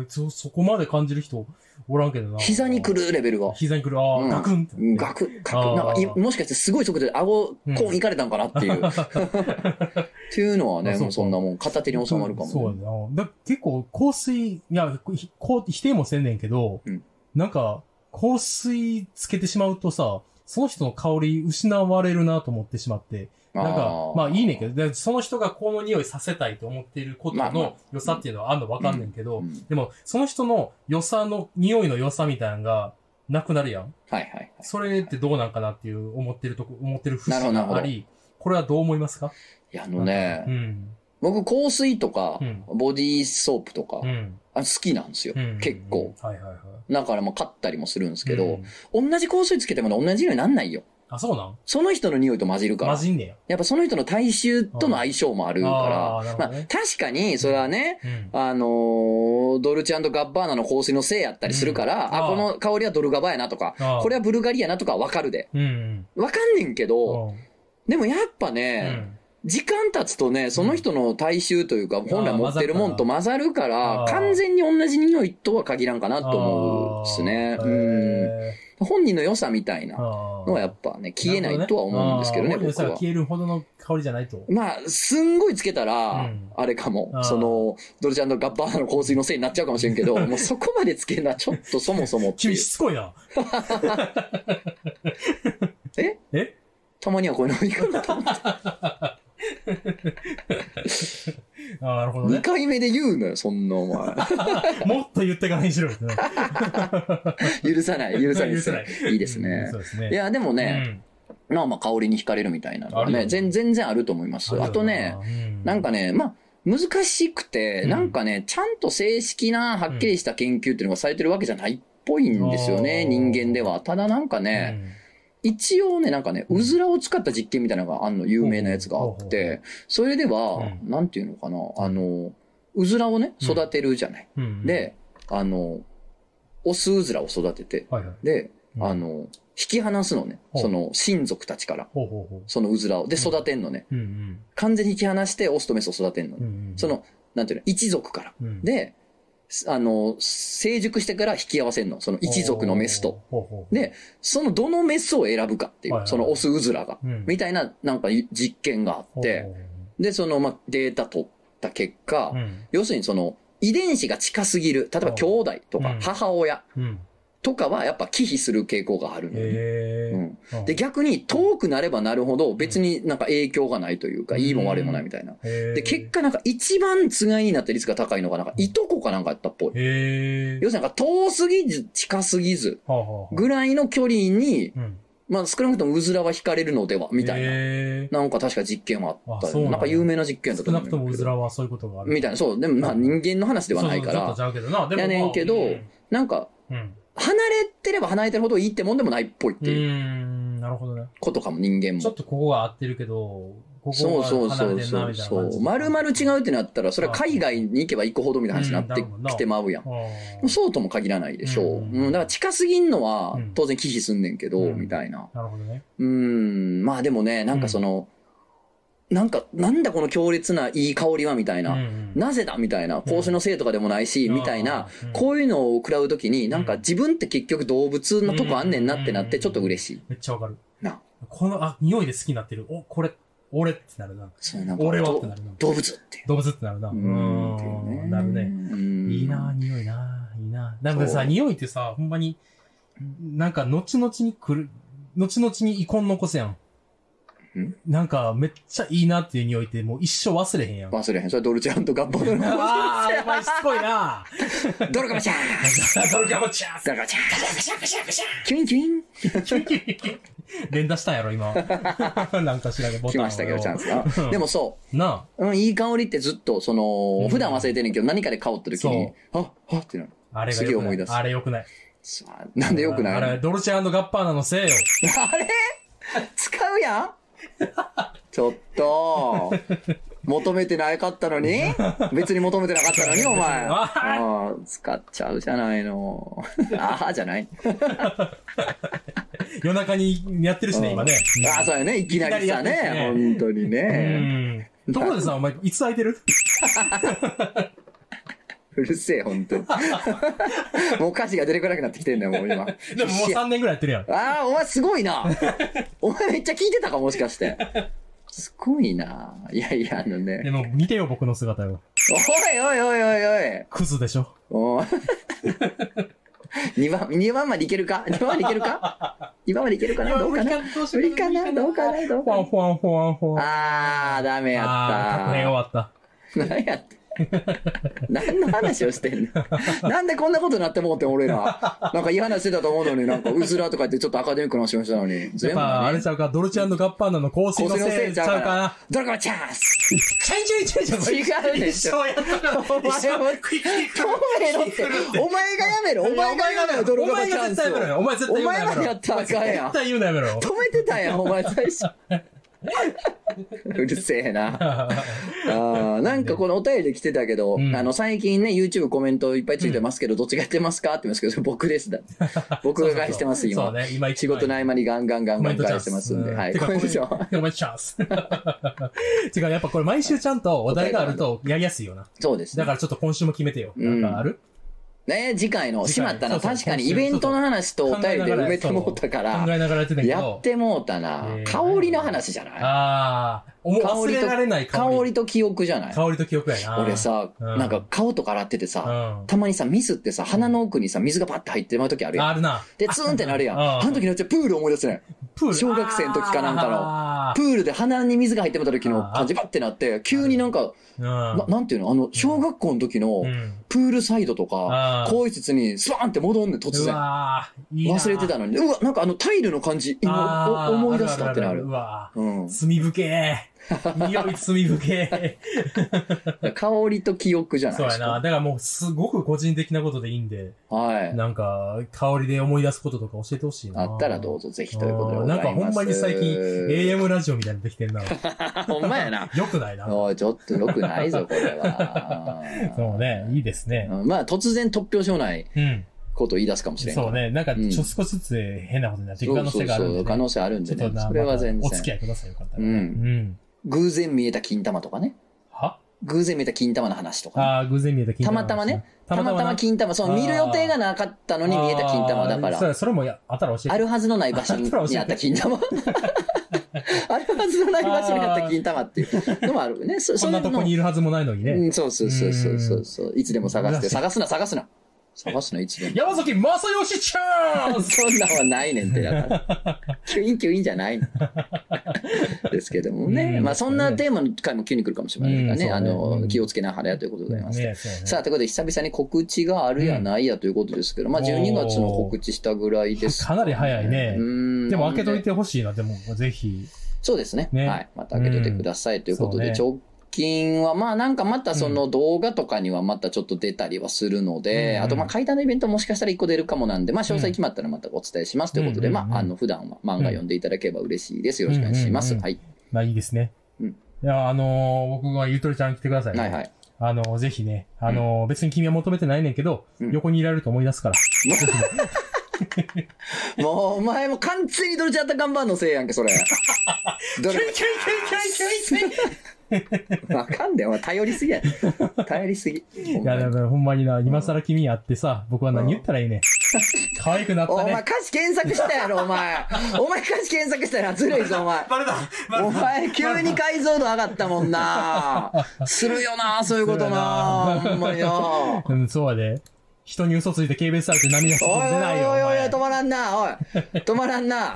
Speaker 2: えそ、そこまで感じる人おらんけどな。
Speaker 1: 膝に来。るレベルが。
Speaker 2: 膝に来る。ああ、
Speaker 1: うん
Speaker 2: ガクンって。
Speaker 1: うんガク、ガ
Speaker 2: あ
Speaker 1: ク。
Speaker 2: ー
Speaker 1: なんかい、もしかしてすごい速度で顎、コーンいかれたんかなって いう。っていうのは
Speaker 2: あ
Speaker 1: ね、
Speaker 2: そうか
Speaker 1: もうそんなもん、片手に収まるかもね。
Speaker 2: そうやな。だ結構、香水、いや、ひこう否定もせんねんけど、
Speaker 1: うん
Speaker 2: なんか、香水つけてしまうとさ、その人の香り失われるなと思ってしまって、なんか、まあいいねんけ
Speaker 1: ど。
Speaker 2: ど、でその人がこの匂いさせたいと思っていること
Speaker 1: まあまあ
Speaker 2: の良さっていうのはあんのわかんねんけど、
Speaker 1: うん
Speaker 2: でも、その人の良さの、匂いの良さみたいなのが、なくなるやん。
Speaker 1: はいはい。
Speaker 2: それってどうなんかなっていう思ってるとこ、思ってる節
Speaker 1: なるほどなるほ
Speaker 2: が
Speaker 1: ど
Speaker 2: あり、これはどう思いますか
Speaker 1: いや、あのね
Speaker 2: う、ん。
Speaker 1: 僕香水とか
Speaker 2: うん、
Speaker 1: ボディーソープとか
Speaker 2: う、ん。
Speaker 1: あ好きなんですよ
Speaker 2: うん。
Speaker 1: 結構。。
Speaker 2: はいはいはい。
Speaker 1: だからまあ買ったりもするんですけ
Speaker 2: う
Speaker 1: ど、
Speaker 2: ん
Speaker 1: 同じ香水つけても同じ匂いなんないよ。
Speaker 2: あ、そうなん
Speaker 1: その人の匂いと混じるから
Speaker 2: マ。ジんねや。
Speaker 1: やっぱその人の体臭との相性もあるか
Speaker 2: あー
Speaker 1: ら、
Speaker 2: あー
Speaker 1: まあ
Speaker 2: なるほどね
Speaker 1: 確かにそれはね、
Speaker 2: うん。
Speaker 1: あのードルチェガッバーナの香水のせいやったりするから、
Speaker 2: うん
Speaker 1: あ
Speaker 2: あー
Speaker 1: この香りはドルガバやなとか、
Speaker 2: あー
Speaker 1: これはブルガリやなとかはわかるで。
Speaker 2: うんうん。
Speaker 1: わかんねんけど、でもやっぱ
Speaker 2: う
Speaker 1: ね、
Speaker 2: ん。
Speaker 1: 時間経つとね、その人の体臭というか、本来持ってるもんと混ざるか
Speaker 2: あ
Speaker 1: ら
Speaker 2: ー、
Speaker 1: 完全に同じ匂いとは限らんかなと思うっすね。
Speaker 2: あー
Speaker 1: うん。
Speaker 2: へ
Speaker 1: 本人の良さみたい
Speaker 2: ー
Speaker 1: な
Speaker 2: あー
Speaker 1: のはやっぱね、消えないとは思うんですけどね、
Speaker 2: なるほ
Speaker 1: 僕
Speaker 2: どね
Speaker 1: は
Speaker 2: あー俺の良さが。消えるほどの香りじゃないと。
Speaker 1: まあ、すんごいつけたら、
Speaker 2: うん
Speaker 1: あれかも
Speaker 2: あ、ー
Speaker 1: その、ドルチェガッバーナの香水のせいになっちゃうかもしれんけ ど、もうそこまでつけるのはちょっとそもそもってい
Speaker 2: 君
Speaker 1: う
Speaker 2: し。つこいな。
Speaker 1: たまにはこういうのもいいかなと 思って。
Speaker 2: ああ、なるほど
Speaker 1: 2
Speaker 2: ね。
Speaker 1: 回目で言うのよ、そんなお前。
Speaker 2: もっと言ってからにしろよ。許
Speaker 1: 許さない、許さ ないで
Speaker 2: せ
Speaker 1: す
Speaker 2: な
Speaker 1: ね。
Speaker 2: い。
Speaker 1: いいですね
Speaker 2: そうですね。
Speaker 1: いや、でも
Speaker 2: う
Speaker 1: ね、
Speaker 2: ん、
Speaker 1: まあまあ香りに惹かれるみたいなのは
Speaker 2: あるよ
Speaker 1: ね、
Speaker 2: ね
Speaker 1: 全全然あると思います。あとね、
Speaker 2: うん、
Speaker 1: なんかね、まあ、難しくて、
Speaker 2: うん
Speaker 1: なんかね、ちゃんと正式な、はっきりした研究っていうのがされてるわけじゃないっぽいんですよね、
Speaker 2: うん
Speaker 1: 人間では。ただなんかね、一応ね、なんかね、
Speaker 2: うん
Speaker 1: うずらを使った実験みたいなのがあんの、有名なやつがあっ
Speaker 2: ほうほうほ
Speaker 1: て、それでは、
Speaker 2: う
Speaker 1: なんていうのかな、あの、うずらをね、
Speaker 2: うん
Speaker 1: 育てるじゃない。
Speaker 2: うん、うん、
Speaker 1: で、あの、オスうずらを育てて、
Speaker 2: はいはい、
Speaker 1: で、
Speaker 2: うん
Speaker 1: あ、の、引き離すのね、
Speaker 2: ほう
Speaker 1: その親族たちから、
Speaker 2: ほうほうほ
Speaker 1: そのうずらを。で、
Speaker 2: うん
Speaker 1: 育てんのね。
Speaker 2: う。うん
Speaker 1: 完全に引き離して、オスとメスを育てんの
Speaker 2: うん。う
Speaker 1: ね。
Speaker 2: んうん、
Speaker 1: そ、の、なんていうの、一族から。
Speaker 2: うん、
Speaker 1: で、すあの、成熟してから引き合わせんの。その一族のメスと。。
Speaker 2: ほうほうほう、
Speaker 1: で、そのどのメスを選ぶかってい、
Speaker 2: はいうはい
Speaker 1: そのオスうずらが。
Speaker 2: うん、
Speaker 1: みたいな、なんかい実験があって、で、その、まあ、データ取った結果、
Speaker 2: ほうほうほう、うん
Speaker 1: 要するにその、遺伝子が近すぎる、例えば
Speaker 2: ほう
Speaker 1: 兄弟とか
Speaker 2: うん
Speaker 1: 母親
Speaker 2: うん、
Speaker 1: とかはやっぱ忌避する傾向があるのよね
Speaker 2: へ
Speaker 1: う
Speaker 2: ー
Speaker 1: ん、で、逆に遠くなればなるほど別になんか影響がないというか、
Speaker 2: うん
Speaker 1: いいも悪いもないみたいな。
Speaker 2: へー
Speaker 1: で、結、果なんか一番つがいになった率が高いのがなんかいとこかなんかやったっぽい。
Speaker 2: へー
Speaker 1: 要するになんか遠すぎず近すぎず
Speaker 2: はあはあ
Speaker 1: ぐらいの距離に、
Speaker 2: うん、
Speaker 1: まあ少なくともうずらは惹かれるのではみたいな。
Speaker 2: へー
Speaker 1: なんか確か実験はあった
Speaker 2: あそう
Speaker 1: よ
Speaker 2: な
Speaker 1: な
Speaker 2: んだ
Speaker 1: んか有名な実験だった
Speaker 2: 少なくと
Speaker 1: う
Speaker 2: も
Speaker 1: ん
Speaker 2: う
Speaker 1: だけ
Speaker 2: ず
Speaker 1: ど
Speaker 2: らはそういうことがある。
Speaker 1: みたいな、そう、でもまあ
Speaker 2: うん
Speaker 1: 人間の話ではないか
Speaker 2: そう
Speaker 1: ら、
Speaker 2: そうちょっとちゃうけどなでも
Speaker 1: やねんけど
Speaker 2: うん
Speaker 1: なんか、
Speaker 2: うん。
Speaker 1: 離れてれば離れてるほどいいってもんでもないっぽいっ
Speaker 2: う
Speaker 1: ていう
Speaker 2: ーん、なるほどね。
Speaker 1: ことかも、人間
Speaker 2: ちょっ
Speaker 1: も。
Speaker 2: とここが合ってるけど、ここ
Speaker 1: そうそう
Speaker 2: が
Speaker 1: そ
Speaker 2: 離れ
Speaker 1: う
Speaker 2: てんな
Speaker 1: そ
Speaker 2: み
Speaker 1: う
Speaker 2: たいな
Speaker 1: そ
Speaker 2: 感じ。
Speaker 1: う。丸々違うってなったら、それは海外に行けば行くほどみたいな話になって
Speaker 2: うんなる
Speaker 1: き
Speaker 2: ほ
Speaker 1: て
Speaker 2: ど
Speaker 1: まうやん。でもそうとも限らないでしょう。う
Speaker 2: うん
Speaker 1: ん、だから近すぎんのは
Speaker 2: うん
Speaker 1: 当然忌避すんねんけど、
Speaker 2: うん
Speaker 1: みたいな。
Speaker 2: なるほどね。
Speaker 1: うん、まあでもね、なんかその、なんか、なんだこの強烈ないい香りはみたいな。なぜだみたいな、香水のせいとかでもないし、みたいな、、こういうのを食らうときに、なんか自分って結局動物のとこあんねんなってなって、
Speaker 2: うん
Speaker 1: ちょっと嬉しい。
Speaker 2: めっちゃわかる。
Speaker 1: な
Speaker 2: この、あ、匂いで好きになってる。お、これ、俺ってなるな。
Speaker 1: そういうなんか
Speaker 2: 俺はってなるな。
Speaker 1: 動物っていう。
Speaker 2: 動物ってなるな。う
Speaker 1: っていう
Speaker 2: ーん、なるね。
Speaker 1: うん
Speaker 2: いいな、匂いな、いいな。なんか
Speaker 1: そう
Speaker 2: さ、匂いってさ、ほんまに、なんか後々に来る、後々に遺恨残すやん
Speaker 1: ん。
Speaker 2: なんか、めっちゃいいなっていう匂いって、もう一生忘れへんやん。
Speaker 1: 忘れへん。それはドルチェガッバー ナ
Speaker 2: あー、お前しつこいな。
Speaker 1: の。ドルカムシャー
Speaker 2: それかもちゃ
Speaker 1: ドルカムシャーキュインキュイン
Speaker 2: 連打したんやろ、今。なんか知らんけど、ボ
Speaker 1: 来ましたけど、チャン
Speaker 2: ス。
Speaker 1: スが。でもそ
Speaker 2: な
Speaker 1: う。うん、いい香りってずっと、その
Speaker 2: う、ん
Speaker 1: 普段忘れてんねんけど、何かで香った時に、あ、あってなる。
Speaker 2: あ、あれが
Speaker 1: すげえ
Speaker 2: 良く
Speaker 1: 思
Speaker 2: ない
Speaker 1: 出
Speaker 2: い。
Speaker 1: す
Speaker 2: あれ良くない。
Speaker 1: さあなんでよくない
Speaker 2: あれ、ドルチェガッパーナのせいよ。
Speaker 1: あれ使う やんちょっと、求めてなかったのに別に求めてなかったのに、お 前。
Speaker 2: あ
Speaker 1: ああ使っちゃうじゃないの。ああじゃない。
Speaker 2: 夜中にやってるしね、今ね。
Speaker 1: ああ、そうやね。いきなりさ
Speaker 2: いきなり
Speaker 1: ね
Speaker 2: や。って
Speaker 1: 本当に
Speaker 2: う
Speaker 1: ね。
Speaker 2: ん。ところでさ、お前、いつ空いてる
Speaker 1: うるせえ、本 当に。もう歌詞が出てこなくなってきてんだよ、もう今。
Speaker 2: でももう3年ぐらいやってるやん。
Speaker 1: ああ、お前すごいな。お前めっちゃ聞いてたか、もしかして。すごいな。いやいや、あの
Speaker 2: で
Speaker 1: ね。
Speaker 2: も、見てよ、僕の姿よ。
Speaker 1: おいおいおいおいおい。
Speaker 2: クズでしょ。
Speaker 1: お2番、 二番までいけるか ?2 番までいけるか ?2 番までいけるかなどうかな無理かなどうかなどう
Speaker 2: ほわ
Speaker 1: か
Speaker 2: んほわんほわんほわん。
Speaker 1: なあー、ダメや
Speaker 2: あー、確変終
Speaker 1: っ
Speaker 2: わった
Speaker 1: 。何やって。何の話をしてんのなんでこんなことになってもうてん俺ら。なんかいい話してたと思うのに、なんかうずらとか言ってちょっとアカデミックな話をしたのに。
Speaker 2: やっ
Speaker 1: 全部
Speaker 2: ぱ、あれ
Speaker 1: ね。
Speaker 2: ちゃうか、ドルチアンドガッパーナの香水の
Speaker 1: 香水の
Speaker 2: せ
Speaker 1: せ
Speaker 2: い
Speaker 1: い
Speaker 2: ち
Speaker 1: ち
Speaker 2: ゃ
Speaker 1: ゃ
Speaker 2: う
Speaker 1: う
Speaker 2: か
Speaker 1: か
Speaker 2: な
Speaker 1: な。ドラゴンチャンス
Speaker 2: ちゃいちゃいちゃいちゃい。
Speaker 1: 違うでしょ。
Speaker 2: 一生やったから、
Speaker 1: お前
Speaker 2: 一生クイックイック
Speaker 1: お前のって、お前がやめろ、お前がやめろ、ドラ
Speaker 2: お
Speaker 1: ゴン
Speaker 2: 前
Speaker 1: チ
Speaker 2: が
Speaker 1: ャン
Speaker 2: 絶
Speaker 1: ス
Speaker 2: 対やめろよ。お前絶
Speaker 1: お
Speaker 2: 対言うな
Speaker 1: 前
Speaker 2: やめ
Speaker 1: ま
Speaker 2: ろ。
Speaker 1: でやったらあかんやん
Speaker 2: 絶。対言うなやめろ。
Speaker 1: 止めてたやん、お前最 初。うるせえな。ああ、なんかこのお便りで来てたけど、
Speaker 2: うん
Speaker 1: あの、最近ね、YouTube コメントいっぱいついてますけど、どっちがやってますかって言うんですけど、それ僕ですだ。僕が返してます、
Speaker 2: そう
Speaker 1: 今。
Speaker 2: ね、今一番
Speaker 1: 仕事の合間にガンガンガン
Speaker 2: コメ
Speaker 1: ガ
Speaker 2: ン
Speaker 1: ン
Speaker 2: トチャ
Speaker 1: 返
Speaker 2: ン
Speaker 1: して
Speaker 2: ス。
Speaker 1: ますんで、
Speaker 2: うん
Speaker 1: はい。
Speaker 2: てか
Speaker 1: コメントしよう
Speaker 2: コメントチャンス。 違う、やっぱこれ毎週ちゃんとお題があるとやりやすいよな。
Speaker 1: そうです
Speaker 2: だ
Speaker 1: ね。
Speaker 2: からちょっと今週も決めてよ。
Speaker 1: うん
Speaker 2: なんかある
Speaker 1: ね、次回の、
Speaker 2: 次
Speaker 1: しま
Speaker 2: 回
Speaker 1: ったな。
Speaker 2: そうそう
Speaker 1: 確かにイベントの話とお便りで埋めてもうたか
Speaker 2: 考
Speaker 1: ら、
Speaker 2: えながらやってたけど。
Speaker 1: やってもうたな
Speaker 2: えー。
Speaker 1: 香りの話じゃない
Speaker 2: ああ、思う忘れられない香
Speaker 1: 香
Speaker 2: り。
Speaker 1: りと記憶じゃない
Speaker 2: 香りと記憶やな。
Speaker 1: 俺さ、
Speaker 2: うん
Speaker 1: なんか顔とか洗ってて
Speaker 2: う
Speaker 1: さ、
Speaker 2: ん。
Speaker 1: たまにさ、ミスってさ、鼻の奥にさ、水がパッて入ってまう時あるやん。
Speaker 2: あるな。
Speaker 1: で、ツーンってなるやん。
Speaker 2: うん
Speaker 1: あの時のうちはプール思い出せない。
Speaker 2: プール。
Speaker 1: 小学生の時かなんかの
Speaker 2: あ
Speaker 1: プールで鼻に水が入ってもた時の
Speaker 2: あー
Speaker 1: 感じバッてなって、急になんか、
Speaker 2: ー
Speaker 1: ななんていうのあの、小学校の時の
Speaker 2: うん。うん。
Speaker 1: プールサイドとか
Speaker 2: あ、ー
Speaker 1: 更衣室にスワーンって戻んねん、突
Speaker 2: う
Speaker 1: 然。
Speaker 2: わーいいな
Speaker 1: 忘れてたのに。うわ、なんかあのタイルの感じ、今、
Speaker 2: あー
Speaker 1: お思い出したってな
Speaker 2: あ
Speaker 1: る
Speaker 2: るある。あるうわ
Speaker 1: うん
Speaker 2: ー。罪 深え。匂い罪深え。
Speaker 1: 香りと記憶じゃない
Speaker 2: そう
Speaker 1: で
Speaker 2: や
Speaker 1: す
Speaker 2: な。だ
Speaker 1: か。
Speaker 2: からもうすごく個人的なことでいいんで、
Speaker 1: はい。
Speaker 2: なんか、香りで思い出すこととか教えてほしいな。
Speaker 1: あったらどう
Speaker 2: ぞ。
Speaker 1: ぞぜひということでござ
Speaker 2: ないん
Speaker 1: ます。
Speaker 2: かほんまに最近、AM ラジオみたいにできてんな。よ
Speaker 1: ほんまやな。
Speaker 2: くな いな。
Speaker 1: おい、ちょっと良くないぞ、これは。
Speaker 2: そうね。いいですね。
Speaker 1: うんまあ、突然突拍子もない
Speaker 2: うん。
Speaker 1: ことを言い出すかもしれんから
Speaker 2: そうね。なんか、
Speaker 1: うん
Speaker 2: ちょ少しずつ変なことになってい
Speaker 1: そ
Speaker 2: く可
Speaker 1: う
Speaker 2: 能
Speaker 1: そ
Speaker 2: 性
Speaker 1: う
Speaker 2: があるん
Speaker 1: そ
Speaker 2: で、ね。
Speaker 1: う、可能性あるんで
Speaker 2: ちょ
Speaker 1: ね
Speaker 2: っと。な
Speaker 1: それは全
Speaker 2: またお付き合
Speaker 1: 然。
Speaker 2: いくださいよかったら、
Speaker 1: う
Speaker 2: うん。
Speaker 1: 偶然見えた金玉とかね。
Speaker 2: は
Speaker 1: 偶然見えた金玉の話とかね、
Speaker 2: ああ、偶然見えた金玉の話。
Speaker 1: たまたまね
Speaker 2: た
Speaker 1: た
Speaker 2: また
Speaker 1: ま
Speaker 2: ま
Speaker 1: たま金玉、そう、
Speaker 2: あー
Speaker 1: 見る予定がなかったのに見えた金玉だか
Speaker 2: あーそ
Speaker 1: ら。
Speaker 2: うそれもやあったら教えて。
Speaker 1: あるはずのない場所にあった金玉。 あるはずのない場所にあった金玉っていうのもあるね。そ
Speaker 2: こんなとこにいるはずもないのに
Speaker 1: そういうの
Speaker 2: ね。
Speaker 1: うんそうそうそうそうそうそう。いつでも探して。探すな、探すな。探すな、いつでも。
Speaker 2: 山崎正義チャンス
Speaker 1: そんなんはないねんって、だから。キュインキュインじゃないのですけどもね。
Speaker 2: うん
Speaker 1: まあ、そんなテーマの回も急に来るかもしれないからね。
Speaker 2: うん
Speaker 1: あ
Speaker 2: そうねう
Speaker 1: の、
Speaker 2: ん
Speaker 1: 気をつけながらやということでございます。
Speaker 2: ねそうね
Speaker 1: さあ、ということで、久々に告知があるやないやということですけど、まあ、
Speaker 2: おー
Speaker 1: 12月の告知したぐらいです、
Speaker 2: かなり早いね
Speaker 1: うん
Speaker 2: でも開けといてほしいな、でも、ぜひ。
Speaker 1: そうですね。
Speaker 2: ね
Speaker 1: はい。また開けといてくださいということで、
Speaker 2: うんそう
Speaker 1: 直近は、まあなんかまたその動画とかにはまたちょっと出たりはするので、
Speaker 2: うん
Speaker 1: あとまあ階段のイベントもしかしたら1個出るかもなんで、まあ詳細決まったらまたお伝えしますということで、
Speaker 2: うん
Speaker 1: まああの普段は漫画読んでいただければ嬉しいです。よろしくお願いしま
Speaker 2: うん
Speaker 1: す。
Speaker 2: うんうん
Speaker 1: はい。
Speaker 2: まあいいですね。
Speaker 1: うん
Speaker 2: いや、あのー僕がゆとりちゃん来てください、ね。
Speaker 1: はいはい。
Speaker 2: あのーぜひね、あのー別に君は求めてないねんけど、
Speaker 1: うん
Speaker 2: 横にいられると思い出すから。
Speaker 1: もうお前も完全にドルチアタカンバーンのせいやんけ、 それ。ドル
Speaker 2: キュイキュイキュイキュイキュイキュイ
Speaker 1: あかんで、お前頼りすぎや。頼りすぎ。ほん
Speaker 2: い
Speaker 1: ま
Speaker 2: や、
Speaker 1: に
Speaker 2: だからほんまにな、今更君に会ってさ、僕は何言ったらいいねん。可愛くなっ
Speaker 1: お
Speaker 2: た
Speaker 1: 前
Speaker 2: ね。
Speaker 1: 歌詞検索したやろ、お 前。お前歌詞検索したらずるいぞ、お前。
Speaker 2: バレた
Speaker 1: お前、急に解像度上がったもんな。するよな、そういうことな。ほんまにな。おい
Speaker 2: うん、そうやで。人に嘘ついて軽蔑されて涙
Speaker 1: おいお
Speaker 2: 出ないよ。お
Speaker 1: いおい
Speaker 2: 前
Speaker 1: 止まらんな、おい。止まらん な。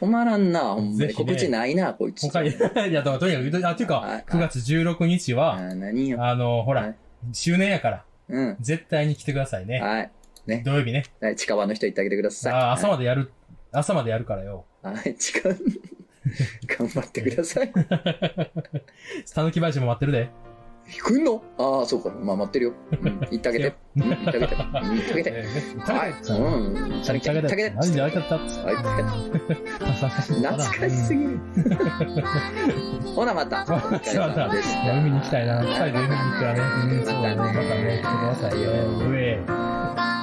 Speaker 1: 止まらんな、ほんま
Speaker 2: ぜ
Speaker 1: に。
Speaker 2: ひね
Speaker 1: 告知ないな、こいつ。
Speaker 2: 他に、 いや、だからとにかく言うと、あ、っていう
Speaker 1: はい、
Speaker 2: か9月16日
Speaker 1: あ
Speaker 2: は、
Speaker 1: ー何よ。
Speaker 2: あの、ほ
Speaker 1: は
Speaker 2: ら
Speaker 1: い、
Speaker 2: 周年やから、
Speaker 1: うん。
Speaker 2: 絶対に来てくださいね。
Speaker 1: はい。ね
Speaker 2: 土曜日ね。
Speaker 1: はい近場の人行ってあげてください。
Speaker 2: あ朝までやる、朝までやるからよ。
Speaker 1: はい、近場。頑張ってください。
Speaker 2: たぬき林も待ってるで。
Speaker 1: 来んのああ、そうか。まあ、待ってるよ。うん。行ってあげて。うん、行ってあげて。うん、行ってあげて。はい。うん。さ
Speaker 2: た
Speaker 1: れ
Speaker 2: ぬ
Speaker 1: き
Speaker 2: き
Speaker 1: たげて。たげて。
Speaker 2: 林。何で開いちゃった
Speaker 1: は
Speaker 2: 懐
Speaker 1: 懐かしすぎる。ほな、また。
Speaker 2: また、海に行きたいな。二人で海に行ったらね。うん、そうだね。またね、来てくださいよ。うえ。
Speaker 1: ま